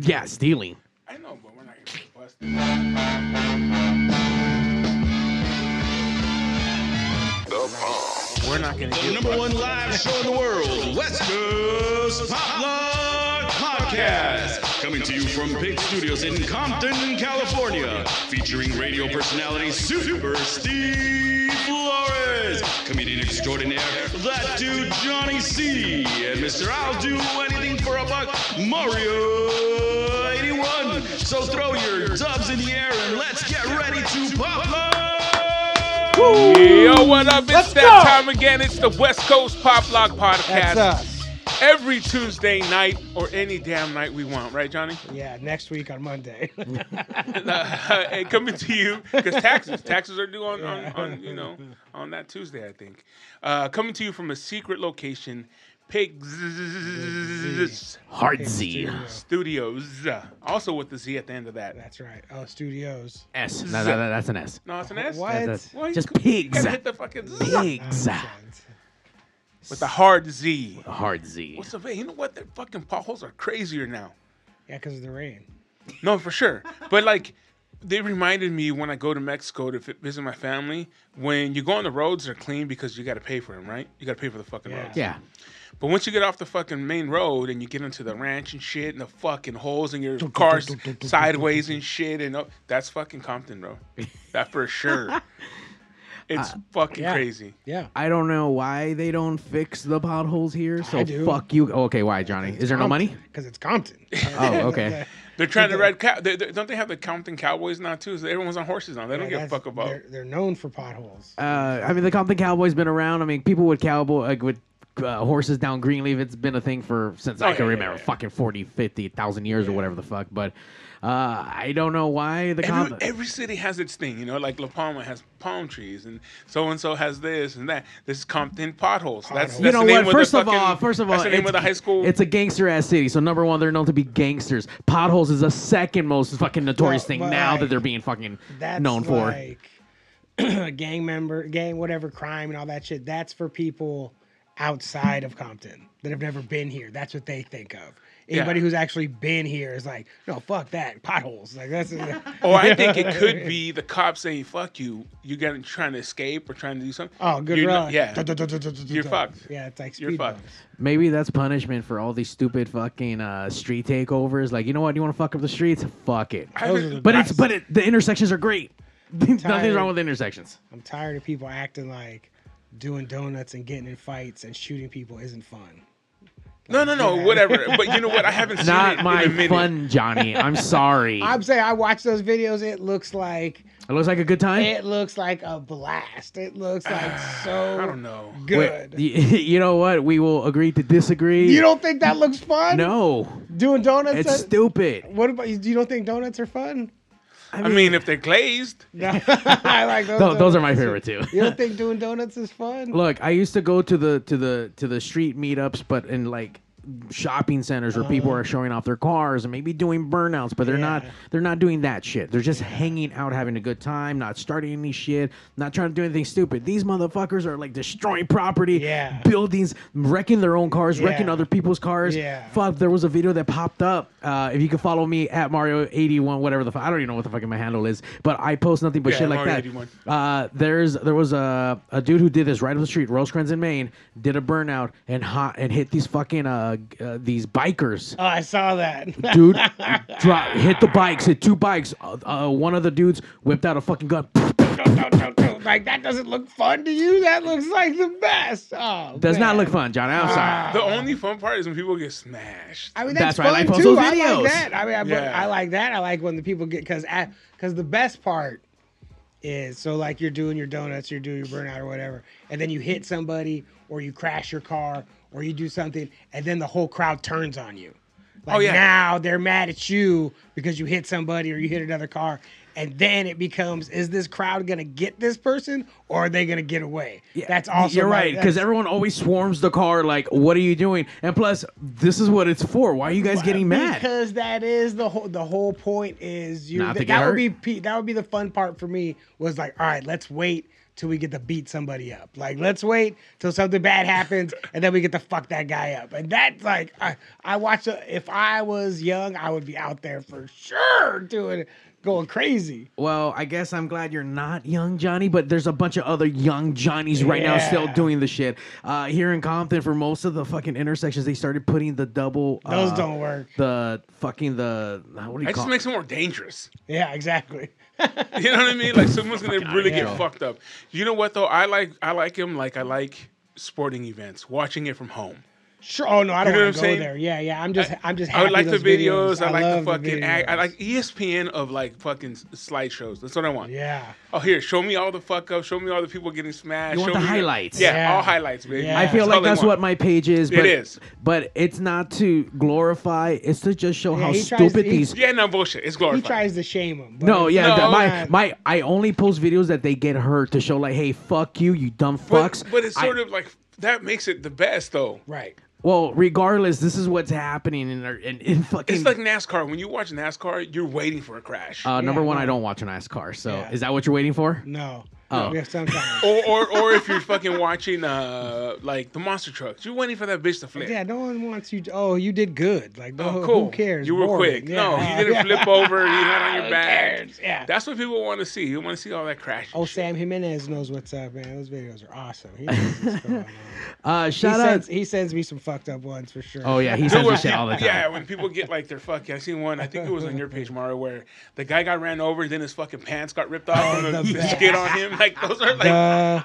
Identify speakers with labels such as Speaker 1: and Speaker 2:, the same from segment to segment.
Speaker 1: Yeah, stealing.
Speaker 2: I know, but we're not gonna get busted. We're not gonna
Speaker 3: The
Speaker 2: get
Speaker 3: number
Speaker 2: busted.
Speaker 3: one live show in the world, West Coast Pop Lock Podcast. Coming to you from Pig Studios in Compton, California. Featuring radio personality Super Steve Flores, comedian extraordinaire, that dude Johnny C, and Mr. I'll Do Anything for a Buck, Mario 81. So throw your dubs in the air and let's get ready to pop lock!
Speaker 4: Yo, what up? It's
Speaker 2: Let's
Speaker 4: that
Speaker 2: go.
Speaker 4: time again. It's the West Coast Pop Lock Podcast.
Speaker 2: That's us.
Speaker 4: Every Tuesday night or any damn night we want, right, Johnny?
Speaker 2: Yeah, next week on Monday.
Speaker 4: hey, coming to you because taxes, taxes are due on, on, on you know on that Tuesday, I think. Uh, coming to you from a secret location, Pigs
Speaker 1: Hard Z.
Speaker 4: Studios. Also with the Z at the end of that.
Speaker 2: That's right. Oh, studios.
Speaker 1: S. No, no, no, that's an S.
Speaker 4: No, it's an S.
Speaker 2: What?
Speaker 1: That's-
Speaker 4: Why you
Speaker 1: Just
Speaker 4: c- You
Speaker 1: pigs.
Speaker 4: gotta hit the fucking Z
Speaker 1: Pigs.
Speaker 4: with the hard Z.
Speaker 1: Hard Z.
Speaker 4: What's the you know what? Their fucking potholes are crazier now.
Speaker 2: Yeah, because of the rain.
Speaker 4: No, for sure. But like, they reminded me when I go to Mexico to fi- visit my family. When you go on the roads, they're clean because you got to pay for them, right? You got to pay for the fucking
Speaker 2: Yeah.
Speaker 4: roads.
Speaker 1: Yeah.
Speaker 4: But once you get off the fucking main road and you get into the ranch and shit and the fucking holes in your cars sideways and shit and oh, that's fucking Compton, bro. That for
Speaker 1: Uh,
Speaker 4: sure. It's fucking
Speaker 2: yeah.
Speaker 4: crazy.
Speaker 2: Yeah.
Speaker 1: I don't know why they don't fix the potholes here. So
Speaker 2: I do. Um,
Speaker 1: fuck you. Oh, okay, why, Johnny? Is there no money?
Speaker 2: Because it's Compton.
Speaker 1: Oh, okay.
Speaker 4: They're trying to ride cow. They, they, don't they have the Compton Cowboys now too? So everyone's on horses now. They don't give a
Speaker 2: That's-
Speaker 4: fuck about.
Speaker 2: They're, they're known for potholes.
Speaker 1: Uh, I mean, the Compton Cowboys been around. I mean, people with cowboy like with uh, horses down Greenleaf. It's been a thing for since
Speaker 4: Oh,
Speaker 1: I
Speaker 4: yeah,
Speaker 1: can
Speaker 4: yeah,
Speaker 1: remember,
Speaker 4: yeah.
Speaker 1: fucking 40, 50, 1,000 years or whatever the fuck. But uh, I don't know why the
Speaker 4: every,
Speaker 1: Compton.
Speaker 4: every city has its thing, you know. Like La Palma has palm trees, and so and so has this and that. This is Compton potholes. That's, that's
Speaker 1: you know
Speaker 4: the name
Speaker 1: what?
Speaker 4: the
Speaker 1: First of
Speaker 4: fucking-
Speaker 1: all, first of all,
Speaker 4: that's the name
Speaker 1: it's-
Speaker 4: of the high school.
Speaker 1: It's a gangster ass city. So number one, they're known to be gangsters. Potholes is the second most fucking notorious
Speaker 2: Well,
Speaker 1: thing
Speaker 2: but,
Speaker 1: now that
Speaker 2: like,
Speaker 1: they're being fucking
Speaker 2: That's
Speaker 1: known for.
Speaker 2: like gang member, gang whatever crime and all that shit. That's for people outside of Compton that have never been here. That's what they think of. Anybody who's actually been here is like, no, fuck that, potholes. Like that's
Speaker 4: or I think it could be the cops saying "fuck you," you got trying to escape or trying to do something.
Speaker 2: oh, good
Speaker 4: You're not-
Speaker 2: run.
Speaker 4: yeah.
Speaker 2: You're
Speaker 4: fucked.
Speaker 2: Yeah, it's like
Speaker 4: You're
Speaker 2: speed
Speaker 4: fucked.
Speaker 2: bumps.
Speaker 1: Maybe that's punishment for all these stupid fucking uh, street takeovers. Like, you know what? You want to fuck up the streets? Fuck it.
Speaker 4: I
Speaker 2: Those
Speaker 4: haven't-
Speaker 2: are the
Speaker 1: But it's but it, the intersections are great. Nothing's
Speaker 2: Tired.
Speaker 1: wrong with intersections.
Speaker 2: I'm tired of people acting like doing donuts and getting in fights and shooting people isn't fun.
Speaker 4: no, no, no, whatever. But you know what? I haven't seen it
Speaker 1: Not
Speaker 4: in
Speaker 1: my
Speaker 4: a minute.
Speaker 1: fun, Johnny. I'm sorry.
Speaker 2: I'm saying I watch those videos. It looks like
Speaker 1: it looks like a good time.
Speaker 2: it looks like a blast. It looks like
Speaker 1: Ah,
Speaker 2: so
Speaker 4: I don't know.
Speaker 2: good.
Speaker 1: Wait, y- you know what? We will agree to disagree.
Speaker 2: you don't think that looks fun?
Speaker 1: No,
Speaker 2: Doing donuts.
Speaker 1: it's
Speaker 2: at-
Speaker 1: stupid.
Speaker 2: what about you? You don't think donuts are fun?
Speaker 4: I mean, if they're glazed,
Speaker 2: No, I like those.
Speaker 1: Th- those are my favorite
Speaker 2: donuts.
Speaker 1: too.
Speaker 2: You don't think doing donuts is fun?
Speaker 1: Look, I used to go to the to the to the street meetups, but in like shopping centers where people are showing off their cars and maybe doing burnouts, but they're not
Speaker 2: Yeah.
Speaker 1: they're not doing that shit. They're just hanging out, having a good time, not starting any shit, not trying to do anything stupid. These motherfuckers are like destroying property,
Speaker 2: Yeah.
Speaker 1: buildings, wrecking their own cars, wrecking
Speaker 2: Yeah.
Speaker 1: other people's cars.
Speaker 2: Yeah.
Speaker 1: Fuck, there was a video that popped up. Uh, if you can follow me at Mario eighty one, whatever the fuck, I don't even know what the fucking my handle is, but I post nothing but
Speaker 4: Yeah,
Speaker 1: shit like
Speaker 4: Mario
Speaker 1: that.
Speaker 4: 81.
Speaker 1: Uh, there's there was a, a dude who did this right up the street, Rosecrans in Maine, did a burnout and hot and hit these fucking uh, g- uh these bikers.
Speaker 2: Oh, I saw that.
Speaker 1: Dude, drop, hit the bikes, hit two bikes. Uh, uh, one of the dudes whipped out a fucking gun.
Speaker 2: like that doesn't look fun to you. That looks like the best. Oh,
Speaker 1: Does not
Speaker 2: man.
Speaker 1: look fun, John. I'm sorry.
Speaker 2: Oh.
Speaker 4: the only fun part is when people get smashed.
Speaker 2: I mean,
Speaker 1: That's
Speaker 2: that's,
Speaker 1: why I like
Speaker 2: fun
Speaker 1: post
Speaker 2: too.
Speaker 1: those
Speaker 2: I
Speaker 1: videos.
Speaker 2: like that. I mean, I, but
Speaker 4: Yeah.
Speaker 2: I like that. I like when the people get because because the best part is so like you're doing your donuts, you're doing your burnout or whatever, and then you hit somebody or you crash your car or you do something, and then the whole crowd turns on you. Like
Speaker 4: Oh, yeah.
Speaker 2: now they're mad at you because you hit somebody or you hit another car. And then it becomes: Is this crowd gonna get this person, or are they gonna get away?
Speaker 1: Yeah,
Speaker 2: that's also
Speaker 1: you're
Speaker 2: my-
Speaker 1: right because
Speaker 2: that's-
Speaker 1: everyone always swarms the car. Like, what are you doing? And plus, this is what it's for. Why are you guys getting mad?
Speaker 2: Because that is the whole the whole point is you
Speaker 1: Not to
Speaker 2: that,
Speaker 1: get
Speaker 2: would
Speaker 1: hurt?
Speaker 2: be pe- that would be the fun part for me was like all right let's wait till we get to beat somebody up. Like, let's wait till something bad happens and then we get to fuck that guy up. And that's like, I, I watch, a, if I was young, I would be out there for sure doing it, going crazy.
Speaker 1: Well, I guess I'm glad you're not young Johnny, but there's a bunch of other young Johnnies right now still
Speaker 2: Yeah.
Speaker 1: doing the shit. Uh, here in Compton, for most of the fucking intersections, they started putting the double.
Speaker 2: Those
Speaker 1: uh,
Speaker 2: don't work.
Speaker 1: The fucking the uh, what do you
Speaker 4: That
Speaker 1: call?
Speaker 4: just
Speaker 1: it?
Speaker 4: makes it more dangerous.
Speaker 2: Yeah, exactly.
Speaker 4: You know what I mean? Like someone's gonna really
Speaker 2: yeah.
Speaker 4: get fucked up. You know what though? I like I like him like I like sporting events, watching it from home.
Speaker 2: Sure. Oh no, I don't
Speaker 4: know what I'm
Speaker 2: want to go
Speaker 4: saying?
Speaker 2: there. Yeah, yeah. I'm just, I, am just. Happy
Speaker 4: I like the
Speaker 2: those
Speaker 4: videos. I, like
Speaker 2: love
Speaker 4: the fucking. act- I
Speaker 2: videos.
Speaker 4: like E ESPN of like fucking s- slideshows. That's what I want.
Speaker 2: Yeah.
Speaker 4: Oh, here, show me all the fuck up. Show me all the people getting smashed.
Speaker 1: You want
Speaker 4: show
Speaker 1: the
Speaker 4: me
Speaker 1: highlights.
Speaker 4: Yeah,
Speaker 2: Yeah.
Speaker 4: all highlights, baby.
Speaker 2: Yeah.
Speaker 1: I feel
Speaker 4: That's all
Speaker 1: like
Speaker 4: they
Speaker 1: that's
Speaker 4: want.
Speaker 1: what my page is. But,
Speaker 4: is.
Speaker 1: but it's not to glorify. It's to just show
Speaker 2: Yeah,
Speaker 1: how
Speaker 2: he tries-
Speaker 1: stupid
Speaker 2: he-
Speaker 1: these.
Speaker 4: Yeah, no bullshit. It's
Speaker 2: He
Speaker 4: glorified.
Speaker 2: tries to shame him. but
Speaker 1: No,
Speaker 2: it's
Speaker 1: yeah,
Speaker 4: No,
Speaker 1: the- my
Speaker 2: not-
Speaker 1: my I only post videos that they get hurt to show like, hey, fuck you, you dumb
Speaker 4: but,
Speaker 1: fucks.
Speaker 4: but it's
Speaker 1: I-
Speaker 4: sort of like that makes it the best though.
Speaker 2: right.
Speaker 1: Well, regardless, this is what's happening in our in, in fucking.
Speaker 4: It's like NASCAR. When you watch NASCAR, you're waiting for a crash.
Speaker 1: Mm. uh, number
Speaker 2: Yeah,
Speaker 1: one, I
Speaker 2: no.
Speaker 1: don't watch an ice car. So
Speaker 2: Yeah.
Speaker 1: is that what you're waiting for?
Speaker 2: No.
Speaker 1: Oh.
Speaker 2: We have some kind of-
Speaker 4: or, or or if you're fucking watching uh like the monster trucks, you're waiting for that bitch to flip.
Speaker 2: yeah, no one wants you. To, oh, you did good. Like,
Speaker 4: Oh,
Speaker 2: no,
Speaker 4: cool.
Speaker 2: Who cares?
Speaker 4: You were
Speaker 2: Boring.
Speaker 4: quick.
Speaker 2: Yeah.
Speaker 4: No,
Speaker 2: Yeah.
Speaker 4: you didn't flip over. You're not on your back.
Speaker 2: cares? Yeah.
Speaker 4: That's what people want to see. You want to see all that crash.
Speaker 2: Oh, Sam Jimenez knows what's up, man. Those videos are awesome. He, knows what's going on.
Speaker 1: Uh,
Speaker 2: he,
Speaker 1: shout out.
Speaker 2: sends, he sends me some fucked up ones for sure.
Speaker 1: Oh yeah, he
Speaker 4: You know
Speaker 1: says this
Speaker 4: what-
Speaker 1: shit all the time.
Speaker 4: Yeah, when people get like their fucking. I seen one. I think it was on your page, Mario, where the guy got ran over, then his fucking pants got ripped off, and
Speaker 2: Oh, the
Speaker 4: the, the
Speaker 2: best.
Speaker 4: skid on him. Like those are like.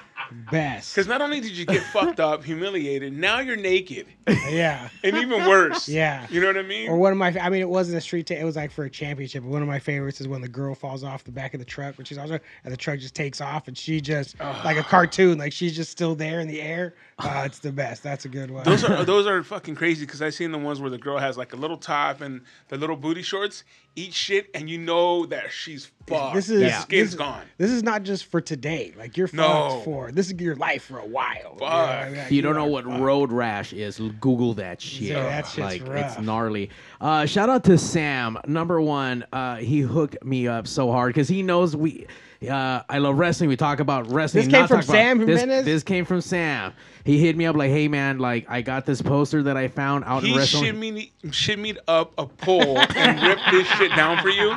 Speaker 2: The best.
Speaker 4: Because not only did you get fucked up, humiliated, now you're naked,
Speaker 2: Yeah.
Speaker 4: and even worse.
Speaker 2: Yeah.
Speaker 4: You know what I mean?
Speaker 2: Or one of my, I mean, it wasn't a street, ta- it was like for a championship. But one of my favorites is when the girl falls off the back of the truck, which is also, and the truck just takes off and she just, like a cartoon, like she's just still there in the air. Uh, it's the best. That's a good one.
Speaker 4: Those are those are fucking crazy because I've seen the ones where the girl has like a little top and the little booty shorts, eat shit, and you know that she's fucked.
Speaker 2: This is
Speaker 4: that
Speaker 2: this
Speaker 4: skin's
Speaker 2: is-
Speaker 4: gone.
Speaker 2: This is not just for today. Like you're
Speaker 4: No.
Speaker 2: fucked for this is your life for a while. know what I
Speaker 4: Fuck.
Speaker 2: mean? Like,
Speaker 1: If you don't know
Speaker 2: are
Speaker 1: what
Speaker 2: fucked.
Speaker 1: road rash is, l- Google that shit.
Speaker 2: Yeah, that shit's
Speaker 1: like it's
Speaker 2: rough.
Speaker 1: gnarly. Uh, shout out to Sam, number one. Uh, he hooked me up so hard because he knows we. Uh, I love wrestling. We talk about wrestling.
Speaker 2: This came
Speaker 1: not
Speaker 2: from
Speaker 1: talk about-
Speaker 2: Sam
Speaker 1: this,
Speaker 2: Jimenez?
Speaker 1: this came from Sam. He hit me up like, "Hey man, like I got this poster that I found out
Speaker 4: He
Speaker 1: in wrestling.
Speaker 4: shimmied, shimmied up a pole and ripped this shit down for you.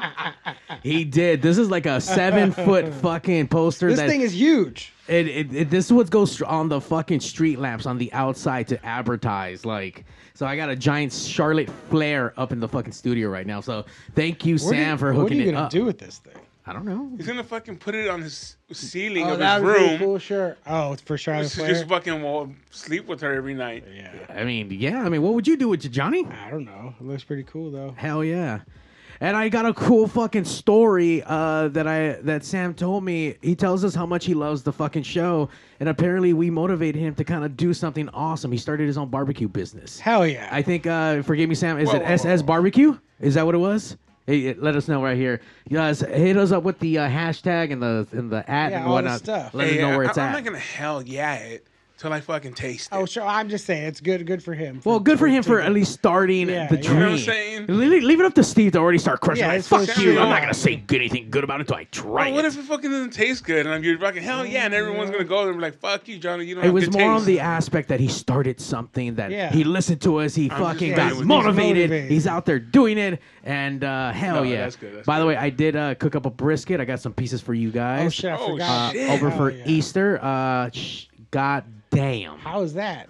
Speaker 1: He did. This is like a seven foot fucking poster.
Speaker 2: This
Speaker 1: that
Speaker 2: thing is huge.
Speaker 1: it, it, it- this is what goes str- on the fucking street lamps on the outside to advertise. Like, so I got a giant Charlotte flare up in the fucking studio right now. So thank you,
Speaker 2: What are
Speaker 1: Sam,
Speaker 2: you-
Speaker 1: for
Speaker 2: What are
Speaker 1: hooking
Speaker 2: you
Speaker 1: it
Speaker 2: gonna
Speaker 1: up.
Speaker 2: do with this thing?
Speaker 1: I don't know.
Speaker 4: He's gonna fucking put it on his ceiling
Speaker 2: Oh,
Speaker 4: of
Speaker 2: that
Speaker 4: his
Speaker 2: would be
Speaker 4: room.
Speaker 2: cool. Sure. Oh, for Charlotte
Speaker 4: Just, just
Speaker 2: Flair.
Speaker 4: fucking well, sleep with her every night.
Speaker 2: Yeah.
Speaker 1: I mean, yeah. I mean, what would you do with you, Johnny?
Speaker 2: I don't know. It looks pretty cool though.
Speaker 1: Hell yeah. And I got a cool fucking story uh, that I that Sam told me. He tells us how much he loves the fucking show, and apparently we motivated him to kind of do something awesome. He started his own barbecue business.
Speaker 2: Hell yeah.
Speaker 1: I think, uh, forgive me, Sam. Is
Speaker 4: Whoa,
Speaker 1: it
Speaker 4: whoa, whoa,
Speaker 1: SS
Speaker 4: whoa.
Speaker 1: Barbecue? Is that what it was? Hey, it- let us know right here. Guys, hit us up with the uh, hashtag and the and the at
Speaker 2: Yeah,
Speaker 1: and
Speaker 2: all the
Speaker 1: whatnot.
Speaker 2: stuff.
Speaker 1: Let
Speaker 4: Hey,
Speaker 1: us know where
Speaker 4: I-
Speaker 1: it's
Speaker 4: I'm
Speaker 1: at.
Speaker 4: not gonna hell yeah it till I fucking taste it.
Speaker 2: oh, sure. I'm just saying it's good. Good for him.
Speaker 1: Well, good for him for at least starting
Speaker 2: Yeah,
Speaker 1: the
Speaker 2: yeah.
Speaker 1: dream.
Speaker 2: You know
Speaker 4: what I'm saying?
Speaker 1: Leave, leave it up to Steve to already start crushing.
Speaker 2: Yeah,
Speaker 1: like,
Speaker 2: it's for
Speaker 1: fuck
Speaker 4: sure.
Speaker 1: you. I'm not
Speaker 4: Yeah.
Speaker 1: gonna say good- anything good about it until I try
Speaker 4: But what
Speaker 1: it.
Speaker 4: if it fucking doesn't taste good and I'm you're fucking hell yeah and everyone's gonna go and be like fuck you Johnny you don't
Speaker 1: it
Speaker 4: have
Speaker 1: was
Speaker 4: good
Speaker 1: more
Speaker 4: taste.
Speaker 1: on the aspect that he started something that
Speaker 2: Yeah.
Speaker 1: he listened to us. He
Speaker 4: just
Speaker 1: fucking
Speaker 4: saying
Speaker 1: got
Speaker 4: it was-
Speaker 1: motivated.
Speaker 4: He's
Speaker 2: motivated.
Speaker 1: He's out there doing it, and uh, hell
Speaker 4: No,
Speaker 1: yeah!
Speaker 4: that's good, that's
Speaker 1: By the way, I did uh, cook up a brisket. I got some pieces for you guys.
Speaker 2: Oh shit! I
Speaker 4: Oh,
Speaker 2: forgot.
Speaker 4: shit.
Speaker 1: Uh, over
Speaker 2: Hell
Speaker 1: for
Speaker 2: yeah.
Speaker 1: Easter. Uh, sh- God damn.
Speaker 2: How is that?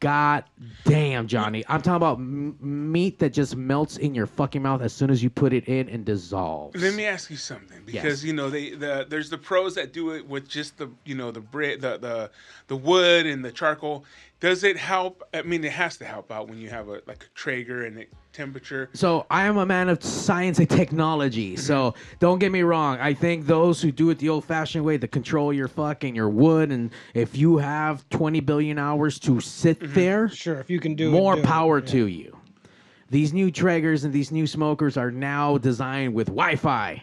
Speaker 1: God damn, Johnny. I'm talking about m- meat that just melts in your fucking mouth as soon as you put it in and dissolves.
Speaker 4: Let me ask you something, because you know they the there's the pros that do it with just the you know the brick the the the wood and the charcoal. Does it help? I mean, it has to help out when you have a like a Traeger and the temperature.
Speaker 1: so I am a man of science and technology. So don't get me wrong. I think those who do it the old-fashioned way, to control your fucking your wood, and if you have 20 billion hours to sit there,
Speaker 2: Sure, if you can do it,
Speaker 1: more
Speaker 2: do it.
Speaker 1: power to you. These new Traegers and these new smokers are now designed with Wi Fi.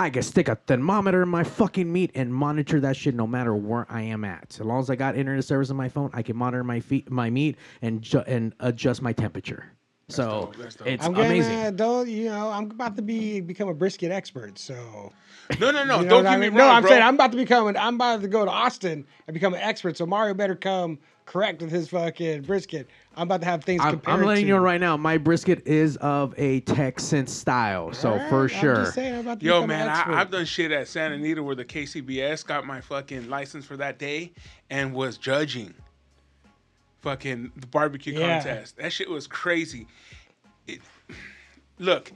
Speaker 1: I can stick a thermometer in my fucking meat and monitor that shit no matter where I am at. As long as I got internet service on my phone, I can monitor my feet, my meat, and ju- and adjust my temperature. so
Speaker 4: dope, that's dope.
Speaker 1: it's
Speaker 2: I'm gonna
Speaker 1: amazing.
Speaker 2: don't you know I'm about to be become a brisket expert. So
Speaker 4: No, no, no.
Speaker 2: You know
Speaker 4: don't
Speaker 2: what
Speaker 4: get
Speaker 2: I
Speaker 4: me
Speaker 2: mean?
Speaker 4: wrong,
Speaker 2: No, I'm
Speaker 4: bro.
Speaker 2: saying I'm about to become an, I'm about to go to Austin and become an expert. So Mario better come correct with his fucking brisket. I'm about to have things
Speaker 1: I'm,
Speaker 2: compared.
Speaker 1: I'm letting
Speaker 2: to.
Speaker 1: you know right now, my brisket is of a Texan style, so
Speaker 2: All right,
Speaker 1: for
Speaker 2: I'm
Speaker 1: sure.
Speaker 2: just saying, I'm about to
Speaker 4: Yo,
Speaker 2: become an
Speaker 4: man,
Speaker 2: expert.
Speaker 4: I, I've done shit at Santa Anita where the KCBS got my fucking license for that day and was judging fucking the barbecue
Speaker 2: Yeah.
Speaker 4: contest. That shit was crazy. It, look,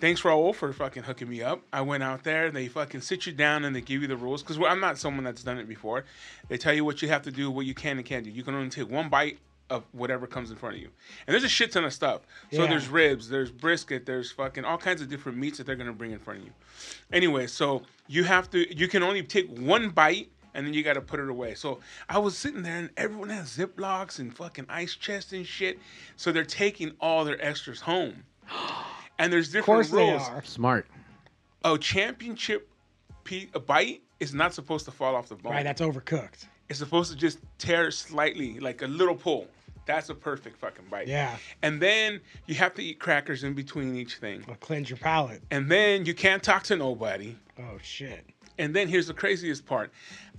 Speaker 4: thanks Raul for fucking hooking me up. I went out there, they fucking sit you down and they give you the rules because I'm not someone that's done it before. They tell you what you have to do, what you can and can't do. You can only take one bite of whatever comes in front of you. And there's a shit ton of stuff. So
Speaker 2: Yeah.
Speaker 4: there's ribs, there's brisket, there's fucking all kinds of different meats that they're gonna bring in front of you. Anyway, so you have to you can only take one bite and then you gotta put it away. So I was sitting there and everyone has ziplocs and fucking ice chests and shit. So they're taking all their extras home. And there's
Speaker 2: of
Speaker 4: different
Speaker 2: course they
Speaker 4: rules.
Speaker 2: are.
Speaker 1: Smart.
Speaker 4: A championship pe- a bite is not supposed to fall off the bone.
Speaker 2: Right, that's overcooked.
Speaker 4: It's supposed to just tear slightly, like a little pull. That's a perfect fucking bite.
Speaker 2: Yeah,
Speaker 4: And then you have to eat crackers in between each thing.
Speaker 2: I'll cleanse your palate.
Speaker 4: And then you can't talk to nobody.
Speaker 2: Oh shit.
Speaker 4: And then here's the craziest part.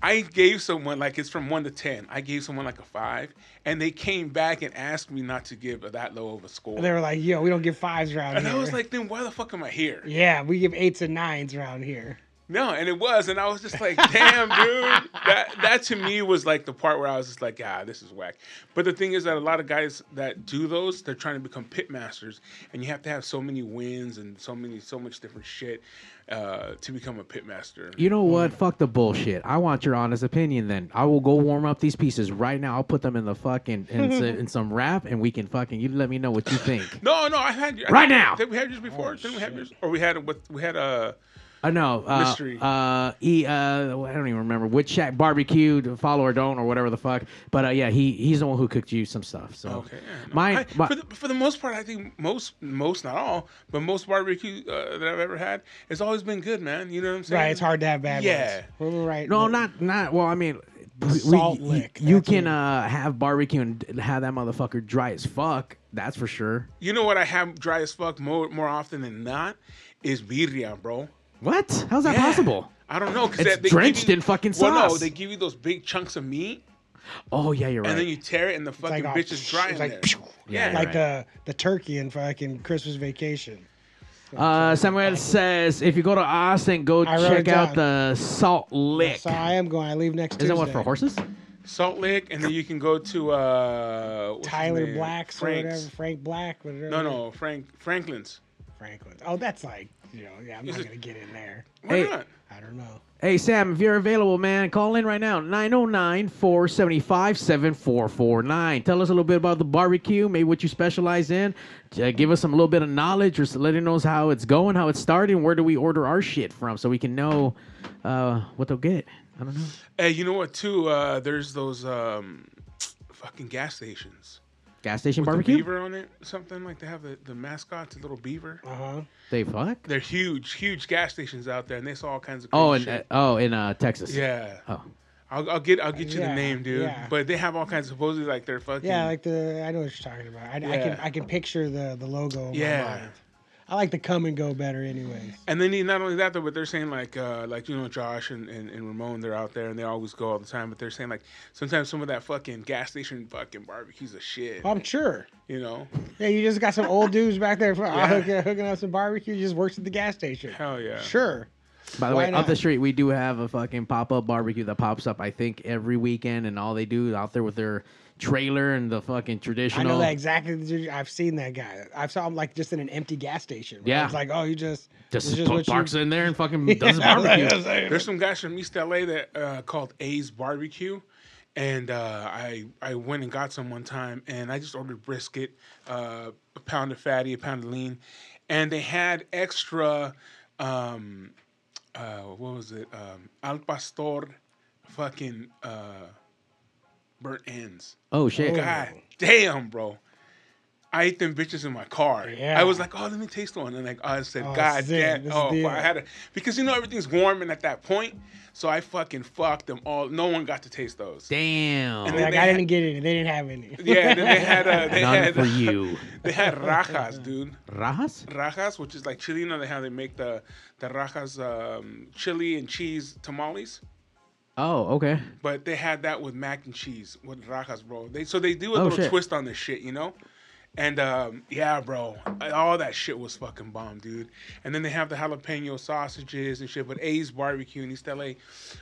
Speaker 4: I gave someone like it's from one to ten. I gave someone like a five, and they came back and asked me not to give that low of a score.
Speaker 2: And they were like, yo, we don't give fives around
Speaker 4: and
Speaker 2: here.
Speaker 4: I was like, then why the fuck am I here?
Speaker 2: yeah, we give eights and nines around here.
Speaker 4: No, and it was, and I was just like, damn, dude. That that to me was like the part where I was just like, ah, this is whack. But the thing is that a lot of guys that do those, they're trying to become pit masters, and you have to have so many wins and so many so much different shit uh, to become a pit master.
Speaker 1: You know
Speaker 4: Mm.
Speaker 1: what? Fuck the bullshit. I want your honest opinion. Then I will go warm up these pieces right now. I'll put them in the fucking in, s- in some wrap, and we can fucking you let me know what you think.
Speaker 4: No, no, I had you I
Speaker 1: Right
Speaker 4: think-
Speaker 1: now.
Speaker 4: Did we have yours
Speaker 2: Oh,
Speaker 4: before? Didn't we have yours? Or we had a, what? We had a.
Speaker 1: I know. Uh,
Speaker 4: Mystery.
Speaker 1: Uh, e, uh, I don't even remember which shack barbecue, to follow or don't, or whatever the fuck. But uh, yeah, he he's the one who cooked you some stuff. So
Speaker 4: Okay. yeah, no.
Speaker 1: my,
Speaker 4: I-
Speaker 1: my-
Speaker 4: for, the, for the most part, I think most, most not all, but most barbecue uh, that I've ever had, it's always been good, man. You know what I'm saying?
Speaker 2: Right, it's hard to have bad
Speaker 4: Yeah.
Speaker 2: ones. We're right.
Speaker 1: no,
Speaker 2: but-
Speaker 1: not not. Well, I mean. we- we-
Speaker 2: Salt
Speaker 1: you-
Speaker 2: lick,
Speaker 1: You,
Speaker 2: that's
Speaker 1: can
Speaker 2: what-
Speaker 1: uh, have barbecue and d- have that motherfucker dry as fuck. That's for sure.
Speaker 4: You know what I have dry as fuck more more often than not is birria, bro.
Speaker 1: What? How's that
Speaker 4: Yeah.
Speaker 1: possible?
Speaker 4: I don't know because
Speaker 1: It's drenched in fucking
Speaker 4: well, no,
Speaker 1: sauce.
Speaker 4: they give you those big chunks of meat
Speaker 1: Oh yeah, you're right.
Speaker 4: and then you tear it and the fucking
Speaker 2: all-
Speaker 4: bitch is dry in
Speaker 2: it's like
Speaker 4: there.
Speaker 2: pew,
Speaker 4: yeah,
Speaker 2: like
Speaker 1: right.
Speaker 2: the the turkey in fucking Christmas vacation.
Speaker 1: Uh, Samuel says if you go to Austin, go
Speaker 2: I wrote
Speaker 1: check
Speaker 2: it
Speaker 1: out
Speaker 2: down.
Speaker 1: the Salt Lick.
Speaker 2: So I am going. I leave next
Speaker 1: Is
Speaker 2: Tuesday.
Speaker 1: that one for horses?
Speaker 4: Salt Lake, and then you can go to uh, what's his
Speaker 2: Tyler
Speaker 4: name?
Speaker 2: Black's or
Speaker 4: Frank's.
Speaker 2: whatever. Frank Black. Whatever.
Speaker 4: No, no, Frank Franklin's.
Speaker 2: Franklin. Oh, that's like you know. Yeah, I'm not
Speaker 4: it-
Speaker 2: gonna get in there.
Speaker 4: Why
Speaker 1: Hey.
Speaker 4: not?
Speaker 2: I don't know.
Speaker 1: Hey Sam, if you're available, man, call in right now 909-475-7449. Tell us a little bit about the barbecue, maybe what you specialize in. Uh, give us some little bit of knowledge, or s- letting us how it's going, how it's starting, where do we order our shit from, so we can know uh, what they'll get. I don't know.
Speaker 4: Hey, you know what? Too, uh, there's those um, fucking gas stations.
Speaker 1: Gas station
Speaker 4: With
Speaker 1: barbecue.
Speaker 4: The beaver on it, something like they have the, the mascot, the little beaver.
Speaker 2: Uh huh.
Speaker 1: They fuck.
Speaker 4: They're huge, huge gas stations out there, and they saw all kinds of. Crazy
Speaker 1: Oh, and uh,
Speaker 4: shit.
Speaker 1: oh, in uh, Texas.
Speaker 4: yeah.
Speaker 1: Oh.
Speaker 4: I'll, I'll get I'll get you the
Speaker 2: Yeah,
Speaker 4: name, dude.
Speaker 2: yeah.
Speaker 4: But they have all kinds of supposedly like they're fucking.
Speaker 2: Yeah, like the I know what you're talking about. I, I
Speaker 4: Hmm. Yeah.
Speaker 2: can I can picture the the logo. In
Speaker 4: Yeah.
Speaker 2: My mind. I like the come and go better, anyways.
Speaker 4: And then he- not only that though, but they're saying like uh, like you know Josh and, and, and Ramon, they're out there and they always go all the time. But they're saying like sometimes some of that fucking gas station fucking barbecues a shit,
Speaker 2: I'm sure.
Speaker 4: you know?
Speaker 2: Yeah, you just got some old dudes back there for,
Speaker 4: Yeah.
Speaker 2: hooking, hooking up some barbecue. Just works at the gas station.
Speaker 4: Hell yeah.
Speaker 2: Sure.
Speaker 1: By the
Speaker 2: Why
Speaker 1: way, up
Speaker 2: not?
Speaker 1: the street, we do have a fucking pop up barbecue that pops up, I think, every weekend. And all they do is out there with their trailer and the fucking
Speaker 2: I
Speaker 1: traditional.
Speaker 2: know that exactly. the dude- I've seen that guy. I saw him like just in an empty gas station. right?
Speaker 1: Yeah.
Speaker 2: It's like, oh, you just
Speaker 1: Just,
Speaker 2: it's
Speaker 1: just
Speaker 2: what you-
Speaker 1: parks in there and fucking does his
Speaker 2: Yeah, like,
Speaker 1: barbecue.
Speaker 2: that's it.
Speaker 4: There's some guys from East LA that uh, called A's Barbecue, and uh, I I went and got some one time, and I just ordered brisket, uh, a pound of fatty, a pound of lean, and they had extra, um, uh, what was it, um, al pastor, fucking uh, burnt ends.
Speaker 1: Oh, shit.
Speaker 4: God damn, bro. I ate them bitches in my car.
Speaker 2: Yeah.
Speaker 4: I was like, oh, let me taste one. And like, I said,
Speaker 2: Oh,
Speaker 4: God
Speaker 2: zing,
Speaker 4: damn.
Speaker 2: this is
Speaker 4: Oh,
Speaker 2: it.
Speaker 4: I had a, because you know, everything's warming at that point. So I fucking fucked them all. No one got to taste those.
Speaker 1: Damn.
Speaker 4: And then
Speaker 2: Like
Speaker 4: they
Speaker 2: I
Speaker 4: had-
Speaker 2: didn't get any. They didn't have any.
Speaker 4: Yeah, then they had, uh, they
Speaker 1: None
Speaker 4: had,
Speaker 1: for you.
Speaker 4: they had rajas, dude.
Speaker 1: Rajas?
Speaker 4: Rajas, which is like chili, you know, they how they make the, the rajas, um, chili and cheese tamales.
Speaker 1: Oh, okay.
Speaker 4: But they had that with mac and cheese with rajas, bro. They so they do a
Speaker 1: Oh,
Speaker 4: little
Speaker 1: shit.
Speaker 4: twist on this shit, you know. And um, yeah, bro, all that shit was fucking bomb, dude. And then they have the jalapeno sausages and shit. But A's Barbecue in East LA,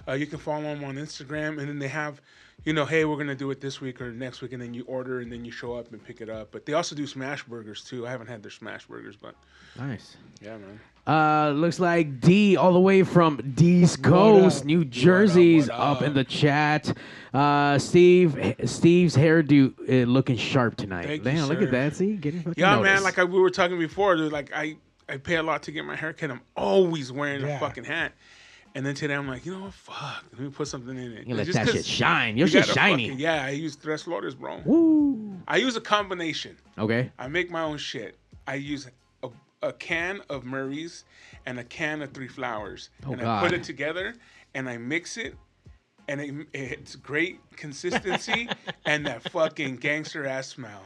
Speaker 4: uh, you can follow them on Instagram. And then they have, you know, hey, we're gonna do it this week or next week, and then you order and then you show up and pick it up. But they also do smash burgers too. I haven't had their smash burgers, but
Speaker 1: Nice.
Speaker 4: yeah, man.
Speaker 1: Uh, looks like D all the way from D's Coast,
Speaker 2: up?
Speaker 1: New Jersey's
Speaker 4: what
Speaker 1: up?
Speaker 4: up?
Speaker 1: in the chat. Uh, Steve, Steve's hairdo uh, looking sharp tonight.
Speaker 4: Thank you,
Speaker 1: Damn, look
Speaker 4: sir.
Speaker 1: at that. See, getting fucking
Speaker 4: Yeah, man.
Speaker 1: noticed.
Speaker 4: Like I, we were talking before, dude. Like I, I pay a lot to get my haircut. I'm always wearing a
Speaker 2: Yeah.
Speaker 4: fucking hat. And then today I'm like, you know what? Fuck. Let me put something in it.
Speaker 1: you let
Speaker 4: Just
Speaker 1: that
Speaker 4: 'cause
Speaker 1: shit shine. Your
Speaker 4: you
Speaker 1: shit's
Speaker 4: gotta
Speaker 1: shiny.
Speaker 4: fucking- yeah, I use Tres Flores, bro.
Speaker 1: Woo.
Speaker 4: I use a combination.
Speaker 1: Okay.
Speaker 4: I make my own shit. I use a, a can of Murray's and a can of Three Flowers,
Speaker 1: Oh,
Speaker 4: and I put
Speaker 1: God.
Speaker 4: it together and I mix it, and it, it's great consistency and that fucking gangster ass smell.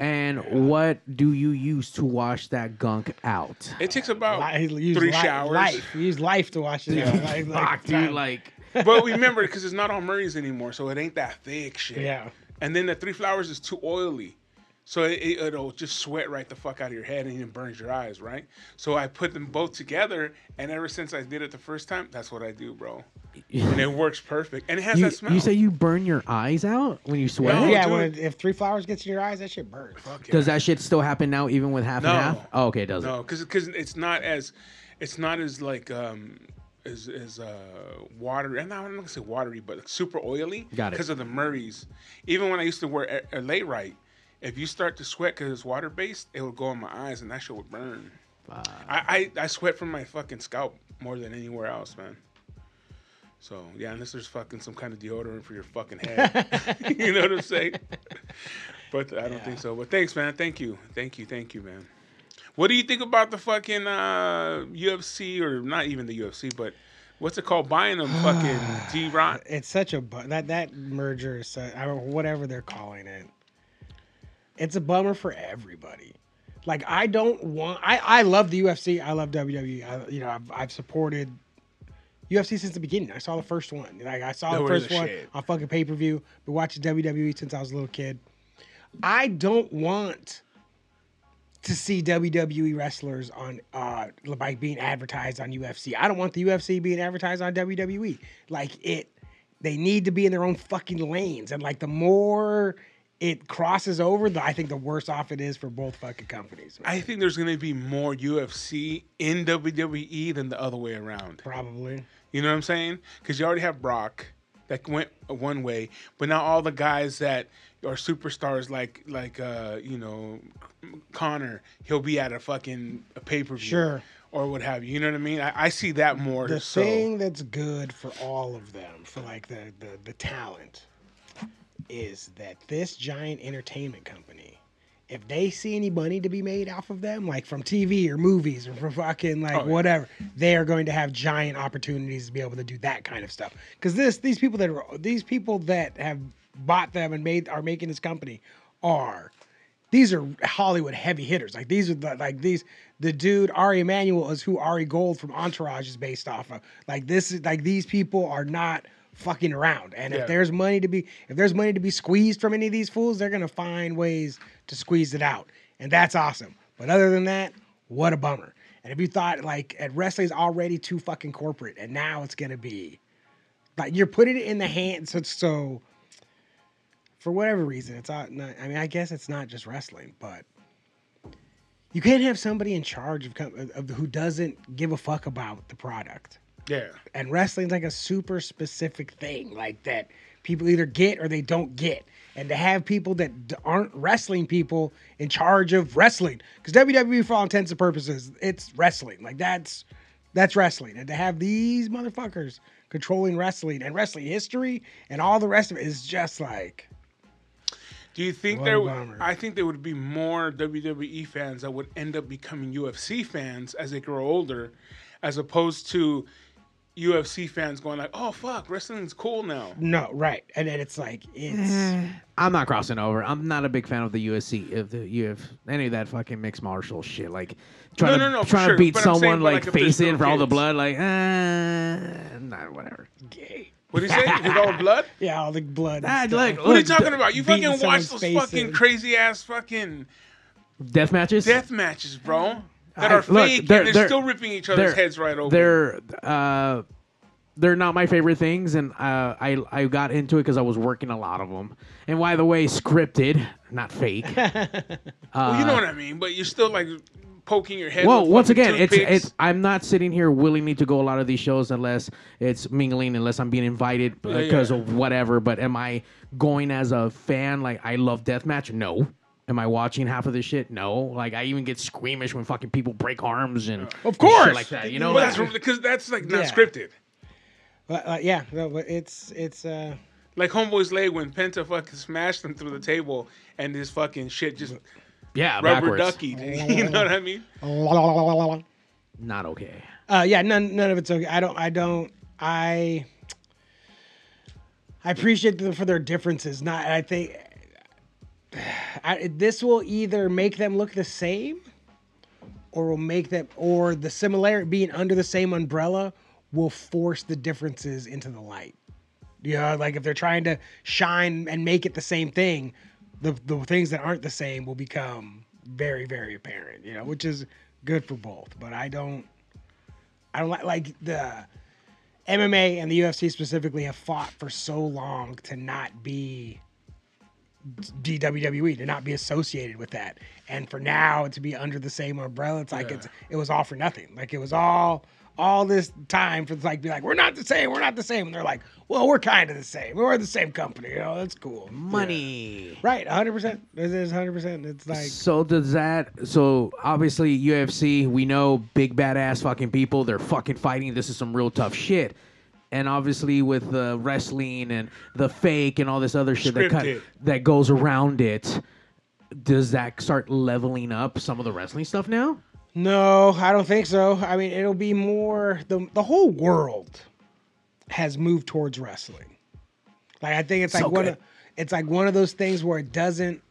Speaker 1: And what do you use to wash that gunk out?
Speaker 4: It takes about
Speaker 2: Li- he used
Speaker 4: three
Speaker 2: li-
Speaker 4: showers.
Speaker 2: Life. He used life to watch it. Yeah, like,
Speaker 1: Fuck, dude. Like,
Speaker 4: but remember, because it's not on Murray's anymore, so it ain't that thick shit.
Speaker 2: Yeah.
Speaker 4: And then the three flowers is too oily, so it, it, it'll just sweat right the fuck out of your head and it burns your eyes, right? So I put them both together, and ever since I did it the first time, that's what I do, bro. And it works perfect, and it has
Speaker 1: you,
Speaker 4: that smell.
Speaker 1: you say you burn your eyes out when you sweat?
Speaker 4: No.
Speaker 2: yeah,
Speaker 4: Oh, dude.
Speaker 2: when, if three flowers gets in your eyes, that shit burns.
Speaker 4: Fuck yeah.
Speaker 1: Does that shit still happen now, even with half
Speaker 4: No.
Speaker 1: and half? Oh, okay, it doesn't.
Speaker 4: No, because it's not as it's not as like um as as uh watery. And I'm not gonna say watery, but like super oily.
Speaker 1: Got it.
Speaker 4: Because of the Murrays. Even when I used to wear a, a lay right, if you start to sweat because it's water based, it would go in my eyes and that shit would burn. I, I I sweat from my fucking scalp more than anywhere else, man. So yeah, unless there's fucking some kind of deodorant for your fucking head, you know what I'm saying? But I don't think so. But thanks, man. Thank you, thank you, thank you, man. What do you think about the fucking uh, UFC or not even the UFC, but what's it called? Buying them fucking D Rock.
Speaker 2: It's such a bu- that that merger is su- I don't- whatever they're calling it. It's a bummer for everybody. Like I don't want. I I love the UFC. I love WWE. I, you know I've I've supported UFC since the beginning. I saw the first one. Like I saw
Speaker 4: They
Speaker 2: the
Speaker 4: were
Speaker 2: first
Speaker 4: the
Speaker 2: one
Speaker 4: shit.
Speaker 2: on fucking pay per view. Been watching WWE since I was a little kid. I don't want to see WWE wrestlers on uh like being advertised on UFC. I don't want the UFC being advertised on WWE. Like it they need to be in their own fucking lanes. And like the more it crosses over, the, I think the worse off it is for both fucking companies. man.
Speaker 4: I think there's gonna be more UFC in WWE than the other way around.
Speaker 2: Probably.
Speaker 4: You know what I'm saying? Because you already have Brock that went one way, but now all the guys that are superstars like like uh, you know Connor, he'll be at a fucking a pay per view,
Speaker 2: Sure.
Speaker 4: or what have you. You know what I mean? I, I see that more.
Speaker 2: The
Speaker 4: so
Speaker 2: thing that's good for all of them, for like the, the the talent, is that this giant entertainment company, if they see any money to be made off of them, like from TV or movies or from fucking like
Speaker 4: Oh, yeah.
Speaker 2: whatever, they are going to have giant opportunities to be able to do that kind of stuff. Because this these people that are these people that have bought them and made are making this company are these are Hollywood heavy hitters. Like these are the, like these the dude Ari Emanuel is who Ari Gold from Entourage is based off of. Like this is like these people are not fucking around. And
Speaker 4: Yeah.
Speaker 2: if there's money to be if there's money to be squeezed from any of these fools, they're gonna find ways to squeeze it out. And that's awesome. But other than that, what a bummer. And if you thought like at wrestling's already too fucking corporate, and now it's gonna be like you're putting it in the hands so, so for whatever reason it's not, not i mean i guess it's not just wrestling but you can't have somebody in charge of, com- of who doesn't give a fuck about the product
Speaker 4: yeah,
Speaker 2: and wrestling's like a super specific thing like that people either get or they don't get and to have people that d- aren't wrestling people in charge of wrestling because wwe E, for all intents and purposes it's wrestling like that's that's wrestling and to have these motherfuckers controlling wrestling and wrestling history and all the rest of it is just like
Speaker 4: Do you think
Speaker 2: What
Speaker 4: there?
Speaker 2: a
Speaker 4: w-
Speaker 2: bummer.
Speaker 4: I think there would be more WWE fans that would end up becoming UFC fans as they grow older, as opposed to UFC fans going like, "Oh fuck, wrestling's cool now."
Speaker 2: No, right. And then it's like it's
Speaker 1: I'm not crossing over. I'm not a big fan of the USC, of the UF, any of that fucking mixed martial shit. Like trying
Speaker 4: no,
Speaker 1: to
Speaker 4: no, for
Speaker 1: trying
Speaker 4: sure,
Speaker 1: to beat
Speaker 4: but I'm saying,
Speaker 1: someone
Speaker 4: but,
Speaker 1: like,
Speaker 4: like, if there's
Speaker 1: face in
Speaker 4: no
Speaker 1: for all the
Speaker 4: kids.
Speaker 1: blood. Like, uh, nah, whatever.
Speaker 2: gay.
Speaker 4: What do you say? With all blood?
Speaker 2: Yeah, all the blood. and
Speaker 1: Ah,
Speaker 2: stuff.
Speaker 1: look,
Speaker 4: What are you
Speaker 1: look,
Speaker 4: talking about? You
Speaker 2: Beating
Speaker 4: fucking watch
Speaker 2: someone's
Speaker 4: those
Speaker 2: face
Speaker 4: fucking
Speaker 2: in.
Speaker 4: crazy ass fucking
Speaker 1: Death matches.
Speaker 4: death matches, bro. That
Speaker 1: I-
Speaker 4: are
Speaker 1: look,
Speaker 4: fake
Speaker 1: they're-
Speaker 4: and they're,
Speaker 1: they're-
Speaker 4: still ripping each other's heads right open.
Speaker 1: They're uh, they're not my favorite things, and uh, I I got into it because I was working a lot of them. And by the way, scripted, not fake.
Speaker 4: well, you know what I mean, but you're still like poking your head.
Speaker 1: uh, well,
Speaker 4: with
Speaker 1: once
Speaker 4: fucking
Speaker 1: again, it's
Speaker 4: toothpicks.
Speaker 1: it's I'm not sitting here willingly to go a lot of these shows unless it's mingling, unless I'm being invited
Speaker 4: Yeah,
Speaker 1: because
Speaker 4: yeah.
Speaker 1: of whatever. But am I going as a fan? Like I love deathmatch? No. Am I watching half of this shit? No. Like I even get squeamish when fucking people break arms and
Speaker 2: Of
Speaker 1: and shit
Speaker 2: course.
Speaker 1: like that. You
Speaker 4: Well,
Speaker 1: know,
Speaker 4: that's
Speaker 1: Like,
Speaker 4: because that's like not
Speaker 2: Yeah.
Speaker 4: scripted.
Speaker 2: But, uh, yeah, no, but it's it's uh
Speaker 4: Like Homeboy's leg when Penta fucking smashed him through the table and his fucking shit just
Speaker 1: yeah,
Speaker 4: rubber
Speaker 1: backwards.
Speaker 4: duckied. You know what I mean?
Speaker 2: uh
Speaker 1: Not okay.
Speaker 2: yeah, none none of it's okay. I don't I don't I I appreciate them for their differences. Not I think I, this will either make them look the same or will make them or the similarity being under the same umbrella will force the differences into the light. You know, like if they're trying to shine and make it the same thing, the the things that aren't the same will become very very apparent. You know, which is good for both. But I don't, I don't like like the MMA and the UFC specifically have fought for so long to not be d- WWE to not be associated with that, and for now to be under the same umbrella, it's like it's it was all for nothing. Like it was all all this time for like be like we're not the same, we're not the same, and they're like, well, we're kind of the same, we're the same company. You know, that's cool.
Speaker 1: Money.
Speaker 2: Right, 100%. This is 100%. It's like
Speaker 1: So does that? So obviously UFC, we know big badass fucking people. They're fucking fighting. This is some real tough shit. And obviously with the wrestling and the fake and all this other shit that cut,
Speaker 4: Scripted.
Speaker 1: that goes around it, does that start leveling up some of the wrestling stuff now?
Speaker 2: No, I don't think so. I mean, it'll be more the the whole world has moved towards wrestling. Like I think it's like
Speaker 1: So
Speaker 2: one
Speaker 1: good.
Speaker 2: of, it's like one of those things where it doesn't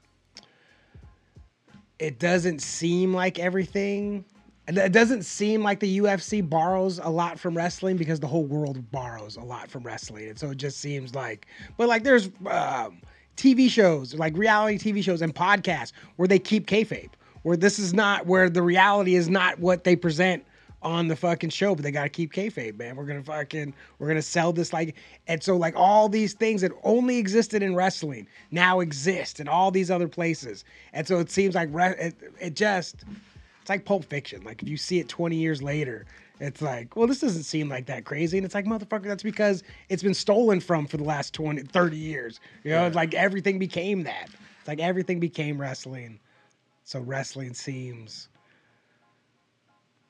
Speaker 2: it doesn't seem like everything and it doesn't seem like the UFC borrows a lot from wrestling because the whole world borrows a lot from wrestling. And so it just seems like but like there's um, TV shows, like reality TV shows and podcasts where they keep kayfabe. Where this is not where the reality is not what they present on the fucking show, but they gotta keep kayfabe, man. We're gonna fucking we're gonna sell this like and so like all these things that only existed in wrestling now exist in all these other places, and so it seems like re- it, it just it's like Pulp Fiction. Like if you see it 20 years later, it's like, well, this doesn't seem like that crazy, and it's like motherfucker, that's because it's been stolen from for the last 20, 30 years. You know, it's like everything became that. It's like everything became wrestling, so wrestling seems.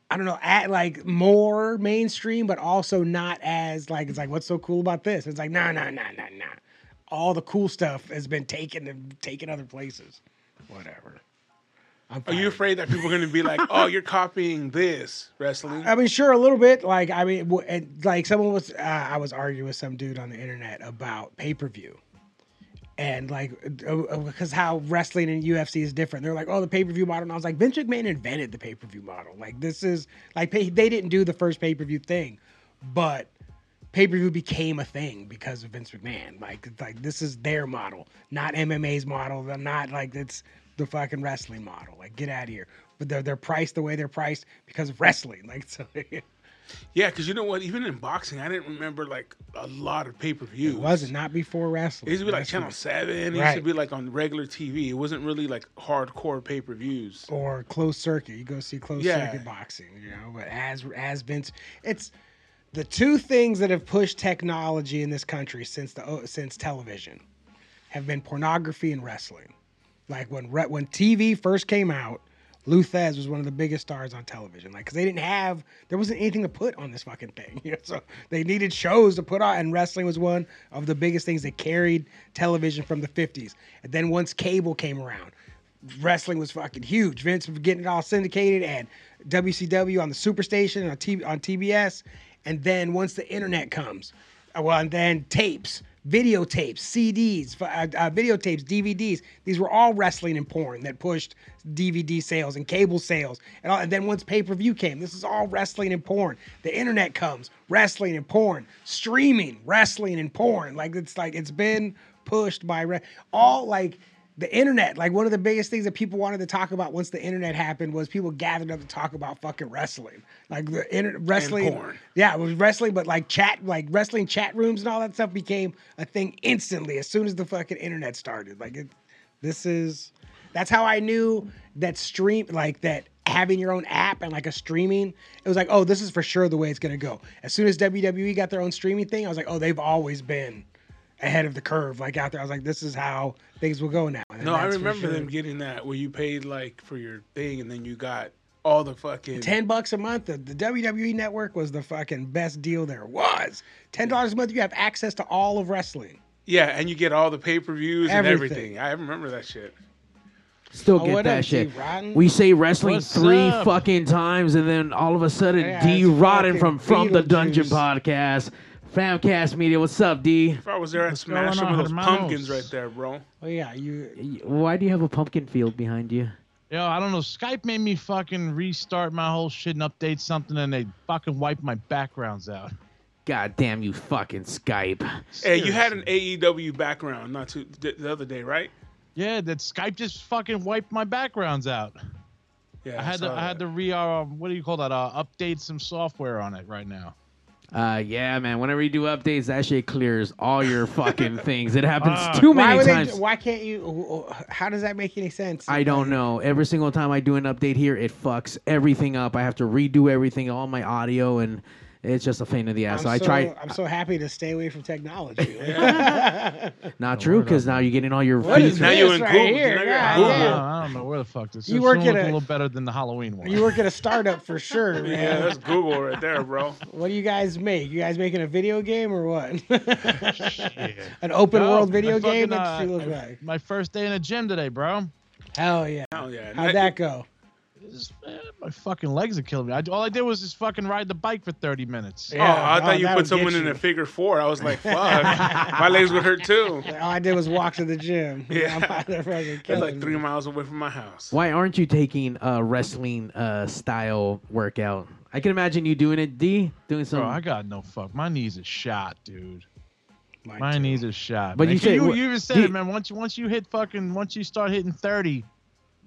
Speaker 2: I don't know, at like more mainstream, but also not as like it's like what's so cool about this? It's like nah, nah, nah, nah, nah. All the cool stuff has been taken and taken other places. Whatever. I'm
Speaker 4: Are
Speaker 2: fine.
Speaker 4: you afraid that people are going to be like, "Oh, you're copying this wrestling"?
Speaker 2: I mean, sure, a little bit. Like, I mean, w- and, like someone was, uh, I was arguing with some dude on the internet about pay per view, and like, uh, because how wrestling and UFC is different. They're like, oh, the pay per view model. And I was like, Vince McMahon invented the pay per view model. Like, this is like pay- they didn't do the first pay per view thing, but pay per view became a thing because of Vince McMahon. Like, it's like this is their model, not MMA's model. They're not like it's the fucking wrestling model. Like, get out of here. But they're they're priced the way they're priced because of wrestling. Like, so it
Speaker 4: Yeah, because you know what? Even in boxing, I didn't remember like a lot of pay per views.
Speaker 2: wasn't not before wrestling.
Speaker 4: It used to be like
Speaker 2: Wrestling
Speaker 4: Channel Seven. It used to
Speaker 2: Right.
Speaker 4: be like on regular TV. It wasn't really like hardcore pay per views.
Speaker 2: or closed circuit. You go see closed
Speaker 4: Yeah.
Speaker 2: circuit boxing, you know. But as as Vince, it's the two things that have pushed technology in this country since the oh, since television have been pornography and wrestling. Like when re- when TV first came out, Lou Thez was one of the biggest stars on television. Like, because they didn't have, there wasn't anything to put on this fucking thing. You know, so they needed shows to put on, and wrestling was one of the biggest things that carried television from the 50s. And then once cable came around, wrestling was fucking huge. Vince was getting it all syndicated and WCW on the Superstation and on, T- on TBS. And then once the internet comes, uh, well, and then tapes, videotapes, CDs, fu- uh, uh, videotapes, DVDs. These were all wrestling and porn that pushed DVD sales and cable sales. And, all, and then once pay per view came, this is all wrestling and porn. The internet comes, wrestling and porn, streaming, wrestling and porn. Like it's like it's been pushed by re- all like the internet, like one of the biggest things that people wanted to talk about once the internet happened was people gathered up to talk about fucking wrestling. Like the inter- wrestling.
Speaker 4: porn.
Speaker 2: Yeah, it was wrestling, but like chat, like wrestling chat rooms and all that stuff became a thing instantly as soon as the fucking internet started. Like it, this is, that's how I knew that stream, like that having your own app and like a streaming, it was like, oh, this is for sure the way it's gonna go. As soon as WWE got their own streaming thing, I was like, oh, they've always been ahead of the curve. Like out there, I was like, this is how things will go now. And
Speaker 4: No, I
Speaker 2: that's for
Speaker 4: remember
Speaker 2: sure.
Speaker 4: them getting that where you paid like for your thing and then you got all the fucking
Speaker 2: Ten bucks a month. The, the WWE Network was the fucking best deal there was. Ten dollars a month, you have access to all of wrestling.
Speaker 4: yeah, and you get all the pay per views and everything.
Speaker 2: Everything.
Speaker 4: I remember that shit.
Speaker 1: Still
Speaker 2: Oh,
Speaker 1: get
Speaker 2: what
Speaker 1: that
Speaker 2: up,
Speaker 1: shit.
Speaker 2: D-Rotten?
Speaker 1: We say wrestling
Speaker 5: What's
Speaker 1: three
Speaker 5: up?
Speaker 1: fucking times, and then all of a sudden,
Speaker 2: Yeah,
Speaker 1: D
Speaker 2: it's
Speaker 1: Rodden
Speaker 2: fucking
Speaker 1: from from the
Speaker 2: Beetlejuice.
Speaker 1: Dungeon Podcast, Famcast Media. What's up, D?
Speaker 4: If I was there, I'd smash
Speaker 5: going
Speaker 4: some
Speaker 5: on,
Speaker 4: of those
Speaker 5: hermanos?
Speaker 4: pumpkins right there, bro.
Speaker 2: Oh yeah, you.
Speaker 1: Why do you have a pumpkin field behind you?
Speaker 5: Yo, I don't know. Skype made me fucking restart my whole shit and update something, and they fucking wiped my backgrounds out.
Speaker 1: God damn you, fucking Skype.
Speaker 4: Hey, you had an AEW background not too the, the other day, right?
Speaker 5: Yeah, that Skype just fucking wiped my backgrounds out.
Speaker 4: Yeah,
Speaker 5: I had to,
Speaker 4: saw
Speaker 5: I had
Speaker 4: that.
Speaker 5: to re, uh, what do you call that? Uh, update some software on it right now.
Speaker 1: Uh, yeah, man. Whenever you do updates, that shit clears all your fucking things. It happens
Speaker 5: Ah.
Speaker 1: too
Speaker 2: Why
Speaker 1: many
Speaker 2: would
Speaker 1: times.
Speaker 2: they? Why can't you? How does that make any sense?
Speaker 1: I don't know. Every single time I do an update here, it fucks everything up. I have to redo everything, all my audio, and it's just a pain in the
Speaker 2: I'm
Speaker 1: ass.
Speaker 2: so,
Speaker 1: so I try.
Speaker 2: I'm so happy to stay away from technology.
Speaker 1: Not true, because now you're getting all your
Speaker 2: What is
Speaker 1: features.
Speaker 4: now you're
Speaker 2: this
Speaker 4: in
Speaker 2: right
Speaker 4: Google.
Speaker 2: here?
Speaker 4: Now you're in
Speaker 2: God
Speaker 5: I don't,
Speaker 4: Google.
Speaker 5: know,
Speaker 2: damn.
Speaker 5: I don't know where the fuck this.
Speaker 2: You
Speaker 5: it's
Speaker 2: work
Speaker 5: gonna look
Speaker 2: at
Speaker 5: a
Speaker 2: a-
Speaker 5: little better than the Halloween one.
Speaker 2: you work at a startup for sure, man.
Speaker 4: Yeah, that's Google right there, bro.
Speaker 2: What do you guys make? You guys making a video game or what?
Speaker 5: Shit.
Speaker 2: An open
Speaker 5: No,
Speaker 2: world video
Speaker 5: I fucking,
Speaker 2: game? What
Speaker 5: uh,
Speaker 2: does she look like?
Speaker 5: My first day in the gym today, bro.
Speaker 2: Hell yeah.
Speaker 4: Hell yeah.
Speaker 2: How'd that go?
Speaker 5: This- eh, my fucking legs are killing me. I, all I did was just fucking ride the bike for 30 minutes.
Speaker 4: Oh, I
Speaker 2: oh,
Speaker 4: thought you
Speaker 2: that would
Speaker 4: put
Speaker 2: get
Speaker 4: someone in
Speaker 2: you.
Speaker 4: a figure four. I was like, fuck. My legs would hurt too.
Speaker 2: All I did was walk to the gym.
Speaker 4: Yeah.
Speaker 2: I'm out there fucking
Speaker 4: It's
Speaker 2: killing
Speaker 4: like three
Speaker 2: me.
Speaker 4: miles away from my house.
Speaker 1: Why aren't you taking a wrestling uh, style workout? I can imagine you doing it, D, doing some.
Speaker 5: Bro, I got no fuck. My knees are shot, dude.
Speaker 2: Mine
Speaker 5: My
Speaker 2: too.
Speaker 5: knees are shot.
Speaker 1: But
Speaker 5: man.
Speaker 1: you said-
Speaker 5: you, you even said
Speaker 1: you-
Speaker 5: it, man. Once you once you hit fucking once you start hitting 30,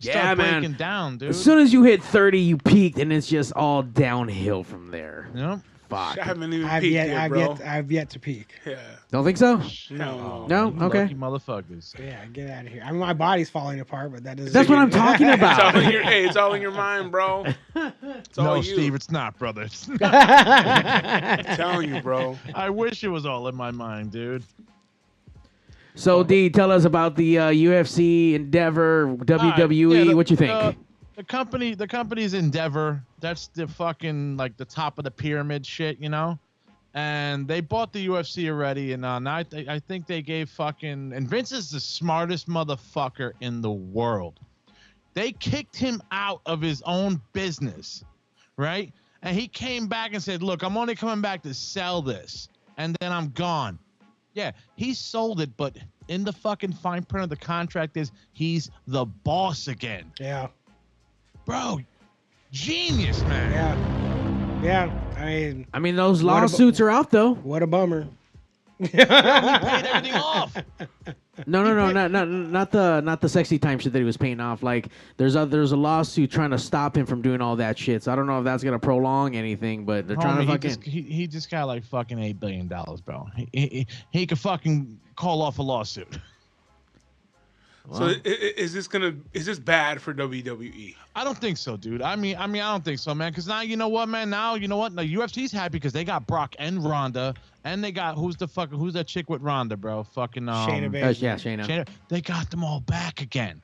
Speaker 5: you
Speaker 1: Yeah,
Speaker 5: start
Speaker 1: man.
Speaker 5: breaking down, dude.
Speaker 1: as soon as you hit 30, you peaked, and it's just all downhill from there.
Speaker 5: Yep.
Speaker 1: Fuck.
Speaker 4: I haven't even
Speaker 2: I've
Speaker 4: peeked
Speaker 2: yet,
Speaker 4: yet,
Speaker 2: I've
Speaker 4: bro.
Speaker 2: yet, I've yet to peak.
Speaker 4: Yeah.
Speaker 1: Don't think so?
Speaker 4: No.
Speaker 1: No?
Speaker 5: You
Speaker 1: Okay.
Speaker 5: Lucky motherfuckers.
Speaker 2: Yeah, get out of here. I mean, my body's falling apart, but that doesn't.
Speaker 1: That's what I'm talking
Speaker 4: It's all in
Speaker 1: about.
Speaker 4: your, hey, it's all in your mind, bro. It's all
Speaker 5: No,
Speaker 4: you.
Speaker 5: Steve, it's not, brother. It's not.
Speaker 4: I'm telling you, bro.
Speaker 5: I wish it was all in my mind, dude.
Speaker 1: so, D, tell us about the uh, UFC endeavor, WWE.
Speaker 5: Alright, yeah, the-
Speaker 1: E,
Speaker 5: uh,
Speaker 1: what you think?
Speaker 5: The, the company, the company's Endeavor. That's the fucking like the top of the pyramid shit, you know. And they bought the UFC already, and uh, now I, th- I think they gave fucking and Vince is the smartest motherfucker in the world. They kicked him out of his own business, right? And he came back and said, "Look, I'm only coming back to sell this, and then I'm gone." Yeah, he sold it, but in the fucking fine print of the contract is he's the boss again.
Speaker 2: Yeah,
Speaker 5: Bro, genius, man.
Speaker 2: yeah, yeah. I mean,
Speaker 1: I mean, those
Speaker 2: What about-
Speaker 1: lawsuits are out, though.
Speaker 2: what a bummer.
Speaker 5: Paid everything off.
Speaker 1: No, no, no, not, not not the not the sexy time shit that he was paying off. Like there's a there's a lawsuit trying to stop him from doing all that shit. So I don't know if that's gonna prolong anything, but they're trying
Speaker 5: Homie,
Speaker 1: to
Speaker 5: he,
Speaker 1: fucking.
Speaker 5: just, he, he just got like fucking $8 billion, bro. He, he, he- he could fucking call off a lawsuit.
Speaker 1: Wow.
Speaker 4: So i- i- is this gonna is this bad for E? WWE?
Speaker 5: I don't think so, dude. I mean, I mean, I don't think so, man. Because now you know what, man. Now you know what. Now UFC's happy because they got Brock and Ronda, and they got who's the fucking who's that chick with Ronda, bro? Fucking um,
Speaker 2: Shayna
Speaker 1: Uh,
Speaker 2: Baszler.
Speaker 1: yeah, Shayna.
Speaker 5: Shayna- They got them all back again.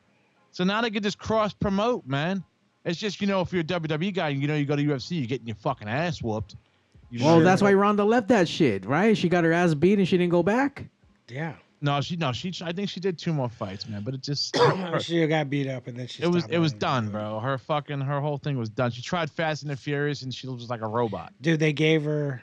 Speaker 5: So now they can just cross promote, man. It's just you know if you're a WWE guy, you know you go to UFC, you're getting your fucking ass whooped. You
Speaker 1: Well,
Speaker 5: sure-
Speaker 1: that's why Ronda left that shit, right? She got her ass beat and she didn't go back.
Speaker 2: Yeah.
Speaker 5: No, she no she. I think she did two more fights, man. But it just
Speaker 2: She got beat up and then she
Speaker 5: it was
Speaker 2: stopped
Speaker 5: it was
Speaker 2: running.
Speaker 5: done, bro. Her fucking her whole thing was done. She tried Fast and the Furious, and she was like a robot.
Speaker 2: Dude, they gave her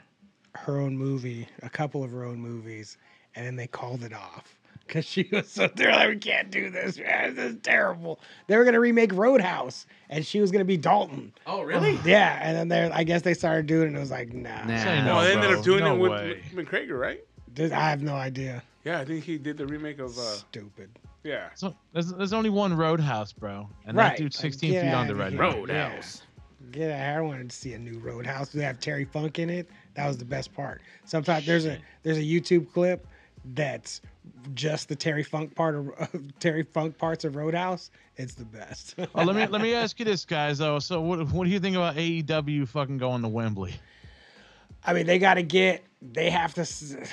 Speaker 2: her own movie, a couple of her own movies, and then they called it off because she was so. They're like, we can't do this, man. This is terrible. They were gonna remake Roadhouse, and she was gonna be Dalton.
Speaker 1: Oh, really?
Speaker 2: Yeah, and then they I guess they started doing it. and It was like, nah,
Speaker 1: Nah.
Speaker 5: Say
Speaker 4: No,
Speaker 5: no,
Speaker 4: Oh, they ended
Speaker 5: bro.
Speaker 4: up doing
Speaker 5: No
Speaker 4: it with
Speaker 5: way.
Speaker 4: M- McGregor, right?
Speaker 2: This- I have no idea.
Speaker 4: Yeah, I think he did the remake of. Uh,
Speaker 2: Stupid.
Speaker 4: yeah.
Speaker 5: So there's, there's only one Roadhouse, bro, and
Speaker 2: Right.
Speaker 5: that dude's 16
Speaker 2: Get
Speaker 5: feet
Speaker 2: outta
Speaker 5: under right
Speaker 2: here.
Speaker 5: now.
Speaker 1: Roadhouse.
Speaker 2: Get out! I wanted to see a new Roadhouse. They have Terry Funk in it. That was the best part. Sometimes there's a there's a YouTube clip that's just the Terry Funk part of Terry Funk parts of Roadhouse. It's the best.
Speaker 5: Oh, let me let me ask you this, guys. Though, so what what do you think about AEW fucking going to Wembley?
Speaker 2: I mean, they got to get. They have to. s-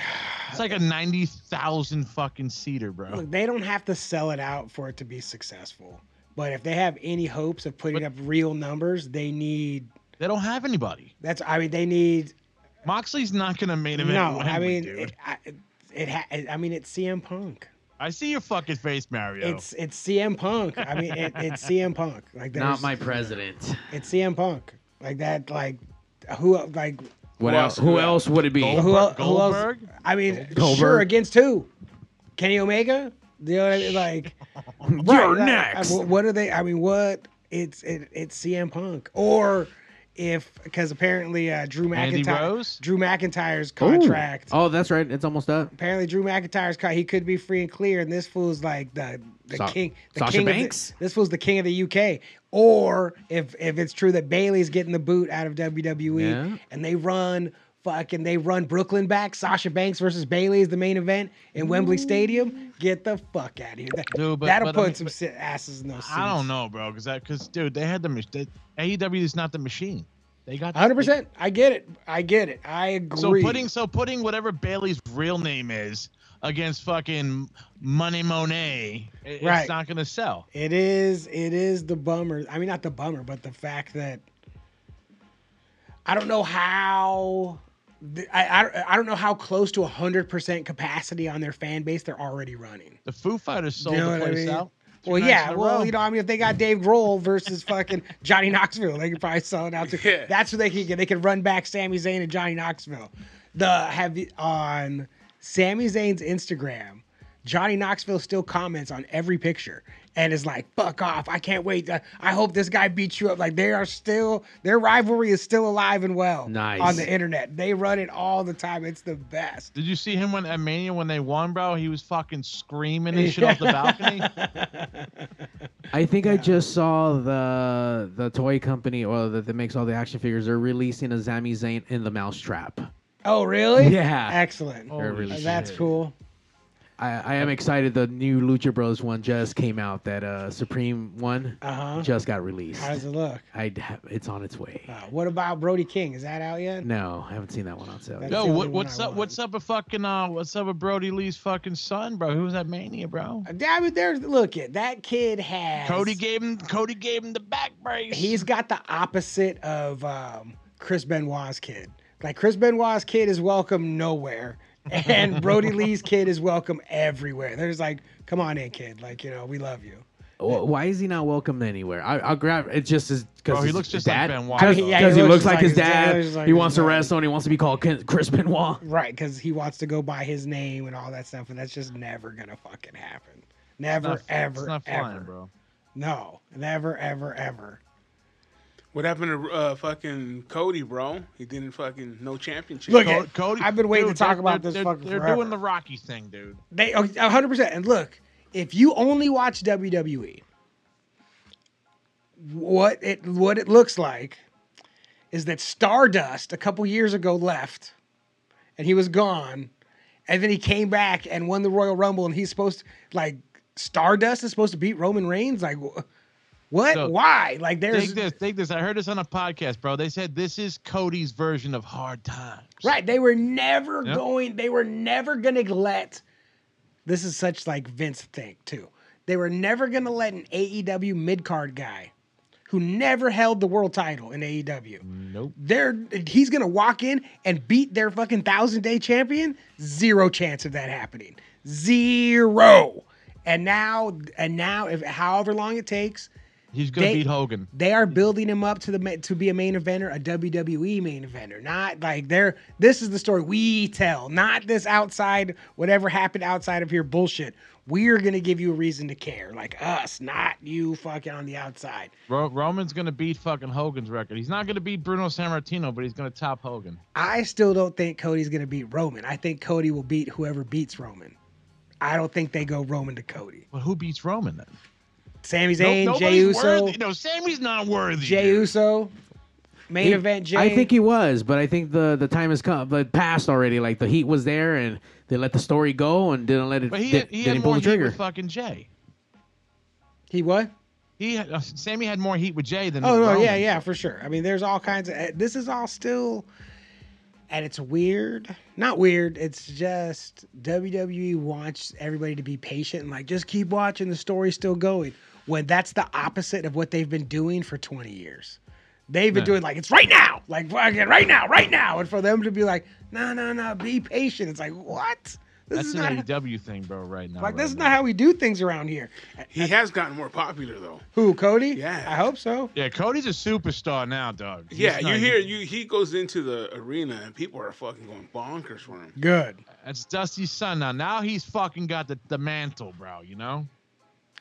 Speaker 5: It's like a ninety thousand fucking seater, bro.
Speaker 2: Look, they don't have to sell it out for it to be successful. But if they have any hopes of putting up real numbers, they need.
Speaker 5: They don't have anybody.
Speaker 2: That's. I mean, they need.
Speaker 5: Moxley's not gonna main event.
Speaker 2: No,
Speaker 5: Wembley,
Speaker 2: I mean,
Speaker 5: dude.
Speaker 2: it, I, it. Ha, I mean, it's CM Punk.
Speaker 5: I see your fucking face, Mario.
Speaker 2: It's it's CM Punk. I mean, it, it's CM Punk. Like there's,
Speaker 1: Not my president.
Speaker 2: It's CM Punk. Like that. Like who? el- Like
Speaker 1: What
Speaker 4: Who
Speaker 1: else? Oh,
Speaker 4: else
Speaker 1: Who
Speaker 4: could-
Speaker 1: else would it be?
Speaker 5: Gold-
Speaker 2: who? el- Who else?
Speaker 5: Goldberg?
Speaker 2: I mean, sure
Speaker 1: Goldberg.
Speaker 2: against who? Kenny Omega. You know what I mean? Like.
Speaker 1: You're
Speaker 2: Right, like,
Speaker 1: next.
Speaker 2: I- wh- what are they? I mean, what? It's it, it's CM Punk or if because apparently uh, Drew
Speaker 5: Mandy Rose?
Speaker 2: McIntyre, Drew McIntyre's
Speaker 1: Ooh.
Speaker 2: contract.
Speaker 1: Oh, that's right. It's almost up.
Speaker 2: Apparently, Drew McIntyre's con- he could be free and clear, and this fool's like the the
Speaker 1: Sa-
Speaker 2: king. The
Speaker 1: Sasha
Speaker 2: king of the-
Speaker 1: Banks?
Speaker 2: this fool's the king of the UK. Or if if it's true that Bailey's getting the boot out of WWE
Speaker 1: Yeah.
Speaker 2: and they run. Fucking, they run Brooklyn back. Sasha Banks versus Bailey is the main event in Wembley Stadium. Get the fuck out of here. That,
Speaker 5: Dude, but-
Speaker 2: that'll
Speaker 5: but,
Speaker 2: put
Speaker 5: I mean,
Speaker 2: some si- asses in those seats.
Speaker 5: I don't know, bro, because that because dude, they had the mach- they, AEW is not the machine. They got
Speaker 2: hundred percent. I get it. I get it. I agree.
Speaker 5: So putting so putting whatever Bailey's real name is against fucking Money Monet, it,
Speaker 2: Right.
Speaker 5: it's not gonna sell.
Speaker 2: it is. It is the bummer. I mean, not the bummer, but the fact that I don't know how. th- I, I, I don't know how close to 100% capacity on their fan base they're already running.
Speaker 5: The Foo Fighters sold
Speaker 2: You know
Speaker 5: the
Speaker 2: what I
Speaker 5: place
Speaker 2: mean?
Speaker 5: out. two
Speaker 2: Well,
Speaker 5: nights
Speaker 2: yeah.
Speaker 5: in a
Speaker 2: Well,
Speaker 5: row.
Speaker 2: you know, I mean, if they got Dave Grohl versus fucking Johnny Knoxville, they could probably sell it out to.
Speaker 4: Yeah.
Speaker 2: That's what they could get. They could run back Sami Zayn and Johnny Knoxville. The have you- on Sami Zayn's Instagram, Johnny Knoxville still comments on every picture and is like, "Fuck off! I can't wait. I I hope this guy beats you up." Like they are still their rivalry is still alive and well
Speaker 1: Nice.
Speaker 2: on the internet. They run it all the time. It's the best.
Speaker 5: Did you see him when at Mania when they won, bro? He was fucking screaming and shit off the balcony.
Speaker 1: I think I just saw the the toy company or that, that makes all the action figures. They're releasing a Zami Zayn in the mousetrap.
Speaker 2: Oh, really?
Speaker 1: Yeah.
Speaker 2: Excellent.
Speaker 1: They're
Speaker 5: Holy
Speaker 1: releasing-
Speaker 2: That's cool.
Speaker 1: I, I am excited. The new Lucha Bros one just came out. That uh, Supreme one
Speaker 2: Uh huh.
Speaker 1: just got released.
Speaker 2: How does it look?
Speaker 1: I ha- it's on its way.
Speaker 2: Uh, what about Brody King? Is that out yet?
Speaker 1: No, I haven't seen that one on sale.
Speaker 2: That's
Speaker 1: yet.
Speaker 5: Yo,
Speaker 2: the only
Speaker 5: what,
Speaker 2: one
Speaker 5: what's
Speaker 2: I
Speaker 5: up?
Speaker 2: want.
Speaker 5: What's up with fucking uh? What's up with Brody Lee's fucking son, bro? Who was at Mania, bro?
Speaker 2: Uh, Damn it! There's look at that kid has
Speaker 5: Cody gave him. Cody gave him the back brace.
Speaker 2: He's got the opposite of um, Chris Benoit's kid. Like Chris Benoit's kid is welcome nowhere, and Brody Lee's kid is welcome everywhere. There's like, come on in, kid. Like you know, we love you.
Speaker 1: Wh- Why is he not welcomed anywhere? I, I'll grab. It just is because
Speaker 5: Bro, he looks just like
Speaker 1: dad.
Speaker 5: Benoit,
Speaker 1: Because
Speaker 5: though.
Speaker 1: he,
Speaker 5: Yeah,
Speaker 2: he looks
Speaker 1: looks
Speaker 2: just
Speaker 1: like his dad.
Speaker 2: He looks like
Speaker 1: he
Speaker 2: his
Speaker 1: wants to
Speaker 2: dad.
Speaker 1: wrestle and he wants to be called Ken- Chris Benoit.
Speaker 2: Right? Because he wants to go by his name and all that stuff, and that's just never gonna fucking happen. Never,
Speaker 5: Not-
Speaker 2: ever,
Speaker 5: it's not
Speaker 2: ever.
Speaker 5: flying, bro.
Speaker 2: No, never, ever, ever.
Speaker 4: What happened to uh, fucking Cody, bro? He didn't fucking no championship.
Speaker 2: Look
Speaker 5: Co-
Speaker 2: at- I've been waiting to talk
Speaker 5: they're-
Speaker 2: about
Speaker 5: they're-
Speaker 2: this fucking
Speaker 5: They're
Speaker 2: forever.
Speaker 5: doing the Rocky thing, dude.
Speaker 2: They oh, 100%. And look, if you only watch WWE, what it what it looks like is that Stardust a couple years ago left and he was gone and then he came back and won the Royal Rumble and he's supposed to, like Stardust is supposed to beat Roman Reigns like wh- what
Speaker 5: So-
Speaker 2: why like
Speaker 5: Take
Speaker 2: there's
Speaker 5: this, take this. I heard this on a podcast, bro. They said this is Cody's version of hard times.
Speaker 2: Right. They were never
Speaker 5: Yep.
Speaker 2: going, they were never going to let, this is such like Vince think too. They were never going to let an AEW mid card E guy who never held the world title in AEW.
Speaker 5: Nope.
Speaker 2: They're he's gonna walk in and beat their fucking thousand day champion. Zero chance of that happening. Zero. And now, and now, if however long it takes,
Speaker 5: He's gonna
Speaker 2: They-
Speaker 5: beat Hogan.
Speaker 2: they are building him up to the ma- to be a main eventer, a WWE main eventer. Not like they're this is the story we tell, not this outside whatever happened outside of here bullshit. We're gonna give you a reason to care, like us, not you fucking on the outside.
Speaker 5: Ro- Roman's gonna beat fucking Hogan's record. He's not gonna beat Bruno Sammartino, but he's gonna top Hogan.
Speaker 2: I still don't think Cody's gonna beat Roman. I think Cody will beat whoever beats Roman. I don't think they go Roman to Cody.
Speaker 5: But who beats Roman then?
Speaker 2: Sami
Speaker 5: No-
Speaker 2: Zayn, Jey
Speaker 5: nobody's
Speaker 2: Uso,
Speaker 5: worthy. No, Sammy's not worthy.
Speaker 2: Jey
Speaker 5: dude.
Speaker 2: Uso, main
Speaker 1: He-
Speaker 2: event. Jey.
Speaker 1: I think he was, but I think the the time has come, but passed already. Like the heat was there, and they let the story go and didn't let it.
Speaker 5: But he
Speaker 1: did,
Speaker 5: had, he
Speaker 1: didn't
Speaker 5: had
Speaker 1: pull the
Speaker 5: more heat
Speaker 1: trigger.
Speaker 5: with uh, fucking Jay.
Speaker 2: he what?
Speaker 5: He had, uh, Sammy had more heat with Jay than.
Speaker 2: Oh no,
Speaker 5: Roman.
Speaker 2: yeah, yeah, for sure. I mean, there's all kinds of. uh, This is all still, and it's weird. Not weird. It's just WWE wants everybody to be patient and like just keep watching. The story's still going. When that's the opposite of what they've been doing for 20 years. They've been
Speaker 5: Yeah.
Speaker 2: doing like it's right now, like fucking right now, right now, and for them to be like, no, no, no, be patient. It's like what? This
Speaker 5: That's
Speaker 2: is
Speaker 5: an
Speaker 2: not
Speaker 5: AEW thing, bro. Right now,
Speaker 2: like
Speaker 5: right
Speaker 2: this is
Speaker 5: now.
Speaker 2: not how we do things around here.
Speaker 4: He has gotten more popular though.
Speaker 2: Who, Cody?
Speaker 4: Yeah.
Speaker 2: I hope so.
Speaker 5: Yeah, Cody's a superstar now, dog. He's
Speaker 4: yeah, you
Speaker 5: not-
Speaker 4: hear you he goes into the arena and people are fucking going bonkers for him.
Speaker 2: Good.
Speaker 5: That's Dusty's son now. Now he's fucking got the, the mantle, bro. You know.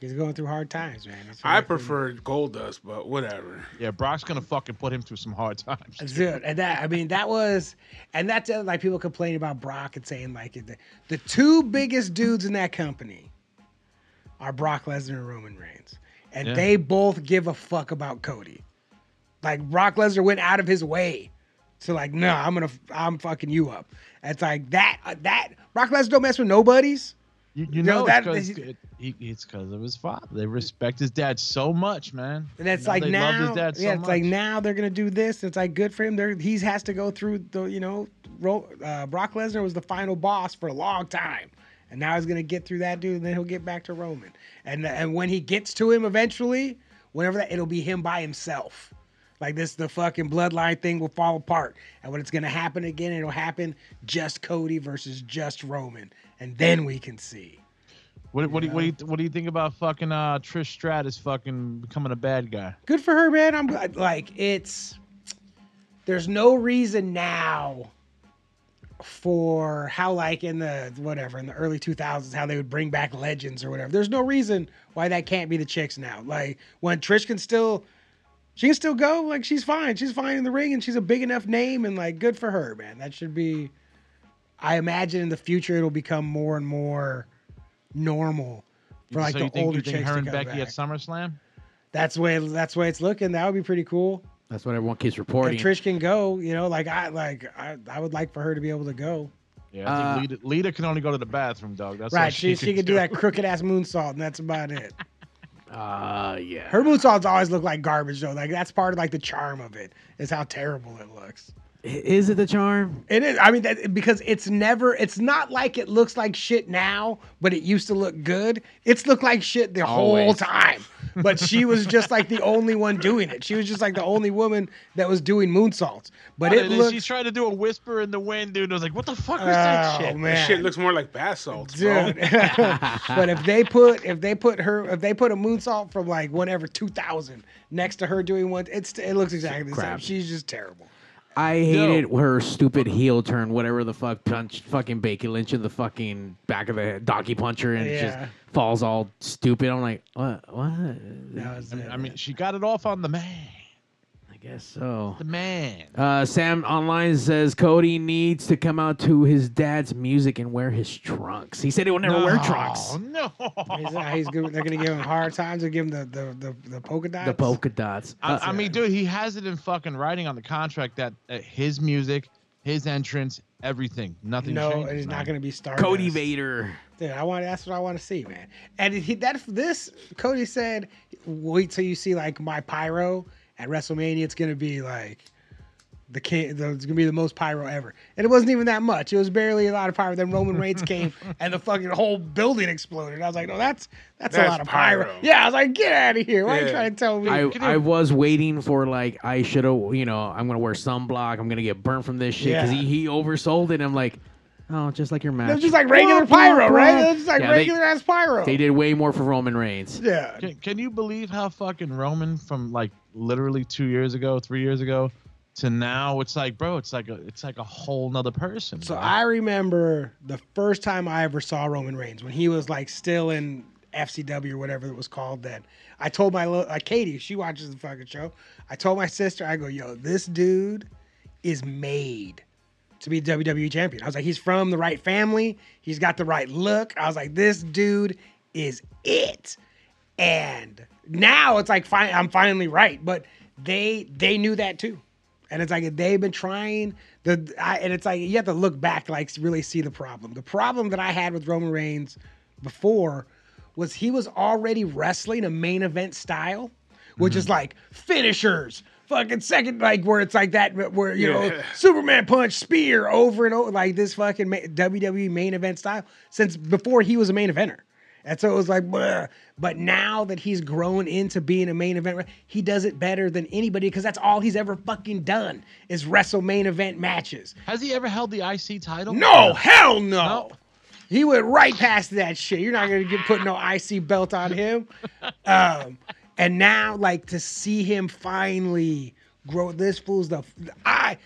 Speaker 2: He's going through hard times, man. That's what
Speaker 4: I
Speaker 2: think.
Speaker 4: prefer gold dust, but whatever.
Speaker 5: Yeah, Brock's gonna fucking put him through some hard times.
Speaker 2: Dude, and that I mean that was, and that's uh, like people complaining about Brock and saying like the, the two biggest dudes in that company are Brock Lesnar and Roman Reigns, and
Speaker 5: Yeah.
Speaker 2: they both give a fuck about Cody. Like Brock Lesnar went out of his way to like, no, I'm gonna I'm fucking you up. It's like that uh, that Brock Lesnar don't mess with nobodies.
Speaker 5: You, you
Speaker 2: No,
Speaker 5: know,
Speaker 2: that-
Speaker 5: it's
Speaker 2: that-
Speaker 5: because it's 'cause of his father. They respect his dad so much, man.
Speaker 2: And it's
Speaker 5: You know,
Speaker 2: like
Speaker 5: they loved
Speaker 2: now,
Speaker 5: his dad so
Speaker 2: yeah, it's like
Speaker 5: much.
Speaker 2: now they're gonna do this. It's like good for him. There, he has to go through the, you know, Ro, uh, Brock Lesnar was the final boss for a long time, and now he's gonna get through that dude, and then he'll get back to Roman. And and when he gets to him eventually, whenever that, it'll be him by himself. Like this, the fucking bloodline thing will fall apart, and when it's gonna happen again, it'll happen just Cody versus just Roman, and then we can see.
Speaker 5: What, what, do you, what, do you, what do you think about fucking uh, Trish Stratus fucking becoming a bad guy?
Speaker 2: good for her, man. I'm glad- like, it's there's no reason now for how like in the whatever in the early 2000s how they would bring back legends or whatever. There's no reason why that can't be the chicks now. Like when Trish can still she can still go, like she's fine. She's fine in the ring and she's a big enough name and like good for her, man. That should be I imagine in the future it'll become more and more normal for like
Speaker 5: so
Speaker 2: the
Speaker 5: you think,
Speaker 2: older
Speaker 5: you think
Speaker 2: chicks
Speaker 5: her
Speaker 2: to
Speaker 5: and
Speaker 2: come
Speaker 5: Becky
Speaker 2: back.
Speaker 5: at SummerSlam?
Speaker 2: That's way that's way it's looking. That would be pretty cool.
Speaker 1: That's what everyone keeps
Speaker 2: If
Speaker 1: reporting.
Speaker 2: Trish can go, you know, like I like I, I would like for her to be able to go.
Speaker 5: Yeah, I
Speaker 1: Uh,
Speaker 5: think Lita, Lita can only go to the bathroom, dog. That's all
Speaker 2: right. She she
Speaker 5: can
Speaker 2: could do that crooked ass moonsault and that's about it.
Speaker 1: uh, yeah.
Speaker 2: Her moonsaults always look like garbage though. Like that's part of like the charm of it is how terrible it looks.
Speaker 1: Is it the charm?
Speaker 2: It is. I mean, that, because it's never. It's not like it looks like shit now, but it used to look good. It's looked like shit the whole
Speaker 1: Always.
Speaker 2: time. But she was just like the only one doing it. She was just like the only woman that was doing moonsaults. But it
Speaker 5: And then
Speaker 2: looks.
Speaker 5: she tried to do a whisper in the wind, dude. I was like, what the fuck was
Speaker 2: Oh,
Speaker 5: that shit?
Speaker 2: man.
Speaker 4: That shit looks more like bath salts, bro.
Speaker 2: dude. but if they put if they put her if they put a moonsault from like whatever two thousand next to her doing one, it's it looks exactly the same.
Speaker 1: Crap.
Speaker 2: She's just terrible.
Speaker 1: I hated her stupid heel turn, whatever the fuck, punch fucking Becky Lynch in the fucking back of the head, donkey puncher, and it
Speaker 2: Yeah.
Speaker 1: just falls all stupid. I'm like, what? What?
Speaker 2: That was it.
Speaker 5: I mean, she got it off on the man.
Speaker 1: I guess so.
Speaker 5: The man.
Speaker 1: Uh, Sam online says Cody needs to come out to his dad's music and wear his trunks. He said he will never wear trunks.
Speaker 5: Oh, no.
Speaker 2: he's, uh, he's good. They're gonna give him hard times. They give him the the the, the polka dots.
Speaker 1: The polka dots.
Speaker 5: I,
Speaker 1: Uh,
Speaker 5: I mean, dude, he has it in fucking writing on the contract that uh, his music, his entrance, everything, nothing.
Speaker 2: No,
Speaker 5: changes,
Speaker 2: it is
Speaker 5: man.
Speaker 2: not gonna be Stardust.
Speaker 1: Cody Vader.
Speaker 2: Dude, I want. That's what I want to see, man. And he, that this Cody said, wait till you see like my pyro at WrestleMania. It's gonna be like the king. The, it's gonna be the most pyro ever, and it wasn't even that much. It was barely a lot of pyro. Then Roman Reigns came, and the fucking whole building exploded. I was like, no, that's that's,
Speaker 4: That's
Speaker 2: a lot of pyro.
Speaker 4: pyro.
Speaker 2: Yeah, I was like, get out of here. Why are you
Speaker 4: Yeah.
Speaker 2: trying to tell me?
Speaker 1: I,
Speaker 5: Can you-
Speaker 1: I was waiting for like I should have you know I'm gonna wear sunblock I'm gonna get burnt from this shit because
Speaker 2: Yeah.
Speaker 1: he, he oversold it and I'm like oh just like your match
Speaker 2: it was just like regular pyro, right? It was just like
Speaker 1: Yeah, they-
Speaker 2: regular ass pyro.
Speaker 1: they did way more for Roman Reigns
Speaker 2: Yeah.
Speaker 5: Can, can you believe how fucking Roman from like literally two years ago, three years ago, to now? It's like, bro, it's like a, it's like a whole nother person.
Speaker 2: So
Speaker 5: bro.
Speaker 2: I remember the first time I ever saw Roman Reigns when he was like still in FCW or whatever it was called then. I told my little, like Katie, she watches the fucking show. I told my sister, I go, yo, this dude is made to be WWE champion. I was like, he's from the right family. He's got the right look. I was like, this dude is it. And now it's like, fine, I'm finally right. But they they knew that too. And it's like they've been trying the, I, and it's like you have to look back to like really see the problem. The problem that I had with Roman Reigns before was he was already wrestling a main event style, which is like finishers, fucking second, like where it's like that, where you know
Speaker 4: Yeah.
Speaker 2: Superman punch, spear over and over, like this fucking ma- WWE main event style since before he was a main eventer. And so it was like, bleh. but now that he's grown into being a main event, he does it better than anybody because that's all he's ever fucking done is wrestle main event matches.
Speaker 5: Has he ever held the IC title?
Speaker 2: No, hell no.
Speaker 5: No.
Speaker 2: He went right past that shit. You're not gonna get put no IC belt on him. Um, and now, like to see him finally grow. This fool's the I.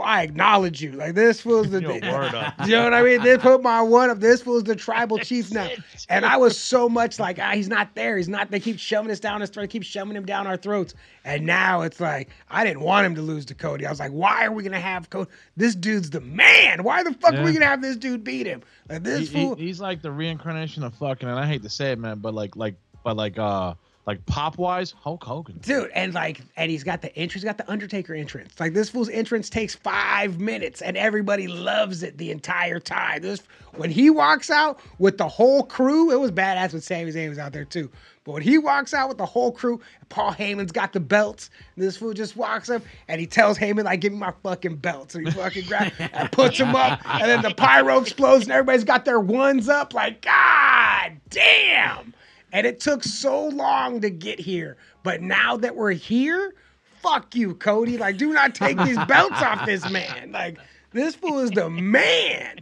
Speaker 2: I acknowledge you. Like this fool's the.
Speaker 5: Yo, word up.
Speaker 2: You know what I mean? They put my one up. This fool's the tribal chief now. And I was so much like, ah, he's not there. He's not. They keep shoving us down his throat. Keep shoving him down our throats. And now it's like, I didn't want him to lose to Cody. I was like, why are we gonna have Cody? This dude's the man. Why the fuck are we
Speaker 5: Yeah.
Speaker 2: gonna have this dude beat him? Like
Speaker 5: He-
Speaker 2: this
Speaker 5: he-
Speaker 2: fool.
Speaker 5: he's like the reincarnation of fucking, and I hate to say it, man, but like, like, but like, uh, like pop wise, Hulk Hogan.
Speaker 2: Dude, and like, and he's got the entrance, he's got the Undertaker entrance. Like this fool's entrance takes five minutes, and everybody loves it the entire time. This when he walks out with the whole crew, it was badass. When Sami Zayn was out there too, but when he walks out with the whole crew, Paul Heyman's got the belts. And this fool just walks up and he tells Heyman, "Like, give me my fucking belt." So he fucking grabs and puts him up, and then the pyro explodes, and everybody's got their ones up. Like, god damn. And it took so long to get here. But now that we're here, fuck you, Cody. Like, do not take these belts off this man. Like, this fool is the man.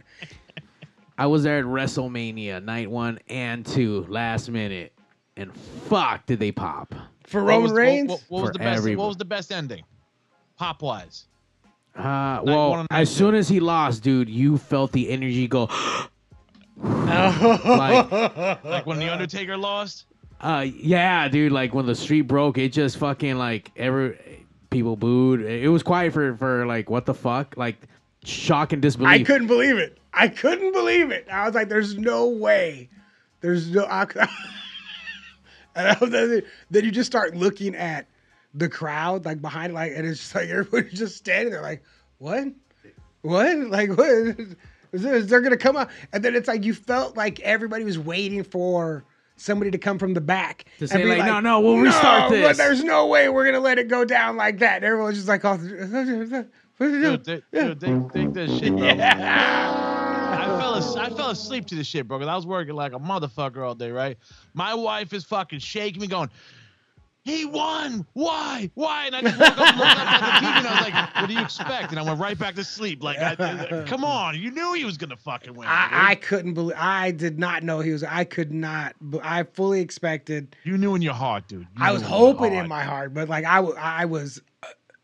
Speaker 1: I was there at WrestleMania night one and two last minute and fuck did they pop
Speaker 2: For
Speaker 5: What
Speaker 2: Roman
Speaker 5: was- what-
Speaker 2: Reigns,
Speaker 5: What, what was
Speaker 1: For
Speaker 5: the best?
Speaker 1: everyone.
Speaker 5: What was the best ending? Pop wise.
Speaker 1: uh,
Speaker 5: one
Speaker 1: well
Speaker 5: and night
Speaker 1: as soon as he lost dude you felt the energy go like
Speaker 5: Like when the Undertaker lost.
Speaker 1: Uh, yeah, dude. Like when the street broke, it just fucking like every people booed. It was quiet for for like what the fuck, like shock and disbelief.
Speaker 2: I couldn't believe it. I couldn't believe it. I was like, there's no way. There's no. I, and I was, then you just start looking at the crowd, like behind, like, and it's just like everybody's just standing there, like, what? What? Like, what? Is, this, they're going to come out. And then it's like, you felt like everybody was waiting for somebody to come from the back
Speaker 1: To
Speaker 2: and
Speaker 1: say,
Speaker 2: be
Speaker 1: like, "No, no, we'll restart
Speaker 2: but
Speaker 1: this."
Speaker 2: there's no way we're going to let it go down like that. And everyone's just like, oh,
Speaker 5: Dude, they, dude, they, they did shit, bro. I fell, as- I fell asleep to this shit, bro. Cause I was working like a motherfucker all day, right? My wife is fucking shaking me, going, "He won! Why? Why?" And I just woke up, and looked up at the TV, and I was like, "What do you expect?" And I went right back to sleep. Like, I, come on, you knew he was gonna fucking win.
Speaker 2: I, I
Speaker 5: dude.
Speaker 2: couldn't believe. I did not know he was. I could not. be- I fully expected.
Speaker 5: you knew in your heart, dude. You
Speaker 2: I
Speaker 5: knew
Speaker 6: Oh,
Speaker 2: was
Speaker 5: in your
Speaker 2: hoping in
Speaker 5: heart.
Speaker 2: my heart, but like I, wa- I was,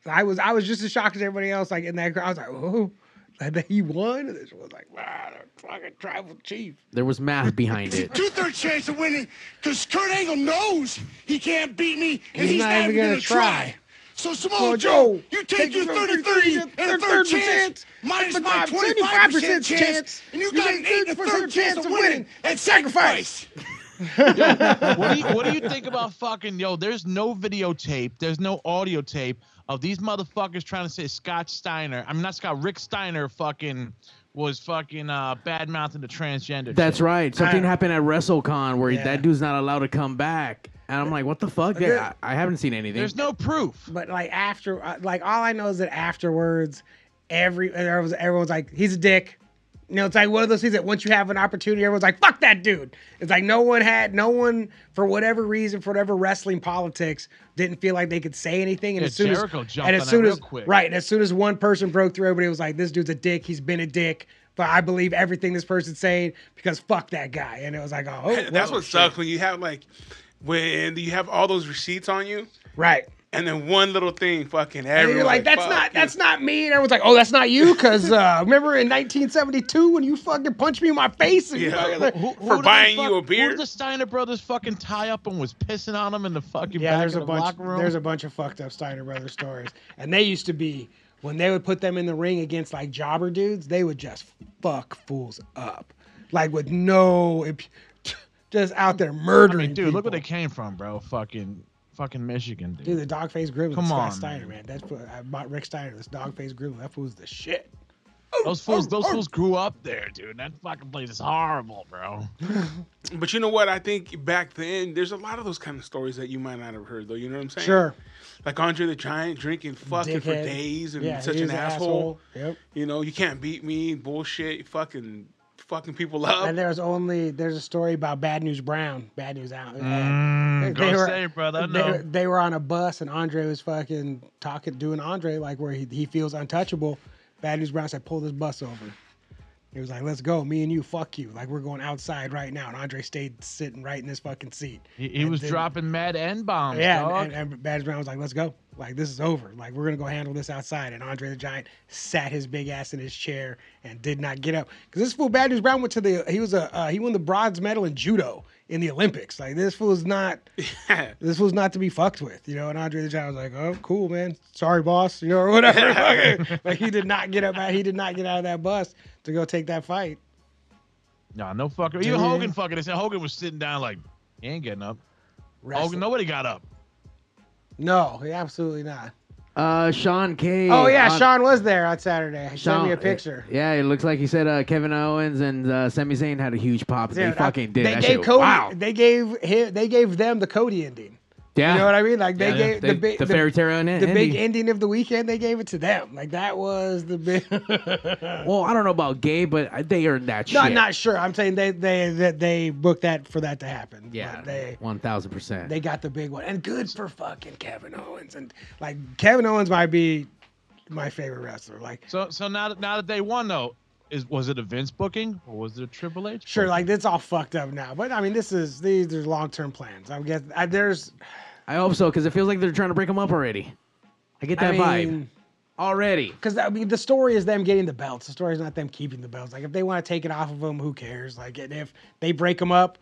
Speaker 2: I was, I was just as shocked as everybody else. Like in that crowd, I was like, oh, like that he won. And this was like, wow, the fucking tribal chief.
Speaker 1: there was math behind it.
Speaker 6: two thirds chance of winning because Kurt Angle knows he can't beat me and
Speaker 2: He's
Speaker 6: he's,
Speaker 2: not
Speaker 6: not,
Speaker 2: even
Speaker 6: even gonna,
Speaker 2: gonna try.
Speaker 6: try. So Samoa
Speaker 2: Well,
Speaker 6: Joe,
Speaker 2: Joe,
Speaker 6: you take, your 30 30 and a third, chance, minus my 25
Speaker 2: 25%
Speaker 6: percent
Speaker 2: chance,
Speaker 6: chance, and you, got
Speaker 2: get
Speaker 6: an 8 and a
Speaker 2: 30%
Speaker 6: third chance of winning at sacrifice.
Speaker 5: what do you what do you think about fucking yo? There's no videotape, there's no audio tape of these motherfuckers trying to say Scott Steiner. I mean not Scott, Rick Steiner fucking was fucking uh bad mouthing the transgender.
Speaker 1: That's right. Something
Speaker 2: I-
Speaker 1: happened at WrestleCon where
Speaker 2: Yeah.
Speaker 1: that dude's not allowed to come back. And I'm like, what the fuck? Yeah, I, I haven't seen anything.
Speaker 5: There's no proof.
Speaker 2: But like after, uh, like all I know is that afterwards, every there was everyone's like, he's a dick. You know, it's like one of those things that once you have an opportunity, everyone's like, fuck that dude. It's like no one had, no one for whatever reason, for whatever wrestling politics, didn't feel like they could say anything. And
Speaker 5: Yeah,
Speaker 2: as soon
Speaker 5: Jericho
Speaker 2: as,
Speaker 5: jumped
Speaker 2: and as
Speaker 5: on that
Speaker 2: soon
Speaker 5: real
Speaker 2: as,
Speaker 5: quick.
Speaker 2: right, and as soon as one person broke through, everybody was like, this dude's a dick. He's been a dick. But I believe everything this person's saying because fuck that guy. And it was like, oh,
Speaker 4: That's
Speaker 2: whoa,
Speaker 4: what
Speaker 2: shit.
Speaker 4: sucks when you have like when you have all those receipts on you,
Speaker 2: Right.
Speaker 4: and then one little thing, fucking
Speaker 2: And
Speaker 4: everyone.
Speaker 2: you're like, that's
Speaker 4: fuck
Speaker 2: not
Speaker 4: you."
Speaker 2: that's not me. And everyone's like, oh, that's not you, because uh, remember in 1972 when you fucking punched me in my face? And
Speaker 4: Yeah.
Speaker 2: you fucking,
Speaker 5: Who,
Speaker 4: For
Speaker 5: did they
Speaker 4: buying you a
Speaker 5: who
Speaker 4: beer?
Speaker 5: did the Steiner brothers fucking tie up and was pissing on him in the fucking
Speaker 2: yeah,
Speaker 5: back
Speaker 2: there's
Speaker 5: of
Speaker 2: a
Speaker 5: the
Speaker 2: bunch
Speaker 5: locker room.
Speaker 2: there's a bunch of fucked up Steiner Brothers stories, and they used to be when they would put them in the ring against like jobber dudes, they would just fuck fools up, like with no, imp- just out there
Speaker 5: I
Speaker 2: murdering.
Speaker 5: mean, dude, look where they
Speaker 2: people.
Speaker 5: came from, bro. Fucking, fucking Michigan, dude.
Speaker 2: Dude, the dog face gremlin.
Speaker 5: Come
Speaker 2: Come Scott
Speaker 5: on,
Speaker 2: Steiner, man. That's what I bought Rick Steiner. This dog face gremlin. That fool's the shit.
Speaker 5: Those fools,
Speaker 4: oh,
Speaker 5: those fools grew up there, dude. That fucking place is horrible, bro.
Speaker 4: But you know what? I think back then, there's a lot of those kind of stories that you might not have heard, though. You know what I'm saying?
Speaker 2: Sure.
Speaker 4: Like Andre the Giant drinking fucking for
Speaker 2: Dickhead.
Speaker 4: days and
Speaker 2: Yeah,
Speaker 4: such
Speaker 2: he
Speaker 4: an
Speaker 2: was an
Speaker 4: asshole.
Speaker 2: asshole. Yep.
Speaker 4: You know, you can't beat me, bullshit, fucking, fucking people up.
Speaker 2: And there's only there's a story about Bad News Brown, Bad News Out.
Speaker 5: Mm, go say, brother. I know.
Speaker 2: They, they were on a bus and Andre was fucking talking, doing Andre like where he, he feels untouchable. Bad News Brown said, "Pull this bus over." He was like, "Let's go, me and you, fuck you, like we're going outside right now." And Andre stayed sitting right in this fucking seat.
Speaker 5: He, he
Speaker 2: And
Speaker 5: was
Speaker 2: then-
Speaker 5: dropping mad n bombs,
Speaker 2: Yeah,
Speaker 5: dog.
Speaker 2: and, and, and Bad News Brown was like, "Let's go, like this is over, like we're gonna go handle this outside." And Andre the Giant sat his big ass in his chair and did not get up because this fool Bad News Brown went to the he was a uh, he won the bronze medal in judo in the Olympics. Like this fool is not this was not to be fucked with, you know. And Andre the Giant was like, "Oh, cool, man. Sorry, boss. You know, or whatever." Fucking- like he did not get up. out- He did not get out of that bus to go take that fight.
Speaker 5: no, no fucker. Even Hogan fucking. They said Hogan was sitting down like he ain't getting up. Hogan,
Speaker 2: Wrestling.
Speaker 5: nobody got up.
Speaker 2: No, he absolutely not.
Speaker 1: Uh, Sean K.
Speaker 2: Oh yeah,
Speaker 1: on-
Speaker 2: Sean was there on Saturday. He
Speaker 1: Sean-
Speaker 2: sent me a picture.
Speaker 1: Yeah, it looks like he said uh, Kevin Owens and uh, Sami Zayn had a huge pop. they
Speaker 2: Dude, I-
Speaker 1: fucking did.
Speaker 2: They
Speaker 1: that
Speaker 2: gave
Speaker 1: shit.
Speaker 2: Cody.
Speaker 1: Wow.
Speaker 2: They gave him. They gave them the Cody ending.
Speaker 1: yeah.
Speaker 2: You know what I mean? Like they
Speaker 1: Yeah,
Speaker 2: gave
Speaker 1: they-
Speaker 2: the big
Speaker 1: the fairy tale and
Speaker 2: the big ending of the weekend. They gave it to them. Like that was the big.
Speaker 1: Well, I don't know about gay, but I- they earned that
Speaker 2: no,
Speaker 1: shit.
Speaker 2: I'm not sure. I'm saying they they that they booked that for that to happen.
Speaker 1: Yeah,
Speaker 2: Like, they
Speaker 1: one thousand percent.
Speaker 2: they got the big one, and good for fucking Kevin Owens. And like Kevin Owens might be my favorite wrestler. Like
Speaker 5: So, so now that now that they won though, is was it a Vince booking or was it a Triple H?
Speaker 2: sure,
Speaker 5: booking?
Speaker 2: like it's all fucked up now. But I mean, this is these are long term plans. I guess I, there's
Speaker 1: I hope so because it feels like they're trying to break them up already. I get that
Speaker 2: I
Speaker 1: vibe already.
Speaker 2: Because I mean, the story is them getting the belts. The story is not them keeping the belts. Like if they want to take it off of them, who cares? Like and if they break them up,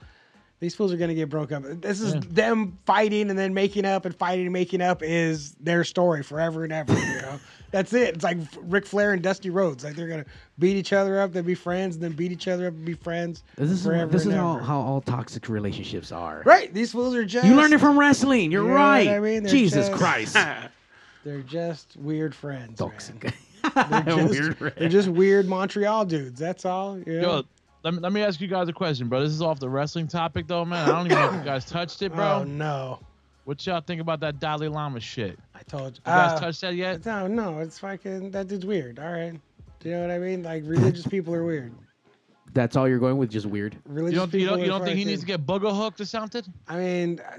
Speaker 2: these fools are gonna get broke up. This is them fighting and then making up and fighting and making up is their story forever and ever. You know, that's it. It's like Ric Flair and Dusty Rhodes. Like they're gonna beat each other up, then be friends, and then beat each other up and be friends.
Speaker 1: This is
Speaker 2: forever
Speaker 1: this
Speaker 2: and
Speaker 1: is how,
Speaker 2: ever.
Speaker 1: how all toxic relationships are.
Speaker 2: Right, these fools are just
Speaker 1: You learned it from wrestling. You're
Speaker 2: You know what
Speaker 1: right.
Speaker 2: I mean? They're
Speaker 1: Jesus
Speaker 2: just-
Speaker 1: Christ.
Speaker 2: They're just weird friends. man.
Speaker 1: toxic.
Speaker 2: Just-
Speaker 1: Weird
Speaker 2: they're just weird Montreal dudes. That's all. You know?
Speaker 5: Yo, let me, let me ask you guys a question, bro. This is off the wrestling topic though, man. I don't even know if you guys touched it, bro.
Speaker 2: Oh no.
Speaker 5: What y'all think about that Dalai Lama shit? You
Speaker 2: I told you.
Speaker 5: guys
Speaker 2: Uh,
Speaker 5: touched that yet?
Speaker 2: no, no, it's fucking that dude's weird. All right, do you know what I mean? Like religious people are weird.
Speaker 1: That's all you're going with, just weird.
Speaker 2: Religious
Speaker 5: You don't, you
Speaker 2: people.
Speaker 5: don't, you
Speaker 2: are
Speaker 5: don't think he
Speaker 2: fucking-
Speaker 5: needs to get booger hooked or something?
Speaker 2: I mean, uh,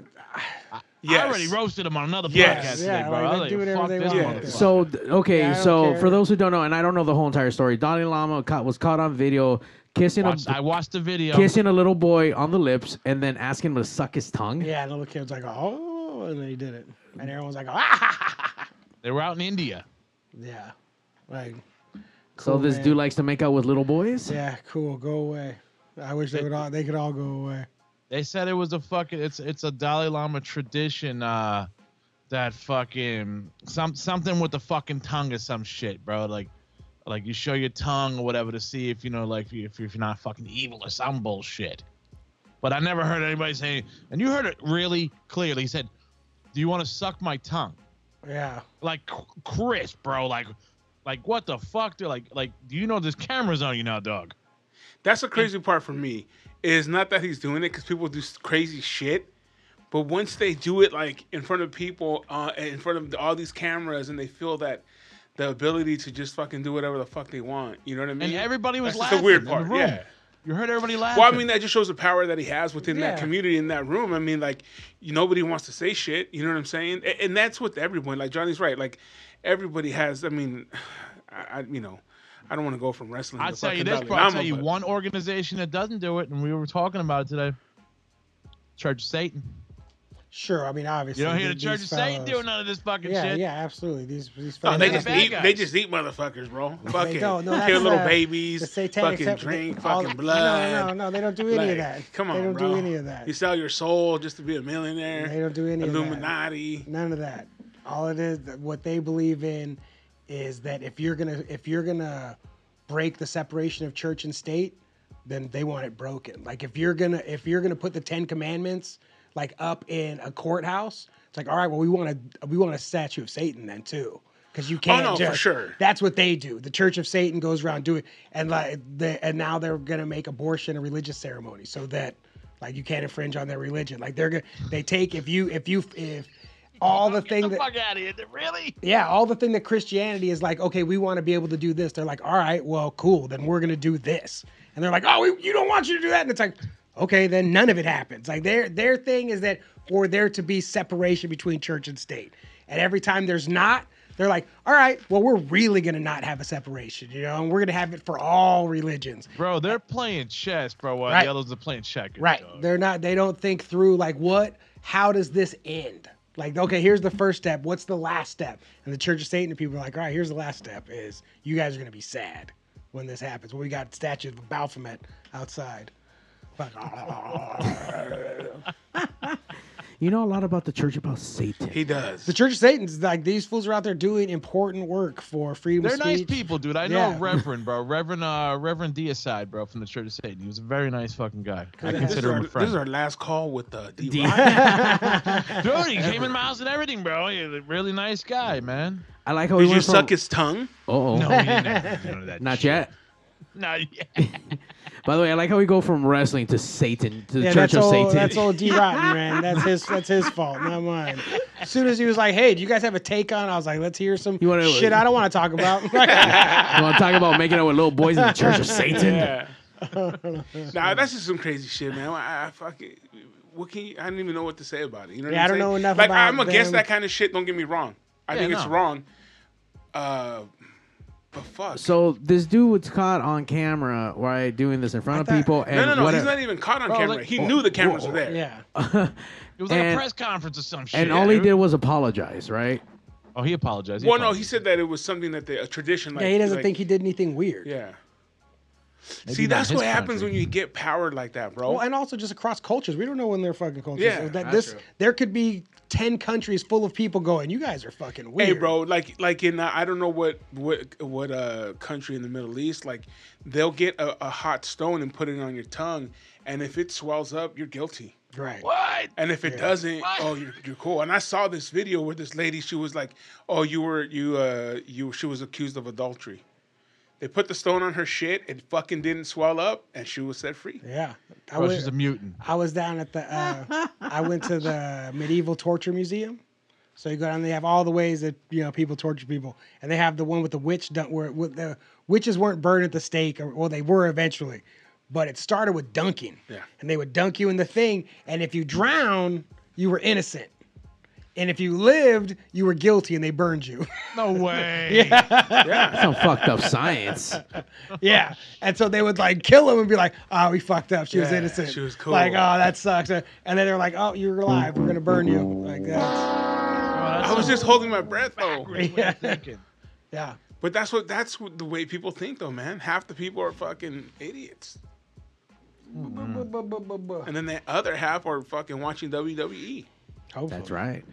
Speaker 4: Yes.
Speaker 5: I already roasted him on another
Speaker 4: Yes.
Speaker 5: podcast
Speaker 2: Yeah,
Speaker 5: today, bro.
Speaker 2: like,
Speaker 5: I
Speaker 2: they
Speaker 5: was
Speaker 2: do
Speaker 5: like,
Speaker 2: whatever
Speaker 5: fuck
Speaker 2: they
Speaker 5: this
Speaker 2: want.
Speaker 5: motherfucker.
Speaker 2: Yeah.
Speaker 1: So th- okay,
Speaker 2: Yeah, I don't
Speaker 1: so
Speaker 2: care.
Speaker 1: for those who don't know, and I don't know the whole entire story, Dalai Lama caught, was caught on video kissing
Speaker 5: Watch-
Speaker 1: a
Speaker 5: I watched the video.
Speaker 1: kissing a little boy on the lips and then asking him to suck his tongue.
Speaker 2: yeah, and the little kid's like, oh, and then he did it, and everyone's like, ah,
Speaker 5: They were out in India.
Speaker 2: yeah, like,
Speaker 1: so
Speaker 2: cool,
Speaker 1: this
Speaker 2: man.
Speaker 1: dude likes to make out with little boys.
Speaker 2: yeah, cool, go away. I wish they would all they could all go away.
Speaker 5: They said it was a fucking it's it's a Dalai Lama tradition uh that fucking some something with the fucking tongue or some shit, bro. Like like you show your tongue or whatever to see if you know like if, you, if you're not fucking evil or some bullshit. But I never heard anybody say and you heard it really clearly. He said, "Do you want to suck my tongue?"
Speaker 2: Yeah,
Speaker 5: Like c- crisp, bro. Like like what the fuck? They're like like do you know there's cameras on you now, dog? Mm.
Speaker 4: That's the crazy part for me is not that he's doing it because people do s- crazy shit, But once they do it like in front of people, uh, in front of all these cameras, and they feel that the ability to just fucking do whatever the fuck they want, you know what I mean?
Speaker 5: And everybody was
Speaker 4: That's just
Speaker 5: laughing.
Speaker 4: the weird
Speaker 5: in
Speaker 4: part,
Speaker 5: room.
Speaker 4: yeah.
Speaker 5: You heard everybody laughing.
Speaker 4: Well, I mean, that just shows the power that he has within that
Speaker 2: Yeah.
Speaker 4: community in that room. I mean, like, you, nobody wants to say shit. You know what I'm saying? A- And that's with everyone. Like Johnny's right. Like, everybody has. I mean, I, I you know, I don't want to go from wrestling.
Speaker 5: I'll
Speaker 4: to
Speaker 5: tell you
Speaker 4: fucking
Speaker 5: this,
Speaker 4: Dalai
Speaker 5: bro. I'll
Speaker 4: Lama,
Speaker 5: tell you
Speaker 4: but-
Speaker 5: one organization that doesn't do it, and we were talking about it today. Church of Satan.
Speaker 2: Sure, I mean obviously.
Speaker 5: You don't hear the
Speaker 2: these
Speaker 5: Church of Satan
Speaker 2: fellows-
Speaker 5: doing none of this fucking
Speaker 2: Yeah,
Speaker 5: shit.
Speaker 2: yeah, absolutely. These these
Speaker 4: No, Oh, they
Speaker 5: They're
Speaker 4: just
Speaker 5: the bad
Speaker 4: eat.
Speaker 5: guys.
Speaker 4: They just eat motherfuckers, bro. Fuck it.
Speaker 2: don't. No,
Speaker 4: Kill
Speaker 2: that's,
Speaker 4: little
Speaker 2: uh,
Speaker 4: babies.
Speaker 2: the satanic
Speaker 4: fucking
Speaker 2: sect-
Speaker 4: drink.
Speaker 2: all-
Speaker 4: fucking blood.
Speaker 2: No, no, no, they don't do any
Speaker 4: Like,
Speaker 2: of that.
Speaker 4: Come on,
Speaker 2: they don't
Speaker 4: bro.
Speaker 2: do any of that.
Speaker 4: You sell your soul just to be a millionaire.
Speaker 2: They don't do any of that.
Speaker 4: Illuminati.
Speaker 2: None of that. All it is what they believe in is that if you're gonna if you're gonna break the separation of church and state, then they want it broken. Like if you're gonna if you're gonna put the Ten Commandments like up in a courthouse, it's like all right, well we want a we want a statue of Satan then too. Because you can't
Speaker 4: Oh, no, for
Speaker 2: just,
Speaker 4: sure.
Speaker 2: That's what they do. The Church of Satan goes around doing, and like, they, and now they're gonna make abortion a religious ceremony, so that, like, you can't infringe on their religion. Like they're gonna, they take if you if you if all the thing
Speaker 5: Get the
Speaker 2: that
Speaker 5: fuck out of here. Really?
Speaker 2: yeah, all the thing that Christianity is like, okay, we want to be able to do this. They're like, all right, well, cool, then we're gonna do this. And they're like, oh, we, you don't want you to do that. And it's like, okay, then none of it happens. Like their their thing is that for there to be separation between church and state. And every time there's not, they're like, all right, well, we're really gonna not have a separation, you know, and we're gonna have it for all religions.
Speaker 5: Bro, they're playing chess, bro, while
Speaker 2: Right.
Speaker 5: the others are playing checkers.
Speaker 2: Right.
Speaker 5: dog.
Speaker 2: They're not they don't think through like what how does this end? Like, okay, here's the first step. What's the last step? And the Church of Satan people are like, all right, here's the last step is you guys are gonna be sad when this happens. When we got statues of Baphomet outside. Fuck.
Speaker 1: You know a lot about the church about Satan.
Speaker 4: He does.
Speaker 2: the Church of Satan's like these fools are out there doing important work for freedom
Speaker 5: They're
Speaker 2: of
Speaker 5: nice
Speaker 2: speech.
Speaker 5: people, dude. I know
Speaker 2: Yeah.
Speaker 5: Reverend, bro. Reverend, uh, Reverend Deicide, bro, from the Church of Satan. He was a very nice fucking guy. I
Speaker 4: this, is
Speaker 5: consider
Speaker 4: our,
Speaker 5: him
Speaker 4: this
Speaker 5: a
Speaker 4: is
Speaker 5: friend.
Speaker 4: our last call with uh, D.
Speaker 1: D-
Speaker 4: Rock.
Speaker 5: Dude, he came in my house and everything, bro. He's a really nice guy, man.
Speaker 1: I like how
Speaker 4: Did
Speaker 1: he
Speaker 4: you
Speaker 1: went from,
Speaker 4: suck his tongue?
Speaker 1: Oh,
Speaker 5: No, we didn't have none of that
Speaker 1: not
Speaker 5: shit.
Speaker 1: yet.
Speaker 5: Not yet.
Speaker 1: By the way, I like how we go from wrestling to Satan to the
Speaker 2: Yeah,
Speaker 1: Church
Speaker 2: that's
Speaker 1: of
Speaker 2: old,
Speaker 1: Satan.
Speaker 2: That's old D Rotten, man. That's his. That's his fault, not mine. As soon as he was like, "Hey, do you guys have a take on?" I was like, "Let's hear some
Speaker 1: You wanna-
Speaker 2: shit." I don't want to talk about.
Speaker 1: You want to talk about making out with little boys in the Church of Satan?
Speaker 4: Yeah. nah, that's just some crazy shit, man. I, I fucking. What can you, I don't even know what to say about it. You know what
Speaker 2: Yeah,
Speaker 4: I'm
Speaker 2: I don't
Speaker 4: saying?
Speaker 2: know enough
Speaker 4: Like
Speaker 2: about
Speaker 4: I'm against
Speaker 2: them.
Speaker 4: that kind of shit. Don't get me wrong. I
Speaker 5: Yeah,
Speaker 4: think it's
Speaker 5: no.
Speaker 4: wrong. Uh, but fuck.
Speaker 1: So this dude was caught on camera right doing this in front of
Speaker 2: thought-
Speaker 1: people. And
Speaker 4: no, no, no.
Speaker 1: what
Speaker 4: He's
Speaker 1: a-
Speaker 4: not even caught on
Speaker 5: Bro,
Speaker 4: camera.
Speaker 5: like-
Speaker 4: he knew the cameras were there.
Speaker 2: yeah.
Speaker 5: It was like a
Speaker 1: And-
Speaker 5: press conference or some shit.
Speaker 1: and all he
Speaker 5: dude.
Speaker 1: did was apologize, right?
Speaker 5: Oh, he apologized.
Speaker 4: Well, no, he
Speaker 5: apologized.
Speaker 4: said that it was something that the a tradition. Like,
Speaker 2: yeah, he doesn't
Speaker 4: like-
Speaker 2: think he did anything weird.
Speaker 4: Yeah.
Speaker 5: Maybe
Speaker 4: See,
Speaker 5: not
Speaker 4: that's
Speaker 5: his
Speaker 4: what happens
Speaker 5: country.
Speaker 4: when you get powered like that, bro.
Speaker 2: Well, and also just across cultures, we don't know when they're fucking cultures.
Speaker 4: Yeah,
Speaker 2: that
Speaker 4: that's
Speaker 2: this
Speaker 4: true.
Speaker 2: there could be ten countries full of people going, "You guys are fucking weird."
Speaker 4: Hey, bro, like like in uh, I don't know what what what uh country in the Middle East, like they'll get a, a hot stone and put it on your tongue, and if it swells up, you're guilty.
Speaker 2: Right.
Speaker 5: What?
Speaker 4: And if it doesn't, oh, you're, you're cool. And I saw this video where this lady, she was like, "Oh, you were you uh you she was accused of adultery." They put the stone on her shit. It fucking didn't swell up, and she was set free.
Speaker 2: Yeah. I
Speaker 5: Bro,
Speaker 2: was-
Speaker 5: Oh, she's a mutant.
Speaker 2: I was down at the. Uh, I went to the medieval torture museum. So you go down, they have all the ways that you know people torture people, and they have the one with the witch dun- where with the witches weren't burned at the stake, or well, they were eventually, but it started with dunking.
Speaker 4: Yeah.
Speaker 2: And they would dunk you in the thing, and if you drown, you were innocent, and if you lived, you were guilty, and they burned you.
Speaker 5: No way. yeah.
Speaker 1: Some fucked up science.
Speaker 2: yeah. And so they would like kill him and be like, oh, we fucked up. She was
Speaker 4: Yeah,
Speaker 2: innocent.
Speaker 4: she was cool.
Speaker 2: Like, oh, that sucks. And then they're like, oh, you're alive. We're going to burn you. Like that.
Speaker 4: I was just holding my breath though.
Speaker 2: Yeah.
Speaker 5: thinking.
Speaker 2: Yeah.
Speaker 4: But that's what that's what, the way people think though, man. Half the people are fucking idiots.
Speaker 1: Mm-hmm.
Speaker 4: And then the other half are fucking watching E. WWE.
Speaker 2: Hopefully.
Speaker 1: That's right.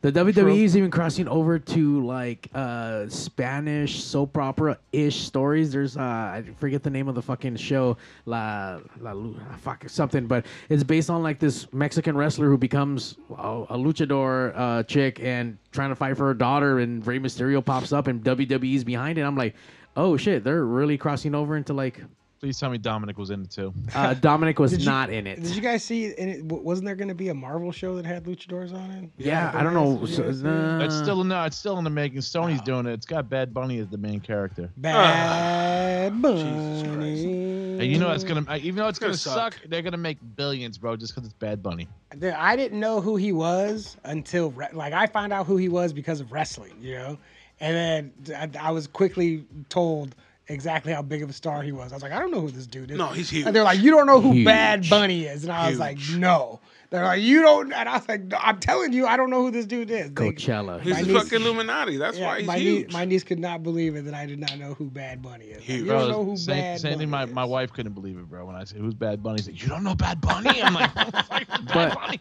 Speaker 1: The WWE is even crossing over to like uh, Spanish soap opera ish stories. There's uh, I forget the name of the fucking show, La La Lu- ah, fuck something, but it's based on like this Mexican wrestler who becomes a, a luchador uh, chick and trying to fight for her daughter, and Rey E Mysterio pops up and WWE's behind it. I'm like, oh shit, they're really crossing over into like
Speaker 5: Please tell me Dominic was in it too.
Speaker 1: Uh, Dominic was
Speaker 2: Did you-
Speaker 1: not in
Speaker 2: Did
Speaker 1: it.
Speaker 2: you guys see? And it, w- wasn't there going to be a Marvel show that had luchadors on it?
Speaker 1: Yeah, I don't know.
Speaker 2: Yeah,
Speaker 1: so-
Speaker 2: it's-
Speaker 1: uh,
Speaker 5: It's still no, it's still in the making. Sony's doing it. It's got Bad Bunny as the main character.
Speaker 2: Bad
Speaker 4: Jesus Christ.
Speaker 2: Bunny.
Speaker 5: And you know that's gonna, even though it's,
Speaker 4: gonna
Speaker 5: gonna, suck,
Speaker 4: suck.
Speaker 5: they're gonna make billions, bro, just because it's Bad Bunny.
Speaker 2: Dude, I didn't know who he was until re- like I found out who he was because of wrestling, you know, and then I, I was quickly told exactly how big of a star he was. I was like, I don't know who this dude is.
Speaker 4: No, he's huge.
Speaker 2: And they're like, you don't know who
Speaker 1: Huge.
Speaker 2: Bad Bunny is, and I was like, no. They're like, you don't, and I was like, "No, I'm telling you, I don't know who this dude is. They-
Speaker 1: Coachella.
Speaker 4: He's
Speaker 2: My
Speaker 4: the
Speaker 2: niece-
Speaker 4: fucking Illuminati. That's
Speaker 2: yeah,
Speaker 4: why he's
Speaker 2: my,
Speaker 4: huge.
Speaker 2: niece, my niece could not believe it that I did not know who Bad Bunny is. Like,
Speaker 4: Huge.
Speaker 2: you
Speaker 5: Bro,
Speaker 2: don't know who
Speaker 5: same,
Speaker 2: Bad
Speaker 5: same
Speaker 2: Bunny
Speaker 5: thing. My,
Speaker 2: is.
Speaker 5: my wife couldn't believe it, bro. When I said who's Bad Bunny, she's like, "You don't know Bad Bunny?" I'm like, "What the fuck is Bad
Speaker 1: But-
Speaker 5: Bunny?"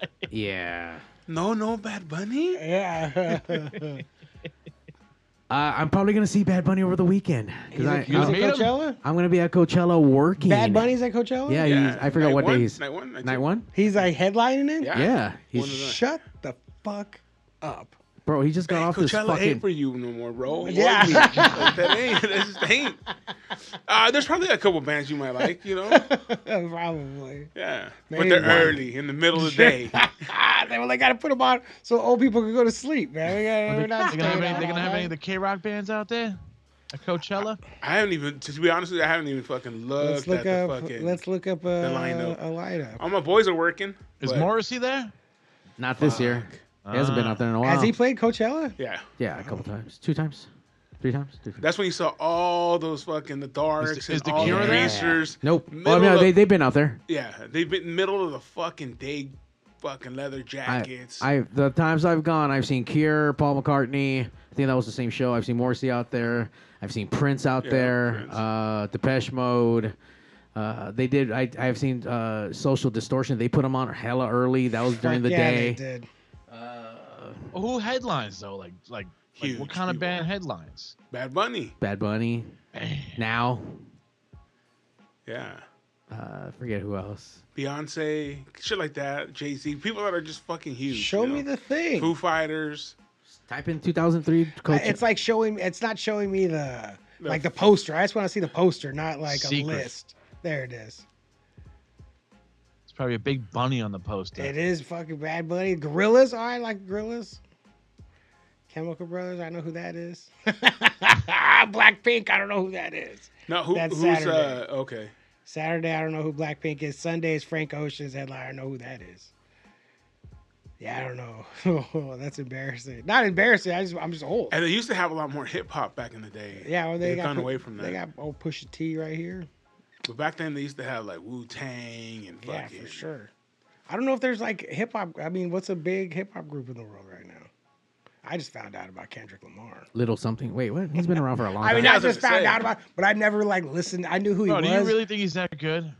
Speaker 5: dude?"
Speaker 1: Yeah.
Speaker 4: no, no, Bad Bunny.
Speaker 2: Yeah.
Speaker 1: Uh, I'm probably gonna see Bad Bunny over the weekend
Speaker 2: he's
Speaker 1: because
Speaker 2: at, he's
Speaker 5: I-
Speaker 2: at
Speaker 1: I'm,
Speaker 5: meet him?
Speaker 2: Coachella.
Speaker 1: I'm gonna be at Coachella working.
Speaker 2: Bad Bunny's at Coachella.
Speaker 1: Yeah, he's, I forgot
Speaker 4: night
Speaker 1: what
Speaker 4: one,
Speaker 1: day he's.
Speaker 4: Night one.
Speaker 1: Night
Speaker 4: two.
Speaker 1: one.
Speaker 2: He's like headlining it.
Speaker 4: Yeah.
Speaker 1: Yeah,
Speaker 4: One of
Speaker 1: he's,
Speaker 4: the-
Speaker 2: Shut the fuck up.
Speaker 1: bro. He just got
Speaker 4: Hey,
Speaker 1: off this
Speaker 4: Coachella ain't for
Speaker 1: fucking.
Speaker 4: you no more, bro.
Speaker 2: Yeah.
Speaker 4: Like, that ain't. That just ain't. Uh, there's probably a couple bands you might like, you know.
Speaker 2: Probably.
Speaker 4: Yeah,
Speaker 2: Maybe
Speaker 4: but they're
Speaker 2: one.
Speaker 4: early in the middle of the day.
Speaker 2: Ah, they were like, gotta put them on so old people can go to sleep, man. We gotta,
Speaker 5: They're
Speaker 2: we're
Speaker 5: gonna
Speaker 2: not
Speaker 5: have any,
Speaker 2: staying out
Speaker 5: they gonna
Speaker 2: all
Speaker 5: have any of
Speaker 2: night.
Speaker 5: the K Rock bands out there at Coachella.
Speaker 4: I haven't even, to be honest with you, I haven't even fucking looked
Speaker 2: Let's look
Speaker 4: at
Speaker 2: up.
Speaker 4: the fucking.
Speaker 2: Let's look up a,
Speaker 4: lineup.
Speaker 2: a lineup.
Speaker 5: Oh,
Speaker 4: All my boys are working.
Speaker 5: Is
Speaker 4: but-
Speaker 5: Morrissey there?
Speaker 1: Not this year. He hasn't been
Speaker 5: Ah.
Speaker 1: out there in a while.
Speaker 2: Has he played Coachella?
Speaker 4: Yeah,
Speaker 1: Yeah, a couple times. Two times. Three times. Two times.
Speaker 4: that's when you saw all those fucking the darks
Speaker 5: Is the-
Speaker 4: and
Speaker 5: is the
Speaker 4: all
Speaker 5: Cure
Speaker 4: the
Speaker 5: there?
Speaker 4: greasers.
Speaker 1: Nope.
Speaker 4: Middle
Speaker 1: Well, no,
Speaker 4: of-
Speaker 1: they they've been out there.
Speaker 4: yeah, they've been middle of the fucking day, fucking leather
Speaker 1: I,
Speaker 4: jackets.
Speaker 1: I the times I've gone, I've seen Cure, Paul McCartney. I think that was the same show. I've seen Morrissey out there. I've seen Prince out
Speaker 4: Yeah,
Speaker 1: there.
Speaker 4: Prince.
Speaker 1: Uh, Depeche Mode. Uh, they did. I I've seen uh, Social Distortion. They put them on hella early. That was during the
Speaker 2: Fuck yeah,
Speaker 1: day.
Speaker 2: They did.
Speaker 5: Who headlines though? Like like, like
Speaker 4: Huge
Speaker 5: what kind of
Speaker 4: people.
Speaker 5: band headlines?
Speaker 4: Bad Bunny.
Speaker 1: Bad Bunny. Now,
Speaker 4: Yeah.
Speaker 1: uh, forget who else.
Speaker 4: Beyonce, shit like that, Jay Z, people that are just fucking huge.
Speaker 2: Show
Speaker 4: you know?
Speaker 2: me the thing.
Speaker 4: Foo Fighters.
Speaker 1: Type in 2003 Coach.
Speaker 2: It's like showing. It's not showing me the
Speaker 4: No.
Speaker 2: like the poster. I just want to see the poster, not like a
Speaker 5: Secret.
Speaker 2: list. There it is.
Speaker 5: It's probably a big bunny on the poster.
Speaker 2: It is fucking Bad Bunny. Gorillas, I like gorillas. Chemical Brothers, I know who that is. Blackpink, I don't know who that is.
Speaker 4: No, who,
Speaker 2: That's
Speaker 4: who's uh
Speaker 2: Saturday.
Speaker 4: okay?
Speaker 2: Saturday, I don't know who Blackpink is. Sunday is Frank Ocean's headline. I don't know who that is. Yeah, I don't know. oh, that's embarrassing. Not embarrassing. I just I'm just old.
Speaker 4: And they used to have a lot more hip hop back in the day.
Speaker 2: Yeah, well, they
Speaker 4: They've
Speaker 2: got
Speaker 4: gone
Speaker 2: pu-
Speaker 4: away from that.
Speaker 2: They got old Pusha T right here.
Speaker 4: But back then they used to have like Wu Tang and
Speaker 2: Yeah,
Speaker 4: fucking
Speaker 2: for sure. I don't know if there's like hip hop. I mean, what's a big hip hop group in the world right now? I just found out about Kendrick Lamar.
Speaker 1: Little something. Wait, what? He's been around for a long
Speaker 2: I mean,
Speaker 1: time.
Speaker 2: I
Speaker 4: That's what
Speaker 2: just
Speaker 4: I'm
Speaker 2: found
Speaker 4: saying.
Speaker 2: out about, but I never like listened. I knew who he
Speaker 5: Bro, Oh, do
Speaker 2: was.
Speaker 5: you really think he's that good?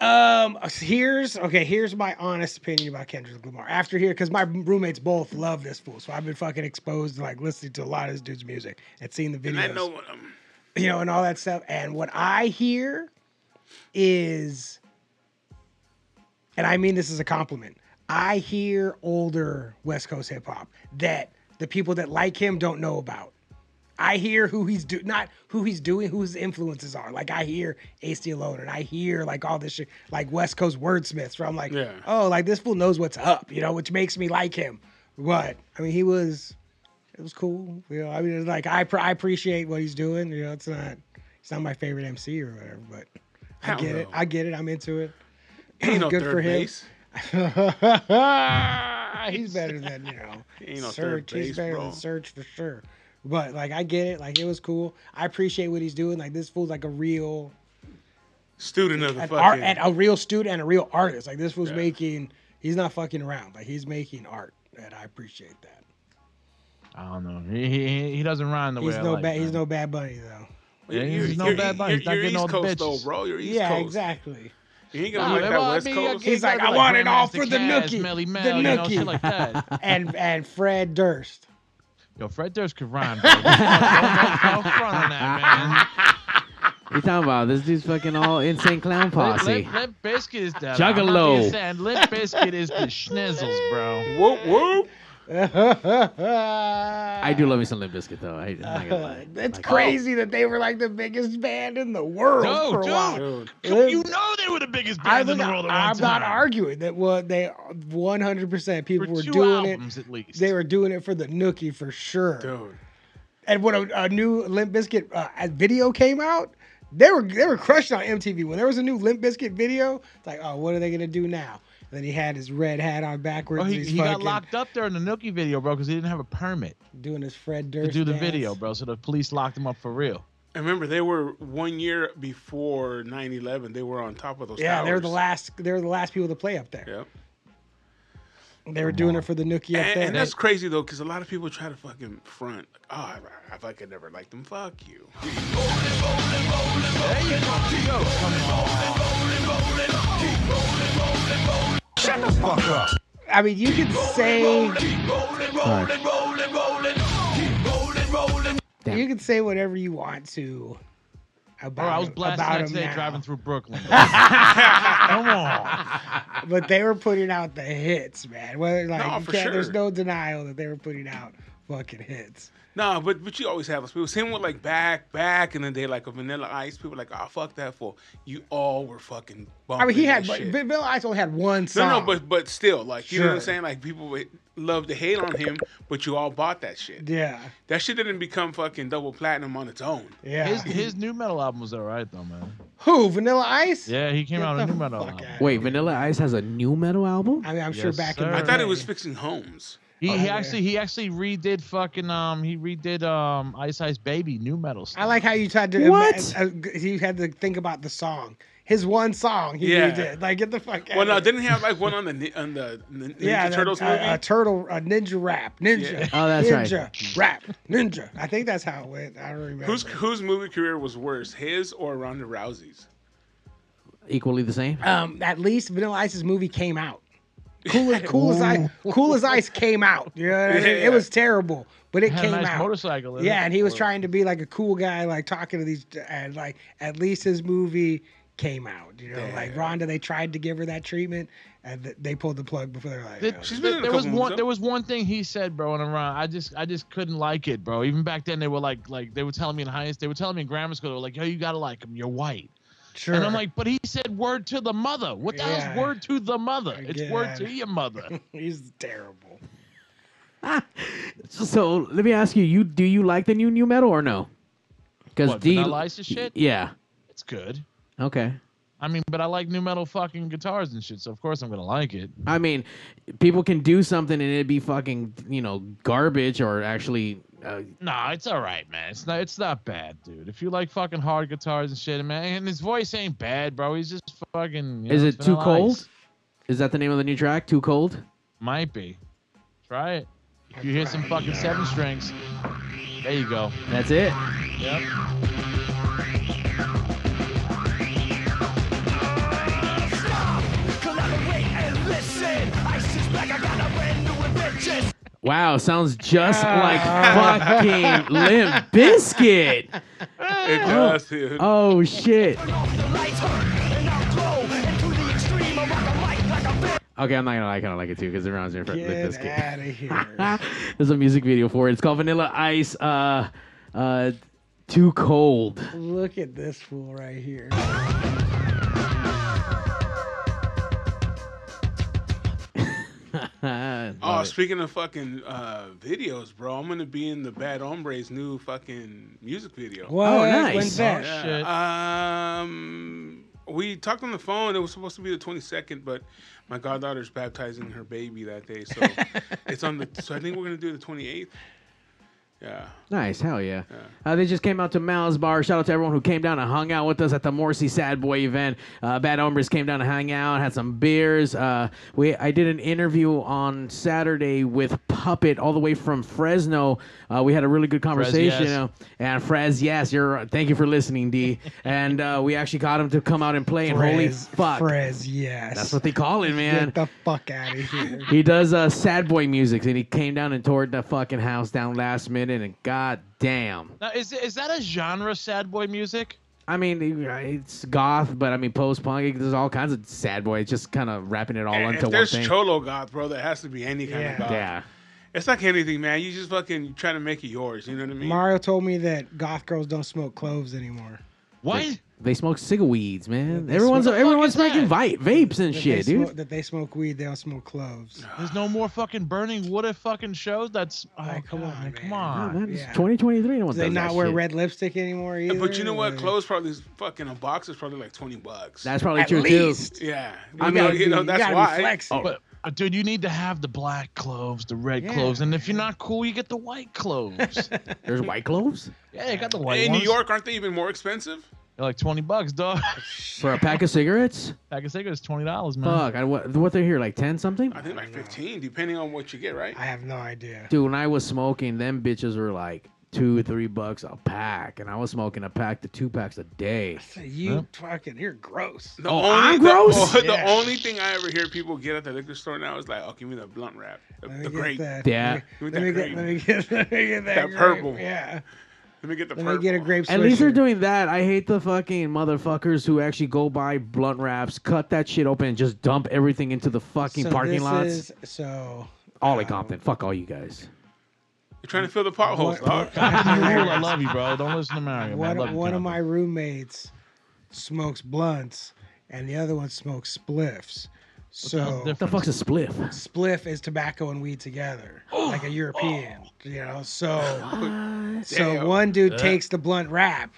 Speaker 2: um, here's okay. Here's my honest opinion about Kendrick Lamar. After here, because my roommates both love this fool, so I've been fucking exposed to like listening to a lot of this dude's music and seeing the videos
Speaker 4: And I know what um,
Speaker 2: you know, and all that stuff. And what I hear is, and I mean this is a compliment, I hear older West Coast hip hop that the people that like him don't know about. I hear who he's do not who he's doing, who his influences are. Like I hear AC Alone and I hear like all this shit, like West Coast wordsmiths, where I'm like,
Speaker 4: Yeah.
Speaker 2: oh, like this fool knows what's up, you know, which makes me like him. But I mean, he was it was cool. You know, I mean, it's like I, pr- I appreciate what he's doing. You know, it's not it's not my favorite MC or whatever, but I
Speaker 4: Hell
Speaker 2: get it.
Speaker 4: no.
Speaker 2: I get it. I'm into it.
Speaker 4: ain't no
Speaker 2: Good
Speaker 4: third
Speaker 2: for him.
Speaker 4: base.
Speaker 2: Ah, he's better than you know.
Speaker 4: Ain't no third
Speaker 2: Search. he's
Speaker 4: base,
Speaker 2: better
Speaker 4: bro.
Speaker 2: than Search for sure. But like, I get it. Like, it was cool. I appreciate what he's doing. Like, this fool's like a real
Speaker 4: Student of the
Speaker 2: an
Speaker 4: fucking
Speaker 2: art, and a real student and a real artist. Like, this was
Speaker 4: Yeah.
Speaker 2: making. He's not fucking around. Like, he's making art, and I appreciate that.
Speaker 5: I don't know. He he, he doesn't rhyme the
Speaker 2: He's
Speaker 5: way I
Speaker 2: no
Speaker 5: like.
Speaker 2: bad. He's
Speaker 5: man.
Speaker 2: no bad bunny though.
Speaker 4: Well,
Speaker 5: Yeah,
Speaker 4: you're,
Speaker 5: he's no
Speaker 4: you're-
Speaker 5: bad bunny.
Speaker 4: you're-
Speaker 5: He's not
Speaker 4: you're
Speaker 5: getting
Speaker 4: East
Speaker 5: all the
Speaker 4: Coast though,
Speaker 5: bitches.
Speaker 4: bro. You're East
Speaker 2: yeah,
Speaker 4: Coast.
Speaker 2: exactly.
Speaker 4: You ain't gonna
Speaker 5: Nah,
Speaker 4: like that
Speaker 5: well,
Speaker 4: West
Speaker 5: I mean,
Speaker 4: Coast.
Speaker 2: He's like,
Speaker 5: gotta
Speaker 2: "I
Speaker 5: be
Speaker 2: want it all
Speaker 5: Grandmaster
Speaker 2: for the
Speaker 5: Caz,
Speaker 2: nookie,
Speaker 5: Melly
Speaker 2: the
Speaker 5: Mel," you know, shit
Speaker 2: nookie.
Speaker 5: like that.
Speaker 2: and and Fred Durst.
Speaker 5: Yo, Fred Durst could rhyme. Bro. Don't- don't- don't front on that,
Speaker 1: you talking about this dude's fucking all insane clown
Speaker 5: man.
Speaker 1: posse.
Speaker 5: Limp, Limp, Limp Bizkit is that.
Speaker 1: Juggalo.
Speaker 5: Limp Bizkit is the schnizzles, bro.
Speaker 4: Whoop whoop.
Speaker 1: I do love me some Limp Bizkit though. I, am not gonna lie.
Speaker 2: That's
Speaker 1: Like,
Speaker 2: crazy that they were like the biggest band in the world
Speaker 5: No,
Speaker 2: for a
Speaker 5: dude.
Speaker 2: while.
Speaker 4: Dude.
Speaker 2: Dude.
Speaker 5: You know they were the biggest
Speaker 2: I
Speaker 5: band in the
Speaker 2: think-
Speaker 5: world at one
Speaker 2: I'm
Speaker 5: time.
Speaker 2: not arguing that what they 100% people
Speaker 5: For
Speaker 2: were
Speaker 5: two
Speaker 2: doing
Speaker 5: albums at
Speaker 2: it.
Speaker 5: least.
Speaker 2: They were doing it for the nookie for sure.
Speaker 4: Dude.
Speaker 2: And when a, a new Limp Bizkit uh, a video came out, they were they were crushed on MTV. When there was a new Limp Bizkit video, it's like, oh, what are they gonna do now? And then he had his red hat on backwards.
Speaker 5: Bro,
Speaker 2: and
Speaker 5: Oh, he,
Speaker 2: he's
Speaker 5: he got
Speaker 2: fucking
Speaker 5: locked up there in the Nookie video, bro, because he didn't have a permit
Speaker 2: doing his Fred
Speaker 5: to
Speaker 2: Durst.
Speaker 5: do the
Speaker 2: dance.
Speaker 5: video, bro. So the police locked him up for real.
Speaker 4: I remember they were one year before 9-11. They were on top of those
Speaker 2: Yeah,
Speaker 4: towers.
Speaker 2: they were the last. They were the last people to play up there.
Speaker 4: Yep.
Speaker 2: They were doing it for the nookie up
Speaker 4: And,
Speaker 2: there.
Speaker 4: and that's crazy though, because a lot of people try to fucking front. Like, oh, I, I fucking never liked them. Fuck you.
Speaker 2: I mean, you could say
Speaker 1: Damn.
Speaker 2: you could say whatever you want to about
Speaker 5: Bro, I was
Speaker 2: him-
Speaker 5: blasting
Speaker 2: about
Speaker 5: that
Speaker 2: him
Speaker 5: day
Speaker 2: now.
Speaker 5: driving through Brooklyn. Come on.
Speaker 2: but they were putting out the hits, man. Whether like
Speaker 4: No,
Speaker 2: you
Speaker 4: for
Speaker 2: can't, there's
Speaker 4: sure.
Speaker 2: no denial that they were putting out fucking hits.
Speaker 4: No, but but you always have those people. Same with like back back in the day, like a Vanilla Ice. People like, oh fuck that fool. You all were fucking.
Speaker 2: I mean,
Speaker 4: bumping
Speaker 2: he had
Speaker 4: that shit.
Speaker 2: but Bill Ice only had one
Speaker 4: no
Speaker 2: song.
Speaker 4: no, but but still, like you know what I'm
Speaker 2: Sure.
Speaker 4: saying. Like people would love to hate on him, but you all bought that shit.
Speaker 2: yeah,
Speaker 4: That shit didn't become fucking double platinum on its own.
Speaker 2: yeah.
Speaker 5: His, his new metal album was all right, though, man.
Speaker 2: Who? Vanilla Ice?
Speaker 5: Yeah, he came
Speaker 2: Get
Speaker 5: out with a
Speaker 2: the
Speaker 5: new metal
Speaker 2: fuck
Speaker 5: album.
Speaker 2: out.
Speaker 1: Wait, Vanilla Ice has a new metal album?
Speaker 2: I mean, I'm sure
Speaker 5: Yes,
Speaker 2: back in
Speaker 5: sir.
Speaker 2: the
Speaker 4: I thought it
Speaker 2: day-
Speaker 4: was fixing homes.
Speaker 5: He, he
Speaker 2: yeah.
Speaker 5: actually he actually redid fucking um he redid um Ice Ice Baby new metal stuff.
Speaker 2: I like how you tried to.
Speaker 1: What?
Speaker 2: uh, you had to think about the song. His one song he
Speaker 4: Yeah.
Speaker 2: did. Like, get the fuck out
Speaker 4: Well, no,
Speaker 2: of here.
Speaker 4: didn't he have like one on the ni- on the Ninja
Speaker 2: Yeah, the-
Speaker 4: Turtles
Speaker 2: a,
Speaker 4: movie.
Speaker 2: a turtle, a ninja rap, ninja.
Speaker 4: Yeah.
Speaker 1: Oh, that's right.
Speaker 2: ninja, rap, ninja. I think that's how it went. I don't remember.
Speaker 4: Whose whose movie career was worse, his or Ronda Rousey's?
Speaker 1: Equally the same.
Speaker 2: um, at least Vanilla Ice's movie came out. Cool, cool as ice, cool as ice came out. You know what I mean?
Speaker 4: Yeah.
Speaker 2: It was terrible, but it
Speaker 5: had a
Speaker 2: came
Speaker 5: nice
Speaker 2: out.
Speaker 5: motorcycle. in it.
Speaker 2: yeah, and he was trying to be like a cool guy, like talking to these, and like at least his movie came out. You know, like Rhonda, they tried to give her that treatment, and th- they pulled the plug before they were like,
Speaker 5: Th-
Speaker 2: "Oh,
Speaker 4: She's
Speaker 5: th-
Speaker 4: been in a
Speaker 5: there was
Speaker 4: couple movies,
Speaker 5: one
Speaker 4: though.
Speaker 5: there was one thing he said, bro, and around I just I just couldn't like it, bro. Even back then they were like like they were telling me in high they were telling me in grammar school, they were like, yo, you gotta like him, you're white.
Speaker 2: sure.
Speaker 5: And I'm like, but he said word to the mother. What the
Speaker 2: Yeah.
Speaker 5: hell's word to the mother? It's
Speaker 2: Get
Speaker 5: word
Speaker 2: outta
Speaker 5: to
Speaker 2: here.
Speaker 5: your mother.
Speaker 2: he's terrible.
Speaker 1: So let me ask you: You do you like the new new metal or no? Because
Speaker 5: What,
Speaker 1: D,
Speaker 5: Vanilla Ice's shit?
Speaker 1: yeah,
Speaker 5: It's good.
Speaker 1: okay.
Speaker 5: I mean, but I like new metal fucking guitars and shit, so of course I'm gonna like it.
Speaker 1: I mean, people can do something and it'd be fucking you know garbage or actually. Uh,
Speaker 5: Nah, it's all right, man. It's not it's not bad, dude. If you like fucking hard guitars and shit, man, and his voice ain't bad, bro. He's just fucking. you
Speaker 1: is
Speaker 5: know,
Speaker 1: it too
Speaker 5: Vanilla
Speaker 1: cold?
Speaker 5: Ice.
Speaker 1: Is that the name of the new track? Too cold.
Speaker 5: Might be. Try it. If you hear some fucking seven strings, there you go.
Speaker 1: That's it.
Speaker 5: Yep.
Speaker 1: Wow, sounds just like fucking Limp Biscuit.
Speaker 4: It does, dude.
Speaker 1: Oh shit. Okay, I'm not gonna lie, I kind of like it too because it reminds me of Limp
Speaker 2: Get
Speaker 1: Biscuit.
Speaker 2: out of here.
Speaker 1: There's a music video for it. It's called Vanilla Ice. Uh, uh, too cold.
Speaker 2: Look at this fool right here.
Speaker 1: Oh,
Speaker 4: Oh, speaking of fucking uh, videos, bro, I'm gonna be in the Bad Hombres' new fucking music video.
Speaker 2: What?
Speaker 1: nice.
Speaker 2: When's that?
Speaker 5: Oh, Shit.
Speaker 4: Yeah. Um, we talked on the phone. It was supposed to be the 22nd, but my goddaughter's baptizing her baby that day, so it's on the. So I think we're gonna do the 28th. Yeah.
Speaker 1: Nice, hell yeah. Uh, they just came out to Mal's Bar. Shout out to everyone who came down and hung out with us at the Morrissey Sad Boy event. Uh, Bad Hombres came down to hang out, had some beers. Uh, we I did an interview on Saturday with Puppet all the way from Fresno. Uh, we had a really good conversation.
Speaker 5: yes.
Speaker 1: uh, and Frez, yes, you're. Thank you for listening, D. and uh, we actually got him to come out and play. And holy
Speaker 2: Frez,
Speaker 1: fuck,
Speaker 2: Frez, yes.
Speaker 1: that's what they call it, man.
Speaker 2: Get the fuck out of here.
Speaker 1: He does uh, sad boy music, and he came down and tore the fucking house down last minute. And god damn,
Speaker 5: Now, is is that a genre, sad boy music?
Speaker 1: I mean, uh, it's goth, but I mean post punk. There's all kinds of sad boy. It's just kind of wrapping it all
Speaker 4: And
Speaker 1: into
Speaker 4: if
Speaker 1: one
Speaker 4: there's
Speaker 1: thing.
Speaker 4: cholo goth, bro, there has to be any kind
Speaker 2: Yeah.
Speaker 4: of goth.
Speaker 1: yeah,
Speaker 4: It's like anything, man. You just fucking trying to make it yours. You know what I mean?
Speaker 2: Mario told me that goth girls don't smoke cloves anymore.
Speaker 5: What?
Speaker 1: They smoke cigaweeds, man.
Speaker 2: they
Speaker 1: everyone's
Speaker 5: smoke-
Speaker 1: everyone's
Speaker 5: What the
Speaker 1: smoking
Speaker 5: fuck is
Speaker 1: vi- vapes and
Speaker 2: That
Speaker 1: shit,
Speaker 2: they
Speaker 1: dude.
Speaker 2: Smoke, that they smoke weed, they don't smoke cloves.
Speaker 5: There's no more fucking burning wood at fucking shows. That's oh,
Speaker 2: Like,
Speaker 5: come
Speaker 2: come
Speaker 5: on,
Speaker 2: on,
Speaker 5: come
Speaker 2: man.
Speaker 1: Yeah,
Speaker 5: on.
Speaker 1: man, it's
Speaker 2: yeah.
Speaker 1: 2023. No one
Speaker 2: Do they
Speaker 1: does
Speaker 2: not
Speaker 1: that
Speaker 2: wear
Speaker 1: shit.
Speaker 2: red lipstick anymore either?
Speaker 4: But you know what?
Speaker 2: Like,
Speaker 4: Clothes probably is fucking a box is probably like twenty bucks.
Speaker 1: That's probably
Speaker 2: At
Speaker 1: true
Speaker 2: least.
Speaker 4: yeah.
Speaker 2: You
Speaker 4: I mean,
Speaker 2: gotta
Speaker 4: you
Speaker 2: be-
Speaker 4: know
Speaker 2: you
Speaker 4: that's
Speaker 2: gotta be
Speaker 4: why.
Speaker 2: flexing.
Speaker 1: Oh.
Speaker 5: But uh, dude, you need to have the black cloves, the red
Speaker 2: Yeah.
Speaker 5: cloves, and if you're not cool, you get the white cloves.
Speaker 1: too. There's white cloves
Speaker 5: yeah, you got the white
Speaker 4: In
Speaker 5: ones.
Speaker 4: New York, aren't they even more expensive?
Speaker 5: They're like twenty bucks, dog.
Speaker 1: for a pack of cigarettes.
Speaker 5: Pack of cigarettes, twenty dollars, man.
Speaker 1: Fuck, I, what, what they're here like ten something.
Speaker 4: I think like fifteen, depending on what you get, right?
Speaker 2: I have no idea.
Speaker 1: Dude, when I was smoking, them bitches were like two, three bucks a pack, and I was smoking a pack to two packs a day.
Speaker 2: You fucking, you're gross.
Speaker 4: The
Speaker 1: Oh, I'm
Speaker 4: the-
Speaker 1: gross?
Speaker 4: oh, The,
Speaker 2: Yeah.
Speaker 4: only thing I ever hear people get at the liquor store now is like, "Oh, give me the blunt wrap, the,
Speaker 2: Let me
Speaker 4: the
Speaker 2: get
Speaker 4: grape,
Speaker 2: that.
Speaker 1: Yeah.
Speaker 4: Give me
Speaker 2: Let
Speaker 4: that
Speaker 2: me,
Speaker 4: grape.
Speaker 2: get, let me get, let me get that,
Speaker 4: That
Speaker 2: grape.
Speaker 4: purple.
Speaker 2: Yeah.
Speaker 4: let me get the
Speaker 2: Let
Speaker 4: purple."
Speaker 2: me get a grape.
Speaker 1: At least they're
Speaker 2: swisher.
Speaker 1: doing that. I hate the fucking motherfuckers who actually go buy blunt wraps, cut that shit open, and just dump everything into the fucking
Speaker 2: So
Speaker 1: parking
Speaker 2: this
Speaker 1: lots.
Speaker 2: is- um, so
Speaker 1: All in Compton. Fuck all you guys.
Speaker 4: You're trying to fill the potholes, dog.
Speaker 5: Fuck, I'm a rule, I love you, bro. Don't listen to Mario. man. I
Speaker 2: one,
Speaker 5: love you,
Speaker 2: one of
Speaker 5: Jonathan.
Speaker 2: my roommates smokes blunts, and the other one smokes spliffs.
Speaker 5: hell's
Speaker 2: So
Speaker 1: What the fuck's a spliff?
Speaker 2: spliff is tobacco and weed together,
Speaker 1: Oh.
Speaker 2: like a European. You know, so
Speaker 4: Damn.
Speaker 2: so one dude
Speaker 1: Uh.
Speaker 2: takes the blunt wrap,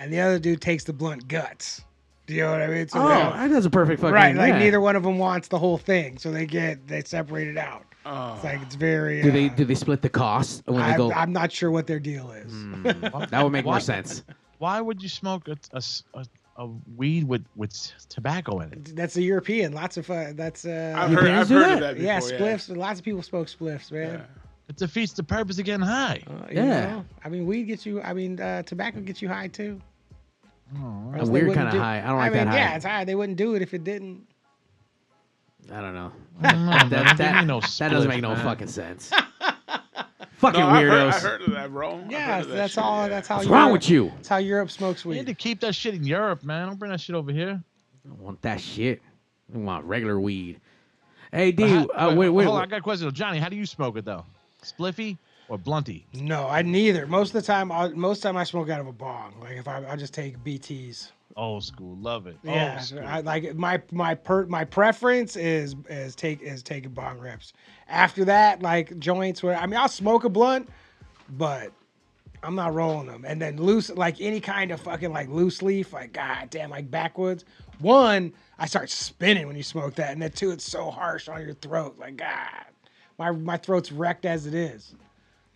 Speaker 2: and the other dude takes the blunt guts. Do you know what I mean? So
Speaker 1: Oh,
Speaker 2: they're-
Speaker 1: that's a perfect fucking
Speaker 2: right, like
Speaker 1: yeah.
Speaker 2: neither one of them wants the whole thing, so they get they separate it out.
Speaker 4: Oh.
Speaker 2: It's like it's very.
Speaker 1: Do they
Speaker 2: uh,
Speaker 1: do they split the cost when they
Speaker 2: I'm,
Speaker 1: go? oh,
Speaker 2: I'm not sure what their deal is.
Speaker 1: that would make more
Speaker 5: What?
Speaker 1: sense.
Speaker 5: Why would you smoke a, a s- a- a weed with with tobacco in it?
Speaker 2: That's a European. Lots of uh, that's. Uh,
Speaker 4: I've
Speaker 1: Your
Speaker 4: heard,
Speaker 1: parents
Speaker 4: I've
Speaker 1: do
Speaker 4: heard
Speaker 1: that?
Speaker 4: of that before.
Speaker 2: yeah, spliffs. Lots of people smoke spliffs, man.
Speaker 5: It defeats the purpose of getting high.
Speaker 2: Uh, you
Speaker 1: Yeah.
Speaker 2: know? I mean, weed gets you. I mean, uh, tobacco gets you high too.
Speaker 5: Oh,
Speaker 2: Or else they
Speaker 1: weird
Speaker 2: wouldn't
Speaker 1: kinda
Speaker 2: do-
Speaker 1: high. I don't like
Speaker 2: mean,
Speaker 1: that high.
Speaker 2: Yeah, it's high. They wouldn't do it if it didn't.
Speaker 1: I don't know.
Speaker 5: I don't know, man.
Speaker 1: That,
Speaker 5: Give me
Speaker 1: that,
Speaker 5: no
Speaker 1: that
Speaker 5: split,
Speaker 1: doesn't make no
Speaker 5: man.
Speaker 1: fucking sense. fucking
Speaker 4: No, I've heard,
Speaker 1: weirdos.
Speaker 4: I've heard of that, bro. I've heard
Speaker 2: Yeah,
Speaker 4: of that
Speaker 2: that's
Speaker 4: shit,
Speaker 2: all.
Speaker 4: yeah.
Speaker 2: That's how.
Speaker 1: What's wrong with you?
Speaker 2: That's how Europe smokes
Speaker 5: You need to
Speaker 2: weed.
Speaker 5: keep that shit in Europe, man. Don't bring that shit over here.
Speaker 1: I don't want that shit. I want regular weed. Hey, D.
Speaker 5: How-
Speaker 1: uh, wait, wait.
Speaker 5: Hold on, I got a question. Johnny, how do you smoke it though? Spliffy or blunty?
Speaker 2: No, I neither. Most of the time, I, most time I smoke out of a bong. Like if I, I just take BTs.
Speaker 5: Old school, love it. Oh,
Speaker 2: Yeah,
Speaker 5: Old school.
Speaker 2: I, like my my per, my preference is is take is taking bong rips. After that, like joints where I mean I'll smoke a blunt, but I'm not rolling them. And then loose like any kind of fucking like loose leaf, like god damn, like backwoods. One, I start spinning when you smoke that, and then two, it's so harsh on your throat. Like god, my my throat's wrecked as it is.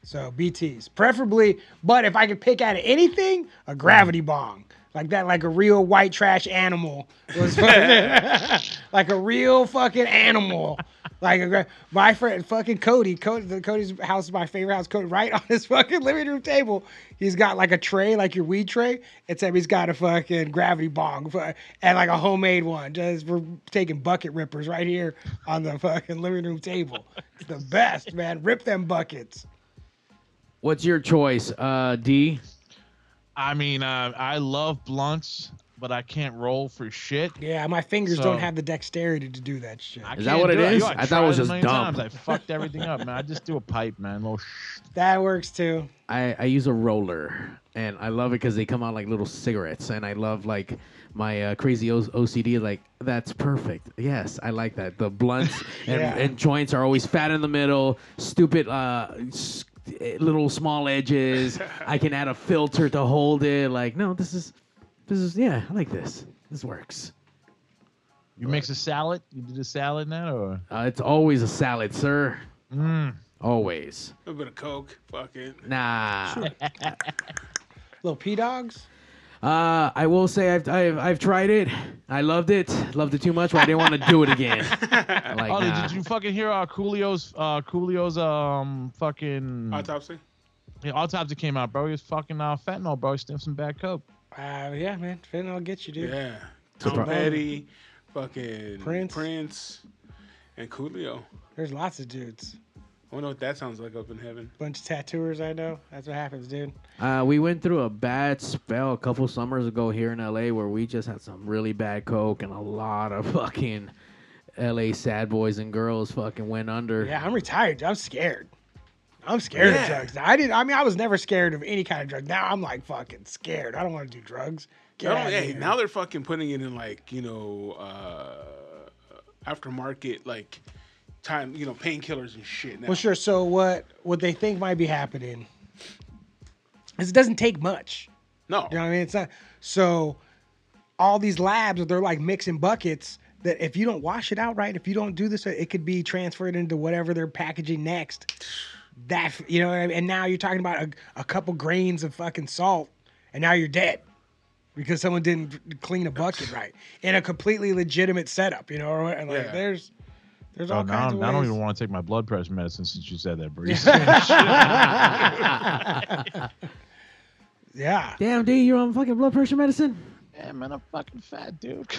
Speaker 2: So BTs, preferably. But if I could pick out of anything, a gravity bong, like that, like a real white trash animal was like a real fucking animal. Like a, gra- my friend, fucking Cody, Cody, the- Cody's house is my favorite house. Cody, right on his fucking living room table, he's got like a tray, like your weed tray, except he's got a fucking gravity bong fu- and like a homemade one. Just we're taking bucket rippers right here on the fucking living room table. It's the best, man. Rip them buckets.
Speaker 1: What's your choice, uh, D?
Speaker 5: I mean, uh, I love blunts, but I can't roll for shit.
Speaker 2: Yeah, my fingers
Speaker 5: So-
Speaker 2: don't have the dexterity to do that shit.
Speaker 5: I
Speaker 1: Is that
Speaker 5: can't
Speaker 1: what it
Speaker 5: do
Speaker 1: is?
Speaker 5: Yo,
Speaker 1: I thought it
Speaker 5: tried
Speaker 1: was
Speaker 5: a
Speaker 1: just
Speaker 5: million
Speaker 1: dumb.
Speaker 5: times. I fucked everything up, man. I just do a pipe, man. Little sh-
Speaker 2: That works too.
Speaker 1: I, I use a roller, and I love it because they come out like little cigarettes, and I love like my uh, crazy o- OCD. Like that's perfect. Yes, I like that. The blunts and,
Speaker 2: Yeah.
Speaker 1: and joints are always fat in the middle, stupid uh, s- eh, little small edges. I can add a filter to hold it. Like no, this is this is yeah, I like this. This works.
Speaker 5: You mix a salad? You did a salad now, or
Speaker 1: Uh, it's always a salad, sir.
Speaker 5: Mm.
Speaker 1: Always.
Speaker 4: A little bit of coke. Fuck it.
Speaker 2: Mm.
Speaker 1: Nah.
Speaker 2: Little p dogs.
Speaker 1: Uh, I will say I've, I've I've tried it. I loved it. Loved it too much. But I didn't want to do it again. Like,
Speaker 5: oh,
Speaker 1: nah.
Speaker 5: did you fucking hear uh, Coolio's uh, Coolio's um fucking
Speaker 4: Autopsy.
Speaker 5: Yeah, autopsy came out, bro. He was fucking uh, fentanyl, bro. He sniffed some bad coke.
Speaker 2: Uh, yeah, man. Fentanyl will get you, dude.
Speaker 4: Yeah. Tom
Speaker 1: Surprise.
Speaker 4: Petty, fucking
Speaker 2: Prince.
Speaker 4: Prince. and Coolio.
Speaker 2: There's lots of dudes.
Speaker 4: I wonder what that sounds like up in heaven.
Speaker 2: Bunch of tattooers, I know. That's what happens, dude.
Speaker 1: Uh, we went through a bad spell a couple summers ago here in LA where we just had some really bad coke and a lot of fucking LA sad boys and girls fucking went under.
Speaker 2: Yeah, I'm retired. dude. I'm scared. I'm scared
Speaker 4: Yeah.
Speaker 2: of drugs now. I did. I mean, I was never scared of any kind of drug. Now I'm like fucking scared. I don't want to do drugs. Get
Speaker 4: No,
Speaker 2: out of
Speaker 4: hey,
Speaker 2: here.
Speaker 4: Oh, now they're fucking putting it in like you know uh, aftermarket like time you know painkillers and shit. Now.
Speaker 2: Well, sure. So what? What they think might be happening is it doesn't take much.
Speaker 4: No,
Speaker 2: You know what I mean? It's not. So all these labs, they're like mixing buckets that if you don't wash it out right, if you don't do this, it could be transferred into whatever they're packaging next. That you know, what I mean? and now you're talking about a, a couple grains of fucking salt, and now you're dead because someone didn't clean a bucket right in a completely legitimate setup. You know, or what- and like
Speaker 4: Yeah.
Speaker 2: there's there's
Speaker 5: Oh,
Speaker 2: all
Speaker 5: now,
Speaker 2: kinds
Speaker 5: I'm-
Speaker 2: of
Speaker 5: now I don't
Speaker 2: ways.
Speaker 5: even want to take my blood pressure medicine since you said that, Breeze.
Speaker 2: yeah,
Speaker 1: Damn, D, you're on fucking blood pressure medicine?
Speaker 5: yeah, man, I'm fucking fat, dude.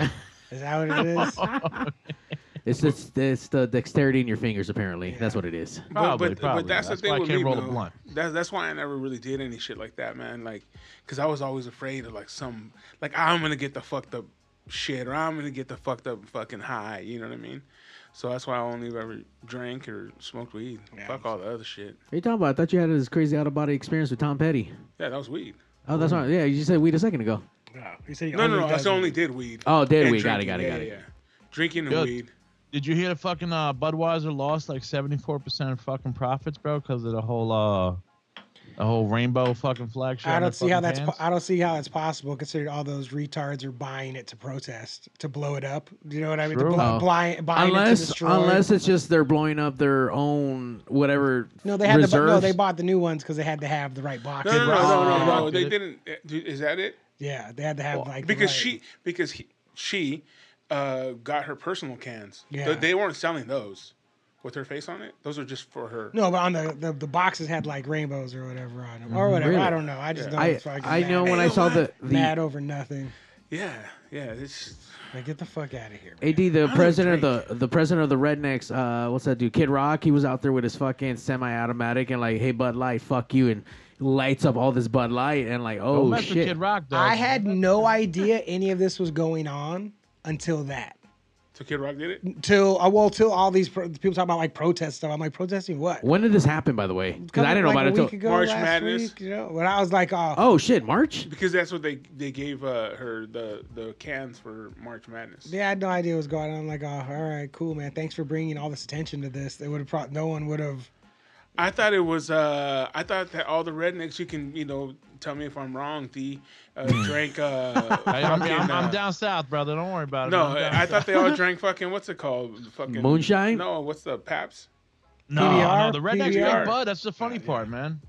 Speaker 2: is that what it is? Oh,
Speaker 1: It's, it's, it's the dexterity in your fingers, apparently. That's what it is.
Speaker 5: Probably,
Speaker 4: but,
Speaker 5: probably.
Speaker 4: but that's,
Speaker 5: That's
Speaker 4: the thing
Speaker 5: why I
Speaker 4: with
Speaker 5: can't
Speaker 4: me,
Speaker 5: roll a
Speaker 4: though.
Speaker 5: blunt.
Speaker 4: That's that's why I never really did any shit like that, man. Like, cause I was always afraid of like some, like I'm gonna get the fucked up shit, or I'm gonna get the fucked up fucking high. You know what I mean? So that's why I only ever drank or smoked weed. Fuck all the other shit.
Speaker 1: What are you talking about? I thought you had this crazy out of body experience with Tom Petty.
Speaker 4: Yeah, that was weed.
Speaker 1: Oh, that's right. Yeah, you just said weed a second ago.
Speaker 2: No, he said he
Speaker 4: No, no, no. I
Speaker 2: does
Speaker 4: still only did weed.
Speaker 1: Oh, did
Speaker 4: and
Speaker 1: weed. Got it,
Speaker 4: drinking.
Speaker 1: got it,
Speaker 4: Yeah,
Speaker 1: got it.
Speaker 4: yeah, yeah. Drinking and
Speaker 5: Good.
Speaker 4: weed.
Speaker 5: Did you hear the fucking uh, Budweiser lost like 74% of fucking profits, bro, because of the whole uh, the whole rainbow fucking flag show?
Speaker 2: I
Speaker 5: on
Speaker 2: don't
Speaker 5: the
Speaker 2: see how
Speaker 5: fucking
Speaker 2: that's po-
Speaker 5: cans?
Speaker 2: I don't see how that's possible considering all those retards are buying it to protest to blow it up. Do you know what I mean? To
Speaker 5: True.
Speaker 2: blow,
Speaker 1: Oh.
Speaker 2: blind, buying it to
Speaker 1: Unless,
Speaker 2: destroy.
Speaker 1: unless it's just they're blowing up their own whatever.
Speaker 2: no, they had the, bu-
Speaker 1: reserves.
Speaker 2: no, they bought the new ones because they had to have the right box.
Speaker 4: No, no, no, no, no,
Speaker 5: Rock
Speaker 4: no.
Speaker 5: did
Speaker 4: They
Speaker 5: it.
Speaker 4: didn't. eh, dude, Is that it?
Speaker 2: Yeah, they had to have like the
Speaker 4: because she
Speaker 2: right-
Speaker 4: because he, she uh, got her personal cans. Th-
Speaker 2: Yeah.
Speaker 4: they weren't selling those with her face on it. Those are just for her.
Speaker 2: No, but on the, the the boxes had like rainbows or whatever on them or whatever.
Speaker 1: Really?
Speaker 2: I don't know. I just know
Speaker 1: I,
Speaker 2: it's fucking
Speaker 1: I
Speaker 2: mad.
Speaker 1: know when I saw the,
Speaker 2: mad
Speaker 1: the
Speaker 2: over nothing.
Speaker 4: Yeah, yeah. It's
Speaker 2: Like get the fuck out of here. man.
Speaker 1: AD, the president of the the president of the Rednecks, uh, what's that dude? Kid Rock. He was out there with his fucking semi-automatic and like, hey Bud Light, fuck you, and lights up all this Bud Light and like,
Speaker 5: Don't
Speaker 1: oh
Speaker 5: mess with
Speaker 1: shit.
Speaker 5: Kid Rock, though.
Speaker 2: I had no idea any of this was going on until that.
Speaker 4: so Kid Rock did it.
Speaker 2: Till uh, well, till all these pro- people talk about like protest stuff. I'm like protesting what?
Speaker 1: When did this happen, by the way? Because I didn't know about
Speaker 2: like a
Speaker 1: it till
Speaker 2: week ago,
Speaker 4: March
Speaker 2: last
Speaker 4: Madness.
Speaker 2: week, you know, when I was like, oh,
Speaker 1: oh shit, March.
Speaker 4: Because that's what they they gave uh, her the the cans for March Madness.
Speaker 2: yeah, I had no idea what was going on. I'm like, oh, all right, cool, man. Thanks for bringing all this attention to this. They would have probably no one would have.
Speaker 4: I thought it was. Uh, I thought that all the rednecks. You can you know tell me if I'm wrong. The uh, drank. Uh,
Speaker 5: I, am
Speaker 4: fucking, uh,
Speaker 5: down south, brother. Don't worry about it.
Speaker 4: No,
Speaker 5: man. I'm down
Speaker 4: I
Speaker 5: south.
Speaker 4: thought they all drank fucking what's it called? Fucking
Speaker 1: Moonshine?
Speaker 4: No, what's the Paps?
Speaker 5: no,
Speaker 2: PBR?
Speaker 5: no, the rednecks
Speaker 2: PBR?
Speaker 5: drink Bud. That's the funny part, man.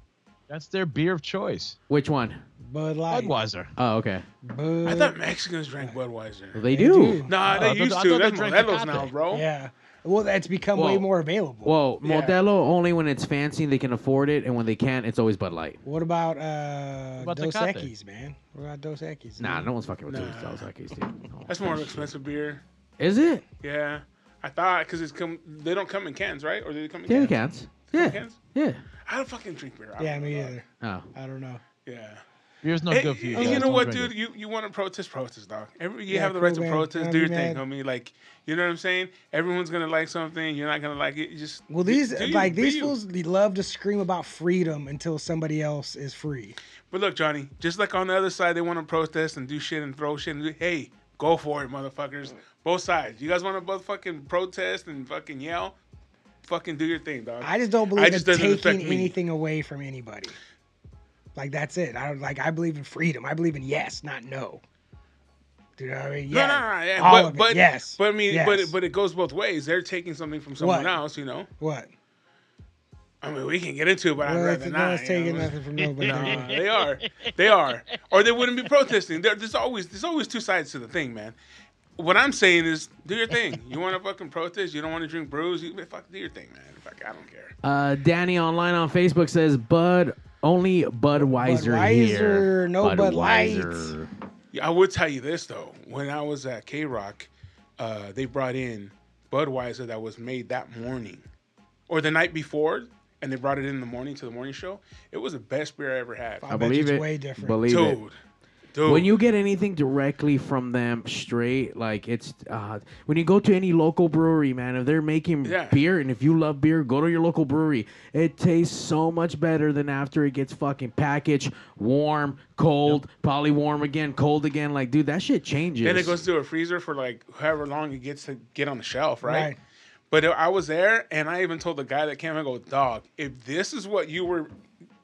Speaker 5: That's their beer of choice.
Speaker 1: Which one?
Speaker 2: Bud Light.
Speaker 5: Budweiser.
Speaker 1: Oh, okay.
Speaker 2: Bud,
Speaker 4: I thought Mexicans drank
Speaker 5: Uh,
Speaker 4: Budweiser.
Speaker 1: They, do.
Speaker 2: do.
Speaker 4: Nah,
Speaker 5: I
Speaker 4: they
Speaker 5: thought-
Speaker 4: used
Speaker 5: I
Speaker 4: to.
Speaker 5: thought they
Speaker 4: That's
Speaker 5: drank
Speaker 4: Modelo's
Speaker 5: Tecate.
Speaker 4: now, bro.
Speaker 2: Yeah. Well, that's become way
Speaker 1: Well-
Speaker 2: more available.
Speaker 1: Well,
Speaker 4: Yeah.
Speaker 1: Modelo only when it's fancy and they can afford it, and when they can't, it's always Bud Light.
Speaker 2: what about uh,
Speaker 5: about
Speaker 2: Dos
Speaker 5: Tecate?
Speaker 2: Equis, man? What about Dos Equis?
Speaker 1: Nah, no one's fucking with
Speaker 4: Nah.
Speaker 1: those Dos Equis, dude. Oh.
Speaker 4: That's more of an expensive beer.
Speaker 1: Is it?
Speaker 4: Yeah, I thought because it's come. They don't come in cans, right? Or do they come in
Speaker 1: Yeah, they
Speaker 4: cans?
Speaker 1: can't. Yeah,
Speaker 4: Cans?
Speaker 1: yeah.
Speaker 4: I don't fucking drink beer. I
Speaker 2: Yeah,
Speaker 4: don't
Speaker 2: me
Speaker 4: know.
Speaker 2: either.
Speaker 1: Oh,
Speaker 2: I don't know.
Speaker 4: Yeah.
Speaker 5: Beer's no
Speaker 4: Hey,
Speaker 5: good for you.
Speaker 4: hey,
Speaker 5: guys.
Speaker 4: you know
Speaker 5: Don't
Speaker 4: what,
Speaker 5: drink
Speaker 4: dude? You you want to protest, protest, dog. Every you
Speaker 2: Yeah,
Speaker 4: have the right
Speaker 2: cool,
Speaker 4: to
Speaker 2: man.
Speaker 4: protest.
Speaker 2: Don't
Speaker 4: Do
Speaker 2: be
Speaker 4: your thing,
Speaker 2: mad.
Speaker 4: homie. Like you know what I'm saying? Everyone's gonna like something. You're not gonna like it. You just
Speaker 2: Well,
Speaker 4: do-
Speaker 2: these
Speaker 4: do you,
Speaker 2: like
Speaker 4: do
Speaker 2: these
Speaker 4: you.
Speaker 2: fools love to scream about freedom until somebody else is free.
Speaker 4: But look, Johnny, just like on the other side, they want to protest and do shit and throw shit. And do, hey, go for it, motherfuckers. Both sides. You guys want to both fucking protest and fucking yell? Fucking do your thing, dog.
Speaker 2: I just don't
Speaker 4: I
Speaker 2: believe
Speaker 4: just
Speaker 2: in
Speaker 4: doesn't affect
Speaker 2: taking
Speaker 4: me.
Speaker 2: anything away from anybody. Like that's it. I don't like. I believe in freedom. I believe in yes, not no. Do you know what I mean?
Speaker 4: No,
Speaker 2: Yeah.
Speaker 4: no, no, yeah,
Speaker 2: All
Speaker 4: but,
Speaker 2: of it.
Speaker 4: but
Speaker 2: yes.
Speaker 4: but I mean,
Speaker 2: Yes.
Speaker 4: but it, but it goes both ways. They're taking something from someone
Speaker 2: What?
Speaker 4: else, you know.
Speaker 2: what?
Speaker 4: I mean, we can get into it, but
Speaker 2: Well,
Speaker 4: I'd
Speaker 2: that's,
Speaker 4: rather not.
Speaker 2: that's
Speaker 4: you
Speaker 2: taking
Speaker 4: know?
Speaker 2: nothing from nobody.
Speaker 4: Uh, they are, they are, or they wouldn't be protesting. There, there's always there's always two sides to the thing, man. What I'm saying is, do your thing. You want to fucking protest? You don't want to drink brews? You fuck, do your thing, man. Fuck, I don't care.
Speaker 1: uh, Danny online on Facebook says Bud only Budweiser, here.
Speaker 2: Budweiser, no Bud Light.
Speaker 1: Budweiser.
Speaker 4: Yeah, I would tell you this though. When I was at K Rock, uh, they brought in Budweiser that was made that morning or the night before, and they brought it in the morning to the morning show. It was the best beer I ever had,
Speaker 2: I
Speaker 1: I
Speaker 2: bet you
Speaker 1: believe
Speaker 2: it's
Speaker 1: it.
Speaker 2: way different.
Speaker 1: Believe
Speaker 4: dude.
Speaker 1: it.
Speaker 4: Dude.
Speaker 1: When you get anything directly from them straight, like it's uh, when you go to any local brewery, man, if they're making
Speaker 4: Yeah.
Speaker 1: beer and if you love beer, go to your local brewery. It tastes so much better than after it gets fucking packaged, warm, cold, probably warm again, cold again. Like, dude, that shit changes.
Speaker 4: Then it goes to a freezer for like however long it gets to get on the shelf, right?
Speaker 2: Right.
Speaker 4: But I was there, and I even told the guy that came. I go, dog, if this is what you were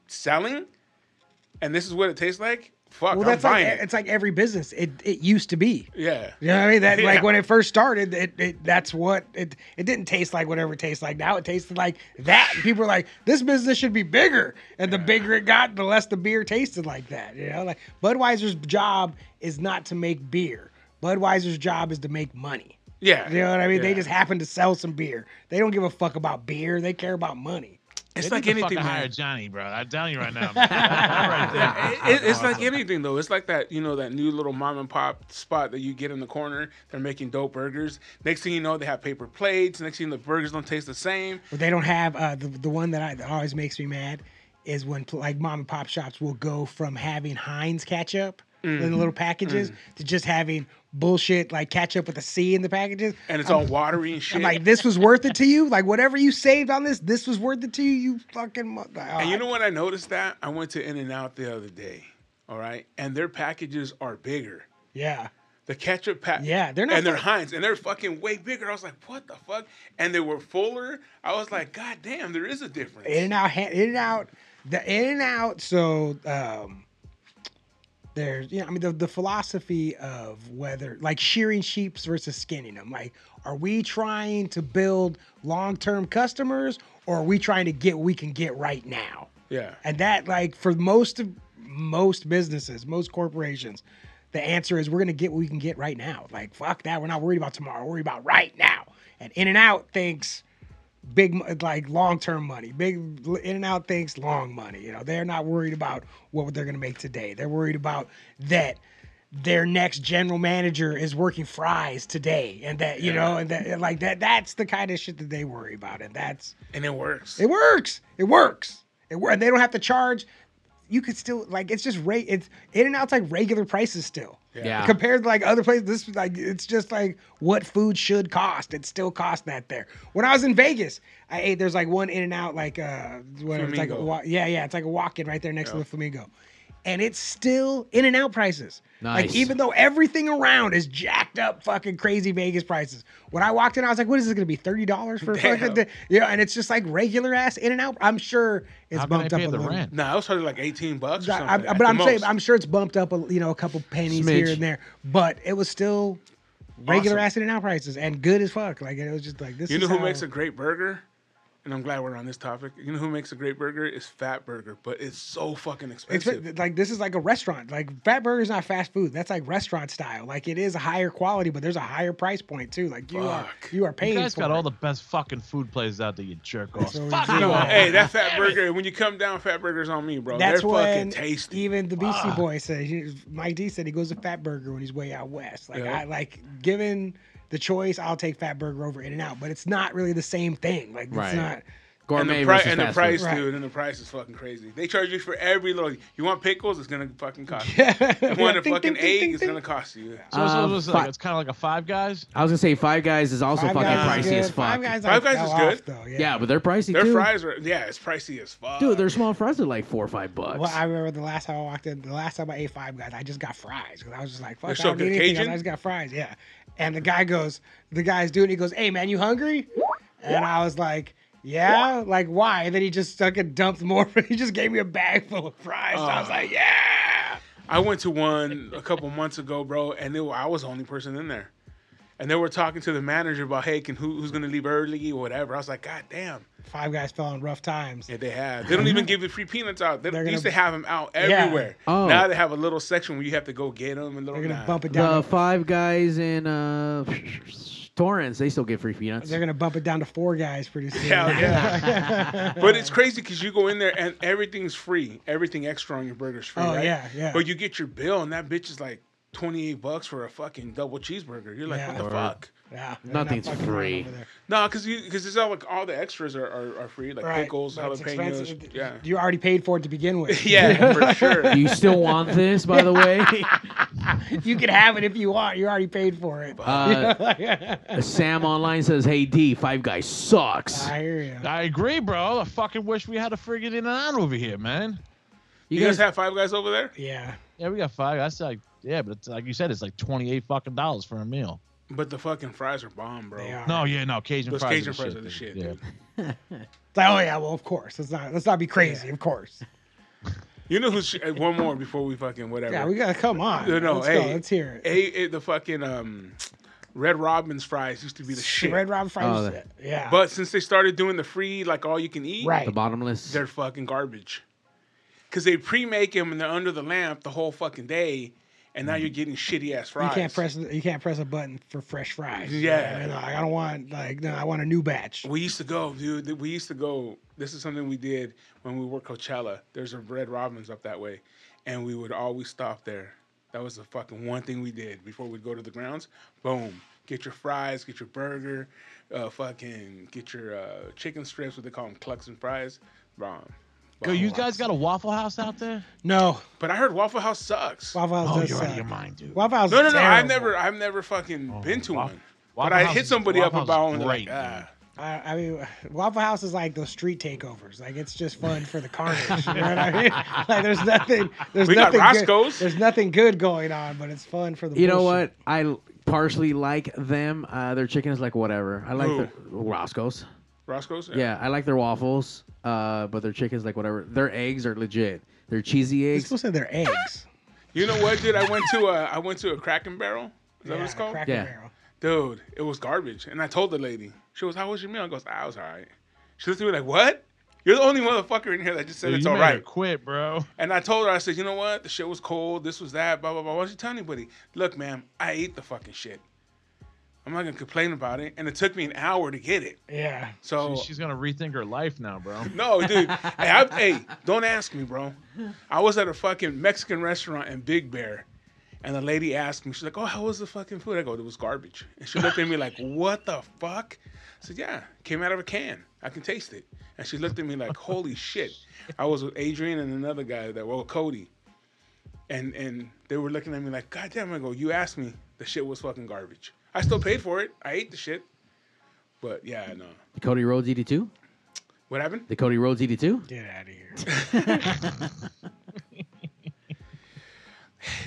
Speaker 4: selling, and this is what it tastes like, fuck,
Speaker 2: Well,
Speaker 4: I'm
Speaker 2: that's like e,
Speaker 4: buying it.
Speaker 2: it's like every business. It it used to be.
Speaker 4: Yeah,
Speaker 2: You know what I mean? That like
Speaker 4: Yeah.
Speaker 2: when it first started, it, it that's what it it didn't taste like whatever it tastes like. Now it tasted like that. And people are like, this business should be bigger. And the bigger it got, the less the beer tasted like that. You know, like Budweiser's job is not to make beer. Budweiser's job is to make money.
Speaker 4: yeah.
Speaker 2: You know what I mean? They
Speaker 4: Yeah.
Speaker 2: just happen to sell some beer. They don't give a fuck about beer. They care about money.
Speaker 4: It's
Speaker 5: They
Speaker 4: like
Speaker 5: need to
Speaker 4: anything,
Speaker 5: fucking
Speaker 4: man.
Speaker 5: hire Johnny, bro. I'm telling you right now. man. That right there.
Speaker 4: it, it's like anything though. It's like that, you know, that new little mom and pop spot that you get in the corner. They're making dope burgers. Next thing you know, they have paper plates. Next thing you know, the burgers don't taste the same.
Speaker 2: But they don't have uh, the the one that I that always makes me mad is when pl- like mom and pop shops will go from having Heinz ketchup in the
Speaker 4: Mm-hmm.
Speaker 2: little packages
Speaker 4: Mm.
Speaker 2: to just having bullshit like ketchup with a C in the packages.
Speaker 4: And it's all watery and shit.
Speaker 2: I'm like, this was worth it to you. Like whatever you saved on this, this was worth it to you. You fucking. uh, Mu-
Speaker 4: and you know what I noticed that? I went to In N Out the other day. All right. And their packages are bigger.
Speaker 2: Yeah.
Speaker 4: The ketchup pack.
Speaker 2: Yeah, they're not
Speaker 4: And they're
Speaker 2: fuck-
Speaker 4: Heinz. And they're fucking way bigger. I was like, what the fuck? And they were fuller. I was like, God damn, there is a difference.
Speaker 2: In and out, in and out, the in and out. So um, there's, you know, I mean, the, the philosophy of whether like shearing sheeps versus skinning them. Like, are we trying to build long term customers, or are we trying to get what we can get right now?
Speaker 4: yeah.
Speaker 2: And that, like, for most of most businesses, most corporations, the answer is we're gonna get what we can get right now. Like, fuck that. We're not worried about tomorrow. We're worried about right now. And In and Out thinks big, mo- like, long term money. Big In and Out thinks long money. You know, they're not worried about what they're gonna make today. They're worried about that their next general manager is working fries today and that you know and that like that that's the kind of shit that they worry about and that's
Speaker 4: And it works.
Speaker 2: it works. It works. It wor- and They don't have to charge. You could still like it's just rate. It's in and out's like regular prices still.
Speaker 1: Yeah.
Speaker 2: Compared to like other places, this is like it's just like what food should cost. It still costs that there. When I was in Vegas, I ate there's like one in and out like uh whatever it's like a
Speaker 4: Flamingo.
Speaker 2: wa- yeah yeah it's like a walk in right there next to the flamingo, and it's still in and out prices. Like
Speaker 1: Nice.
Speaker 2: even though everything around is jacked up, fucking crazy Vegas prices. When I walked in, I was like, what is this gonna be thirty dollars for a
Speaker 4: Damn.
Speaker 2: fucking? Day? Yeah, and it's just like regular ass in and out. I'm sure it's
Speaker 5: How can I
Speaker 2: bumped
Speaker 5: pay
Speaker 2: up a
Speaker 5: the
Speaker 2: little.
Speaker 5: rent?
Speaker 4: No, I was probably like 18 bucks. Or
Speaker 2: I-
Speaker 4: something,
Speaker 2: I-
Speaker 4: at
Speaker 2: but
Speaker 4: the
Speaker 2: I'm saying
Speaker 4: most.
Speaker 2: I'm sure it's bumped up, a, you know, a couple pennies here
Speaker 1: Smidge.
Speaker 2: and there. But it was still regular
Speaker 4: Awesome.
Speaker 2: ass in and out prices and good as fuck. Like it was just like this.
Speaker 4: You know
Speaker 2: is
Speaker 4: who
Speaker 2: how-
Speaker 4: makes a great burger? And I'm glad we're on this topic. You know who makes a great burger? Is Fat Burger, but it's so fucking
Speaker 2: It's
Speaker 4: expensive.
Speaker 2: like this is like a restaurant. Like Fat Burger's not fast food. That's like restaurant style. Like it is a higher quality, but there's a higher price point too. Like you are
Speaker 4: Fuck.
Speaker 2: you are paying.
Speaker 5: You guys
Speaker 2: for
Speaker 5: got
Speaker 2: it.
Speaker 5: all the best fucking food places out there, you jerk off.
Speaker 2: So
Speaker 5: Fuck
Speaker 2: it's-
Speaker 5: you
Speaker 4: No,
Speaker 5: all.
Speaker 4: hey, that Fat Burger. When you come down, Fat Burger's on me, bro.
Speaker 2: That's
Speaker 4: Oh, They're fucking
Speaker 2: when
Speaker 4: tasty. Ah.
Speaker 2: even the Beastie Boy says. he- Mike D said he goes to Fat Burger when he's way out west. Like
Speaker 4: Yeah.
Speaker 2: I like given the choice, I'll take Fat Burger over In and Out, but it's not really the same thing. Like it's
Speaker 1: Right.
Speaker 2: not.
Speaker 4: and
Speaker 1: Gourmet
Speaker 4: the, pri-
Speaker 1: versus
Speaker 4: and the
Speaker 1: fast food.
Speaker 4: price,
Speaker 2: Right.
Speaker 4: dude, and the price is fucking crazy. They charge you for every little. You want pickles? It's gonna fucking cost you. You want a
Speaker 2: Ding,
Speaker 4: fucking
Speaker 2: ding, ding,
Speaker 4: egg?
Speaker 2: ding,
Speaker 4: it's
Speaker 2: ding.
Speaker 4: gonna cost you.
Speaker 5: So it's-
Speaker 1: Um,
Speaker 5: it's,
Speaker 1: fuck.
Speaker 5: like, it's kind of like a Five Guys.
Speaker 1: I was gonna say Five Guys is also
Speaker 2: Five
Speaker 1: fucking
Speaker 2: Guys
Speaker 1: pricey
Speaker 2: is good.
Speaker 1: as fuck.
Speaker 2: Five Guys,
Speaker 4: Five
Speaker 2: like,
Speaker 4: Guys is
Speaker 2: fell
Speaker 4: good.
Speaker 2: off, though. Yeah.
Speaker 1: yeah, but they're pricey
Speaker 4: Their
Speaker 1: too.
Speaker 4: fries are yeah, it's pricey as fuck.
Speaker 1: Dude, their small fries are like four or five bucks.
Speaker 2: Well, I remember the last time I walked in, the last time I ate Five Guys, I just got fries because I was just like, fuck, I
Speaker 4: so
Speaker 2: don't need
Speaker 4: good
Speaker 2: anything. else.
Speaker 4: Cajun?
Speaker 2: I just got fries, yeah. And the guy goes, the guy's doing, it, he goes, hey man, you hungry? And I was like, yeah, like why? And then he just stuck and dumped more. he just gave me a bag full of fries. so I was like, yeah.
Speaker 4: I went to one a couple months ago, bro, and it, I was the only person in there. And they were talking to the manager about, hey, can who, who's gonna leave early or whatever. I was like, God damn.
Speaker 2: Five Guys fell in rough times.
Speaker 4: Yeah, they have. They don't even give the free peanuts out. They,
Speaker 2: They're
Speaker 4: they used to
Speaker 2: gonna-
Speaker 4: have them out
Speaker 2: Yeah.
Speaker 4: everywhere.
Speaker 1: Oh.
Speaker 4: Now they have a little section where you have to go get them and little.
Speaker 2: They're gonna
Speaker 4: nah.
Speaker 2: bump it down.
Speaker 1: the
Speaker 2: to-
Speaker 1: Five Guys in uh, Torrance, they still get free peanuts.
Speaker 2: they're gonna bump it down to four guys pretty soon.
Speaker 4: Hell yeah. but it's crazy because you go in there and everything's free. Everything extra on your burger's free.
Speaker 2: Oh,
Speaker 4: right?
Speaker 2: yeah, yeah.
Speaker 4: But you get your bill and that bitch is like 28 bucks for a fucking double cheeseburger. You're like,
Speaker 2: Yeah.
Speaker 4: what the
Speaker 2: Word.
Speaker 4: fuck?
Speaker 2: Yeah, they're not
Speaker 1: Nothing's
Speaker 2: fucking around
Speaker 1: free.
Speaker 2: over there.
Speaker 4: No, because because it's all like all the extras are, are, are free, like
Speaker 2: Right.
Speaker 4: pickles,
Speaker 2: But it's
Speaker 4: jalapenos.
Speaker 2: expensive.
Speaker 4: Yeah,
Speaker 2: You already paid for it to begin with.
Speaker 4: yeah, for sure.
Speaker 1: Do you still want this, by the way?
Speaker 2: you can have it if you want. You already paid for it.
Speaker 1: Uh,
Speaker 2: I
Speaker 1: Sam online says, "Hey D, Five Guys sucks.
Speaker 2: hear you.
Speaker 5: I agree, bro. I fucking wish we had a friggin' in and out over here, man.
Speaker 1: You
Speaker 4: You
Speaker 1: guys,
Speaker 4: guys have Five Guys over there,
Speaker 2: Yeah.
Speaker 5: Yeah, we got five. That's like, yeah, but it's, like you said, it's like twenty-eight fucking dollars for a meal.
Speaker 4: but the fucking fries are bomb, bro.
Speaker 2: They are.
Speaker 5: No, yeah, no, Cajun
Speaker 4: Those
Speaker 5: fries.
Speaker 4: Cajun
Speaker 5: are the
Speaker 4: fries
Speaker 5: shit,
Speaker 4: are the
Speaker 5: dude.
Speaker 4: shit,
Speaker 5: Yeah.
Speaker 4: dude.
Speaker 2: It's like, oh yeah, well of course. Let's not let's not be crazy, of course.
Speaker 4: You know who's uh, one more before we fucking whatever.
Speaker 2: Yeah, we gotta come on.
Speaker 4: No, no,
Speaker 2: let's
Speaker 4: hey,
Speaker 2: go. Let's hear it.
Speaker 4: A, a- the fucking um, Red Robin's fries used to be the shit.
Speaker 2: Red Robin
Speaker 1: Oh,
Speaker 2: fries.
Speaker 1: that-
Speaker 2: yeah.
Speaker 4: but since they started doing the free, like all you can eat,
Speaker 2: right.
Speaker 1: the bottomless.
Speaker 4: they're fucking garbage. Because they pre-make them and they're under the lamp the whole fucking day, and now you're getting shitty ass fries.
Speaker 2: Mm-hmm. You can't press you can't press a button for fresh fries.
Speaker 4: Yeah.
Speaker 2: You know, like, I don't want like no, I want a new batch.
Speaker 4: We used to go, dude. th- We used to go. This is something we did when we were Coachella. There's a Red Robin's up that way, and we would always stop there. That was the fucking one thing we did before we'd go to the grounds. Boom, get your fries, get your burger, uh, fucking get your uh, chicken strips. What they call them, clucks and fries. Bomb.
Speaker 5: Yo,
Speaker 4: Bomb.
Speaker 5: you guys got a Waffle House out there?
Speaker 2: No.
Speaker 4: But I heard Waffle House sucks.
Speaker 2: Waffle House
Speaker 5: Oh,
Speaker 2: does
Speaker 5: you're out
Speaker 2: suck.
Speaker 5: of your mind, dude.
Speaker 2: Waffle House
Speaker 4: no, no,
Speaker 2: is
Speaker 4: no. I've
Speaker 2: terrible.
Speaker 4: never, I've never fucking been to
Speaker 5: Waffle-
Speaker 4: one. but
Speaker 5: Oh, Waffle
Speaker 4: I
Speaker 5: House
Speaker 4: hit
Speaker 5: is-
Speaker 4: somebody
Speaker 5: Waffle
Speaker 4: up
Speaker 5: House
Speaker 4: about
Speaker 5: is
Speaker 4: one. Like,
Speaker 5: great, dude.
Speaker 4: ah.
Speaker 2: I, I mean, Waffle House is like those street takeovers. Like it's just fun for the carnage. You know what I mean? Like there's nothing. There's
Speaker 4: We got
Speaker 2: nothing.
Speaker 4: Roscoe's.
Speaker 2: Good, there's nothing good going on, but it's fun for the.
Speaker 1: you know
Speaker 2: bullshit.
Speaker 1: what? I l- partially like them. Uh, their chicken is like whatever. I like
Speaker 4: Who?
Speaker 1: their Roscoe's.
Speaker 4: Roscoe's.
Speaker 1: Yeah, I like their waffles. Uh, but their chicken's like whatever. Their eggs are legit. Their cheesy
Speaker 2: They're
Speaker 1: eggs.
Speaker 2: supposed to say they're eggs.
Speaker 4: You know what, dude? I went to a I went to a Kraken Barrel. Is that what it's
Speaker 2: Yeah,
Speaker 4: called?
Speaker 2: Cracker
Speaker 1: Yeah.
Speaker 2: Barrel.
Speaker 4: dude, it was garbage. And I told the lady, she was, "How was your meal?" I goes, "I was all right." She looked at me like, "What? You're the only motherfucker in here that just said
Speaker 5: Dude,
Speaker 4: it's
Speaker 5: you
Speaker 4: all
Speaker 5: made her
Speaker 4: right."
Speaker 5: Quit, bro.
Speaker 4: And I told her, I said, "You know what? The shit was cold. This was that. Blah blah blah. Why don't you tell anybody? Look, ma'am, I ate the fucking shit. I'm not gonna complain about it. And it took me an hour to get it.
Speaker 2: Yeah.
Speaker 4: So."
Speaker 5: She's gonna rethink her life now, bro.
Speaker 4: no, dude. hey, I, hey, don't ask me, bro. I was at a fucking Mexican restaurant in Big Bear, and the lady asked me, she's like, "Oh, how was the fucking food?" I go, "It was garbage." And she looked at me like, "What the fuck?" I said, "Yeah, came out of a can. I can taste it." And she looked at me like, "Holy shit!" I was with Adrian and another guy that, well, Cody, and and they were looking at me like, "God damn!" I go, "You asked me. The shit was fucking garbage. I still paid for it. I ate the shit." But yeah, no.
Speaker 1: The Cody Rhodes ED2.
Speaker 4: What happened?
Speaker 1: The Cody Rhodes E ED2.
Speaker 2: Get out of here.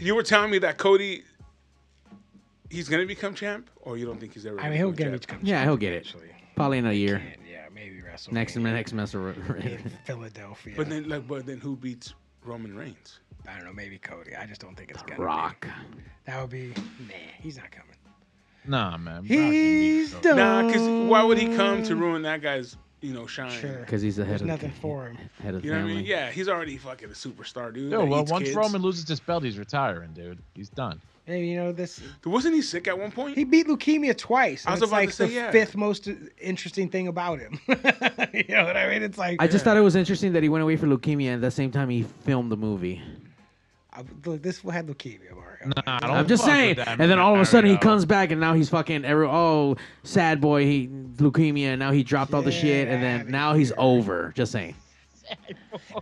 Speaker 4: You were telling me that Cody, he's gonna become champ, or you don't think he's ever.
Speaker 2: I mean, he'll get
Speaker 4: gonna
Speaker 2: it.
Speaker 4: become
Speaker 1: Yeah, he'll get it.
Speaker 2: Actually,
Speaker 1: Probably in a year.
Speaker 2: and yeah, maybe wrestle
Speaker 1: Next next semester.
Speaker 2: in Philadelphia.
Speaker 4: champ. But then, like, but then who beats Roman Reigns?
Speaker 2: I don't know. Maybe Cody. I just don't think it's gonna.
Speaker 1: Rock.
Speaker 2: Be. That would be. Nah, he's not coming.
Speaker 5: Nah, man.
Speaker 2: He's
Speaker 5: Rock and beat, bro.
Speaker 2: done.
Speaker 4: Nah, because why would he come to ruin that guy's, you know, shine?
Speaker 2: Sure.
Speaker 1: Because he's the head
Speaker 2: There's
Speaker 1: of
Speaker 2: nothing
Speaker 1: the,
Speaker 2: for him.
Speaker 1: head of the
Speaker 4: You know what I
Speaker 1: family.
Speaker 4: mean? Yeah, he's already fucking a superstar, dude.
Speaker 5: Dude,
Speaker 4: that
Speaker 5: well,
Speaker 4: eats
Speaker 5: once
Speaker 4: kids.
Speaker 5: Roman loses this belt, he's retiring, dude. He's done.
Speaker 2: And you know this.
Speaker 4: Dude, wasn't he sick at one point?
Speaker 2: He beat leukemia twice.
Speaker 4: I was
Speaker 2: and it's
Speaker 4: about to
Speaker 2: like
Speaker 4: say,
Speaker 2: the
Speaker 4: yeah.
Speaker 2: fifth most interesting thing about him. you know what I mean? It's like
Speaker 1: I just thought it was interesting that he went away for leukemia and at the same time he filmed the movie.
Speaker 2: I- look, this one had leukemia, Mario.
Speaker 5: Nah, I don't
Speaker 1: I'm just
Speaker 5: fuck with
Speaker 1: saying.
Speaker 5: that,
Speaker 1: And then all of a sudden he
Speaker 5: Mario.
Speaker 1: comes back and now he's fucking every oh sad boy he leukemia and now he dropped all the shit and
Speaker 2: Get
Speaker 1: then
Speaker 2: outta
Speaker 1: now he's over. Just saying.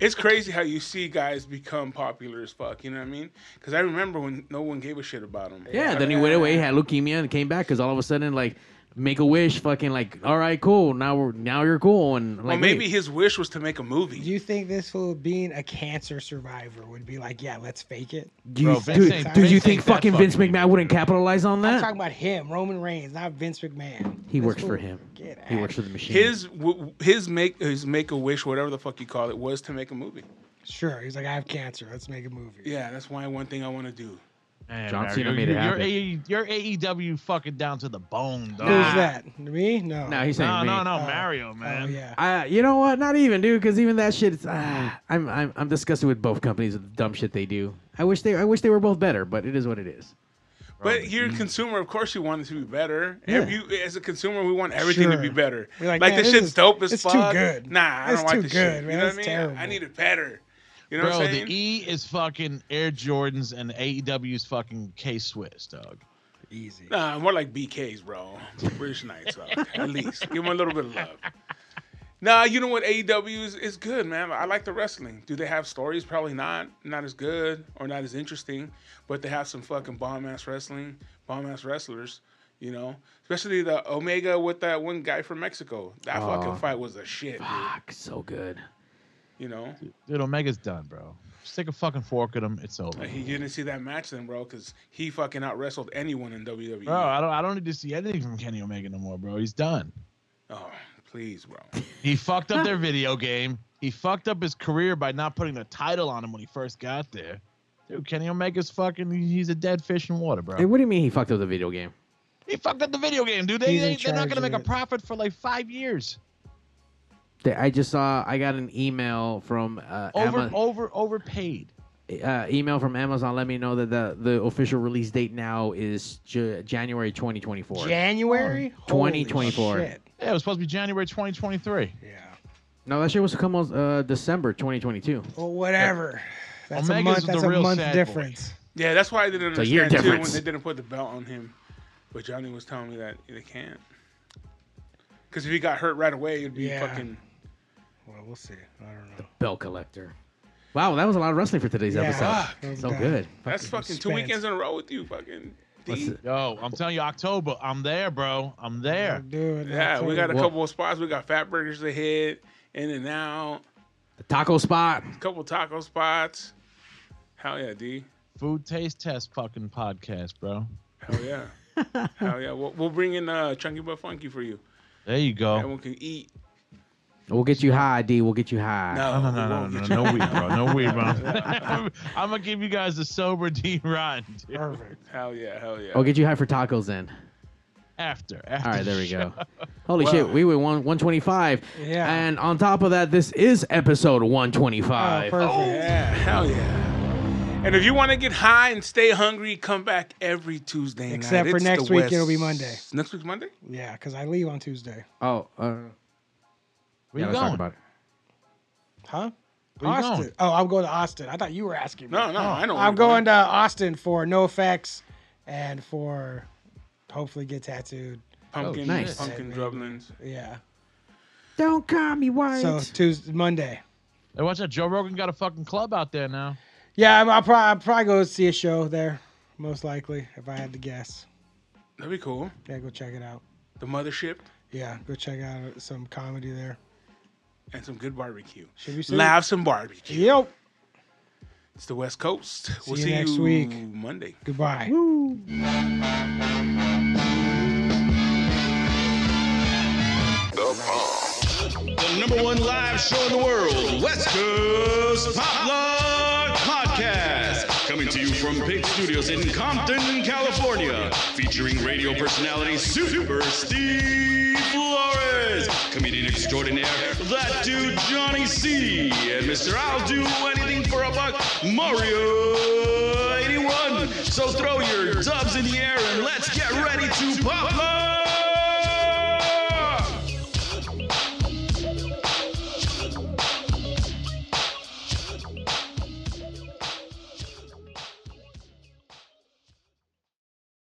Speaker 4: It's crazy how you see guys become popular as fuck. You know what I mean? Because I remember when no one gave a shit about him.
Speaker 1: Yeah. Then he went away, had leukemia, and came back because all of a sudden like make a wish, fucking like all right, cool. Now we're now you're cool and like
Speaker 4: Well, maybe
Speaker 1: wait.
Speaker 4: his wish was to make a movie.
Speaker 2: Do you think this fool being a cancer survivor would be like, yeah, let's fake it?
Speaker 1: Do
Speaker 5: Bro,
Speaker 1: you,
Speaker 5: Vince
Speaker 1: dude,
Speaker 5: ain't-
Speaker 1: dude, you
Speaker 5: Vince
Speaker 1: think
Speaker 5: ain't that
Speaker 1: fucking Vince
Speaker 5: fucking
Speaker 1: McMahon wouldn't capitalize on
Speaker 2: I'm
Speaker 1: that?
Speaker 2: talking about him, Roman Reigns, not Vince McMahon.
Speaker 1: he
Speaker 2: This
Speaker 1: works for
Speaker 2: fool-
Speaker 1: him.
Speaker 2: Get out.
Speaker 1: He works for the machine.
Speaker 4: his w- his make his make a wish, whatever the fuck you call it, was to make a movie.
Speaker 2: Sure. He's like, I have cancer. Let's make a movie.
Speaker 4: Yeah, that's why one thing I want to do.
Speaker 5: Man,
Speaker 1: John
Speaker 5: Mario,
Speaker 1: Cena
Speaker 5: you-
Speaker 1: made it happen.
Speaker 5: You're, AE, you're AEW fucking down to the bone, dog.
Speaker 2: Who's that? Me? No.
Speaker 1: Ah. no, he's saying
Speaker 5: No,
Speaker 1: me.
Speaker 5: no, no,
Speaker 2: Oh.
Speaker 5: Mario, man.
Speaker 2: Oh, yeah.
Speaker 1: Uh, you know what? Not even, dude. Because even that shit, it's, ah, I'm, I'm, I'm disgusted with both companies with the dumb shit they do. I wish they, I wish they were both better, but it is what it is.
Speaker 4: But you're a consumer, of course you want it to be better. If you, as a consumer, we want everything to be
Speaker 2: Sure.
Speaker 4: better.
Speaker 2: We're
Speaker 4: like
Speaker 2: like, man,
Speaker 4: this
Speaker 2: this
Speaker 4: shit's
Speaker 2: is-
Speaker 4: dope as
Speaker 2: it's too
Speaker 4: fuck.
Speaker 2: good.
Speaker 4: Nah, I
Speaker 2: It's
Speaker 4: don't like
Speaker 2: too
Speaker 4: this
Speaker 2: good,
Speaker 4: shit.
Speaker 2: man.
Speaker 4: You know what I
Speaker 2: It's
Speaker 4: mean? I
Speaker 2: terrible.
Speaker 4: need it better. You know
Speaker 5: Bro,
Speaker 4: what I'm
Speaker 5: the
Speaker 4: saying?
Speaker 5: E is fucking Air Jordans and AEW's fucking K Swiss, dog.
Speaker 2: Easy.
Speaker 4: Nah, more like BKs, bro. British Knights, dog. at least. Give them a little bit of love. Nah, you know what? AEW is, is good, man. I like the wrestling. Do they have stories? Probably not. Not as good or not as interesting, but they have some fucking bomb ass wrestling, bomb ass wrestlers, you know? Especially the Omega with that one guy from Mexico. That
Speaker 1: Oh.
Speaker 4: fucking fight was a shit, dude.
Speaker 1: Fuck, so good.
Speaker 4: You know?
Speaker 5: Dude, Omega's done, bro. Stick a fucking fork at him. It's over.
Speaker 4: Like, he didn't see that match then, bro, because he fucking out wrestled anyone in E. WWE.
Speaker 5: Bro, I don't. I don't need to see anything from Kenny Omega no more, bro. He's done.
Speaker 4: oh, please, bro.
Speaker 5: He fucked up their video game. He fucked up his career by not putting a title on him when he first got there. Dude, Kenny Omega's fucking. He's a dead fish in water, bro.
Speaker 1: Hey, what do you mean he fucked up the video game?
Speaker 5: He fucked up the video game, dude. They,
Speaker 2: He's in
Speaker 5: they, they're not
Speaker 2: charge
Speaker 5: gonna make
Speaker 2: of
Speaker 5: a
Speaker 2: it.
Speaker 5: profit for like five years.
Speaker 1: They- I just saw I got an email from uh,
Speaker 5: Over,
Speaker 1: Ama-
Speaker 5: over, overpaid.
Speaker 1: uh, email from Amazon. Let me know that the, the official release date now is J- January 2024.
Speaker 2: January Holy
Speaker 1: 2024.
Speaker 2: shit.
Speaker 5: Yeah, it was supposed to be January 2023.
Speaker 2: Yeah.
Speaker 1: no, that shit was to come out uh, December 2022.
Speaker 2: Well, whatever. That's a month.
Speaker 5: Omega's the
Speaker 2: That's a
Speaker 5: real
Speaker 2: month
Speaker 5: sad boy.
Speaker 2: difference.
Speaker 4: Yeah, that's why I didn't
Speaker 1: a year
Speaker 4: understand too when
Speaker 1: difference.
Speaker 4: they didn't put the belt on him. But Johnny was telling me that they can't. Because if he got hurt right away, it'd be
Speaker 2: Yeah.
Speaker 4: fucking.
Speaker 2: Well, we'll see. I don't know.
Speaker 1: Bell collector. Wow, that was a lot of wrestling for today's
Speaker 2: Yeah. Fuck.
Speaker 1: episode. So
Speaker 2: Okay.
Speaker 1: good.
Speaker 4: That's fucking two
Speaker 2: suspense.
Speaker 4: weekends in a row with you, fucking.
Speaker 1: What's
Speaker 4: D.
Speaker 1: it-
Speaker 5: Yo, I'm telling you, October, I'm there, bro. I'm there.
Speaker 2: Dude,
Speaker 4: Yeah, we got a
Speaker 1: Well-
Speaker 4: couple of spots. We got fat burgers to hit, in and out,
Speaker 1: The taco spot.
Speaker 4: a couple taco spots. Hell yeah, D.
Speaker 5: Food taste test fucking podcast, bro.
Speaker 4: Hell yeah. Hell yeah. We'll, we'll bring in uh, Chunky But Funky for you.
Speaker 5: There you go.
Speaker 1: Oh.
Speaker 4: Everyone can eat.
Speaker 1: We'll get you high, D. We'll get you high.
Speaker 4: No,
Speaker 5: No,
Speaker 4: we
Speaker 5: no, no,
Speaker 4: won't
Speaker 5: no,
Speaker 4: get
Speaker 5: no, no weed, bro. No weed, bro. I'm gonna give you guys a sober D run dude.
Speaker 2: Perfect.
Speaker 4: you- Hell yeah, hell yeah.
Speaker 1: We'll get you high for tacos then.
Speaker 5: after. after
Speaker 1: All right, there
Speaker 5: the
Speaker 1: we
Speaker 5: show.
Speaker 1: go. Holy shit, we went one, 125.
Speaker 2: Yeah.
Speaker 1: And on top of that, this is episode 125.
Speaker 2: Oh, perfect.
Speaker 4: Yeah, hell yeah. And if you want to get high and stay hungry, come back every Tuesday night.
Speaker 2: Except for
Speaker 4: It's
Speaker 2: next
Speaker 4: the
Speaker 2: week,
Speaker 4: West-
Speaker 2: it'll be Monday.
Speaker 4: Next week's Monday?
Speaker 5: Oh.
Speaker 2: Yeah, because I leave on Tuesday.
Speaker 1: Oh, uh,
Speaker 5: Where you
Speaker 1: let's talk
Speaker 5: going?
Speaker 1: about it.
Speaker 2: Huh?
Speaker 5: Where you
Speaker 2: Austin.
Speaker 5: going?
Speaker 2: Oh, I'm going to Austin. I thought you were asking me.
Speaker 4: No, no, I know.
Speaker 2: Oh, I'm going to Austin for no effects and for hopefully get tattooed.
Speaker 4: pumpkin,
Speaker 1: Oh, nice.
Speaker 4: pumpkin drublins.
Speaker 2: Yeah.
Speaker 1: Don't call me white.
Speaker 2: So Tuesday, Monday.
Speaker 5: Hey, watch out. Joe Rogan got a fucking club out there now.
Speaker 2: Yeah, I'm, I'll, probably, I'll probably go see a show there, most likely, if I had to guess.
Speaker 4: That'd be cool.
Speaker 2: Yeah, go check it out.
Speaker 4: The mothership
Speaker 2: Yeah, go check out some comedy there.
Speaker 4: and some good barbecue.
Speaker 2: Should we see?
Speaker 4: Laughs and barbecue.
Speaker 2: Yep.
Speaker 4: It's the West Coast. we'll
Speaker 2: you
Speaker 4: see
Speaker 2: next
Speaker 4: you
Speaker 2: week.
Speaker 4: Monday.
Speaker 2: Goodbye.
Speaker 3: The number one live show in the world, West Coast Pop Log Podcast. Coming to you from Pig Studios in Compton, California. Featuring radio personality Super Steve Flores. Comedian extraordinaire, that dude Johnny C. And Mr. I'll Do Anything for a Buck, Mario 81. So throw your dubs in the air and let's get ready to pop up.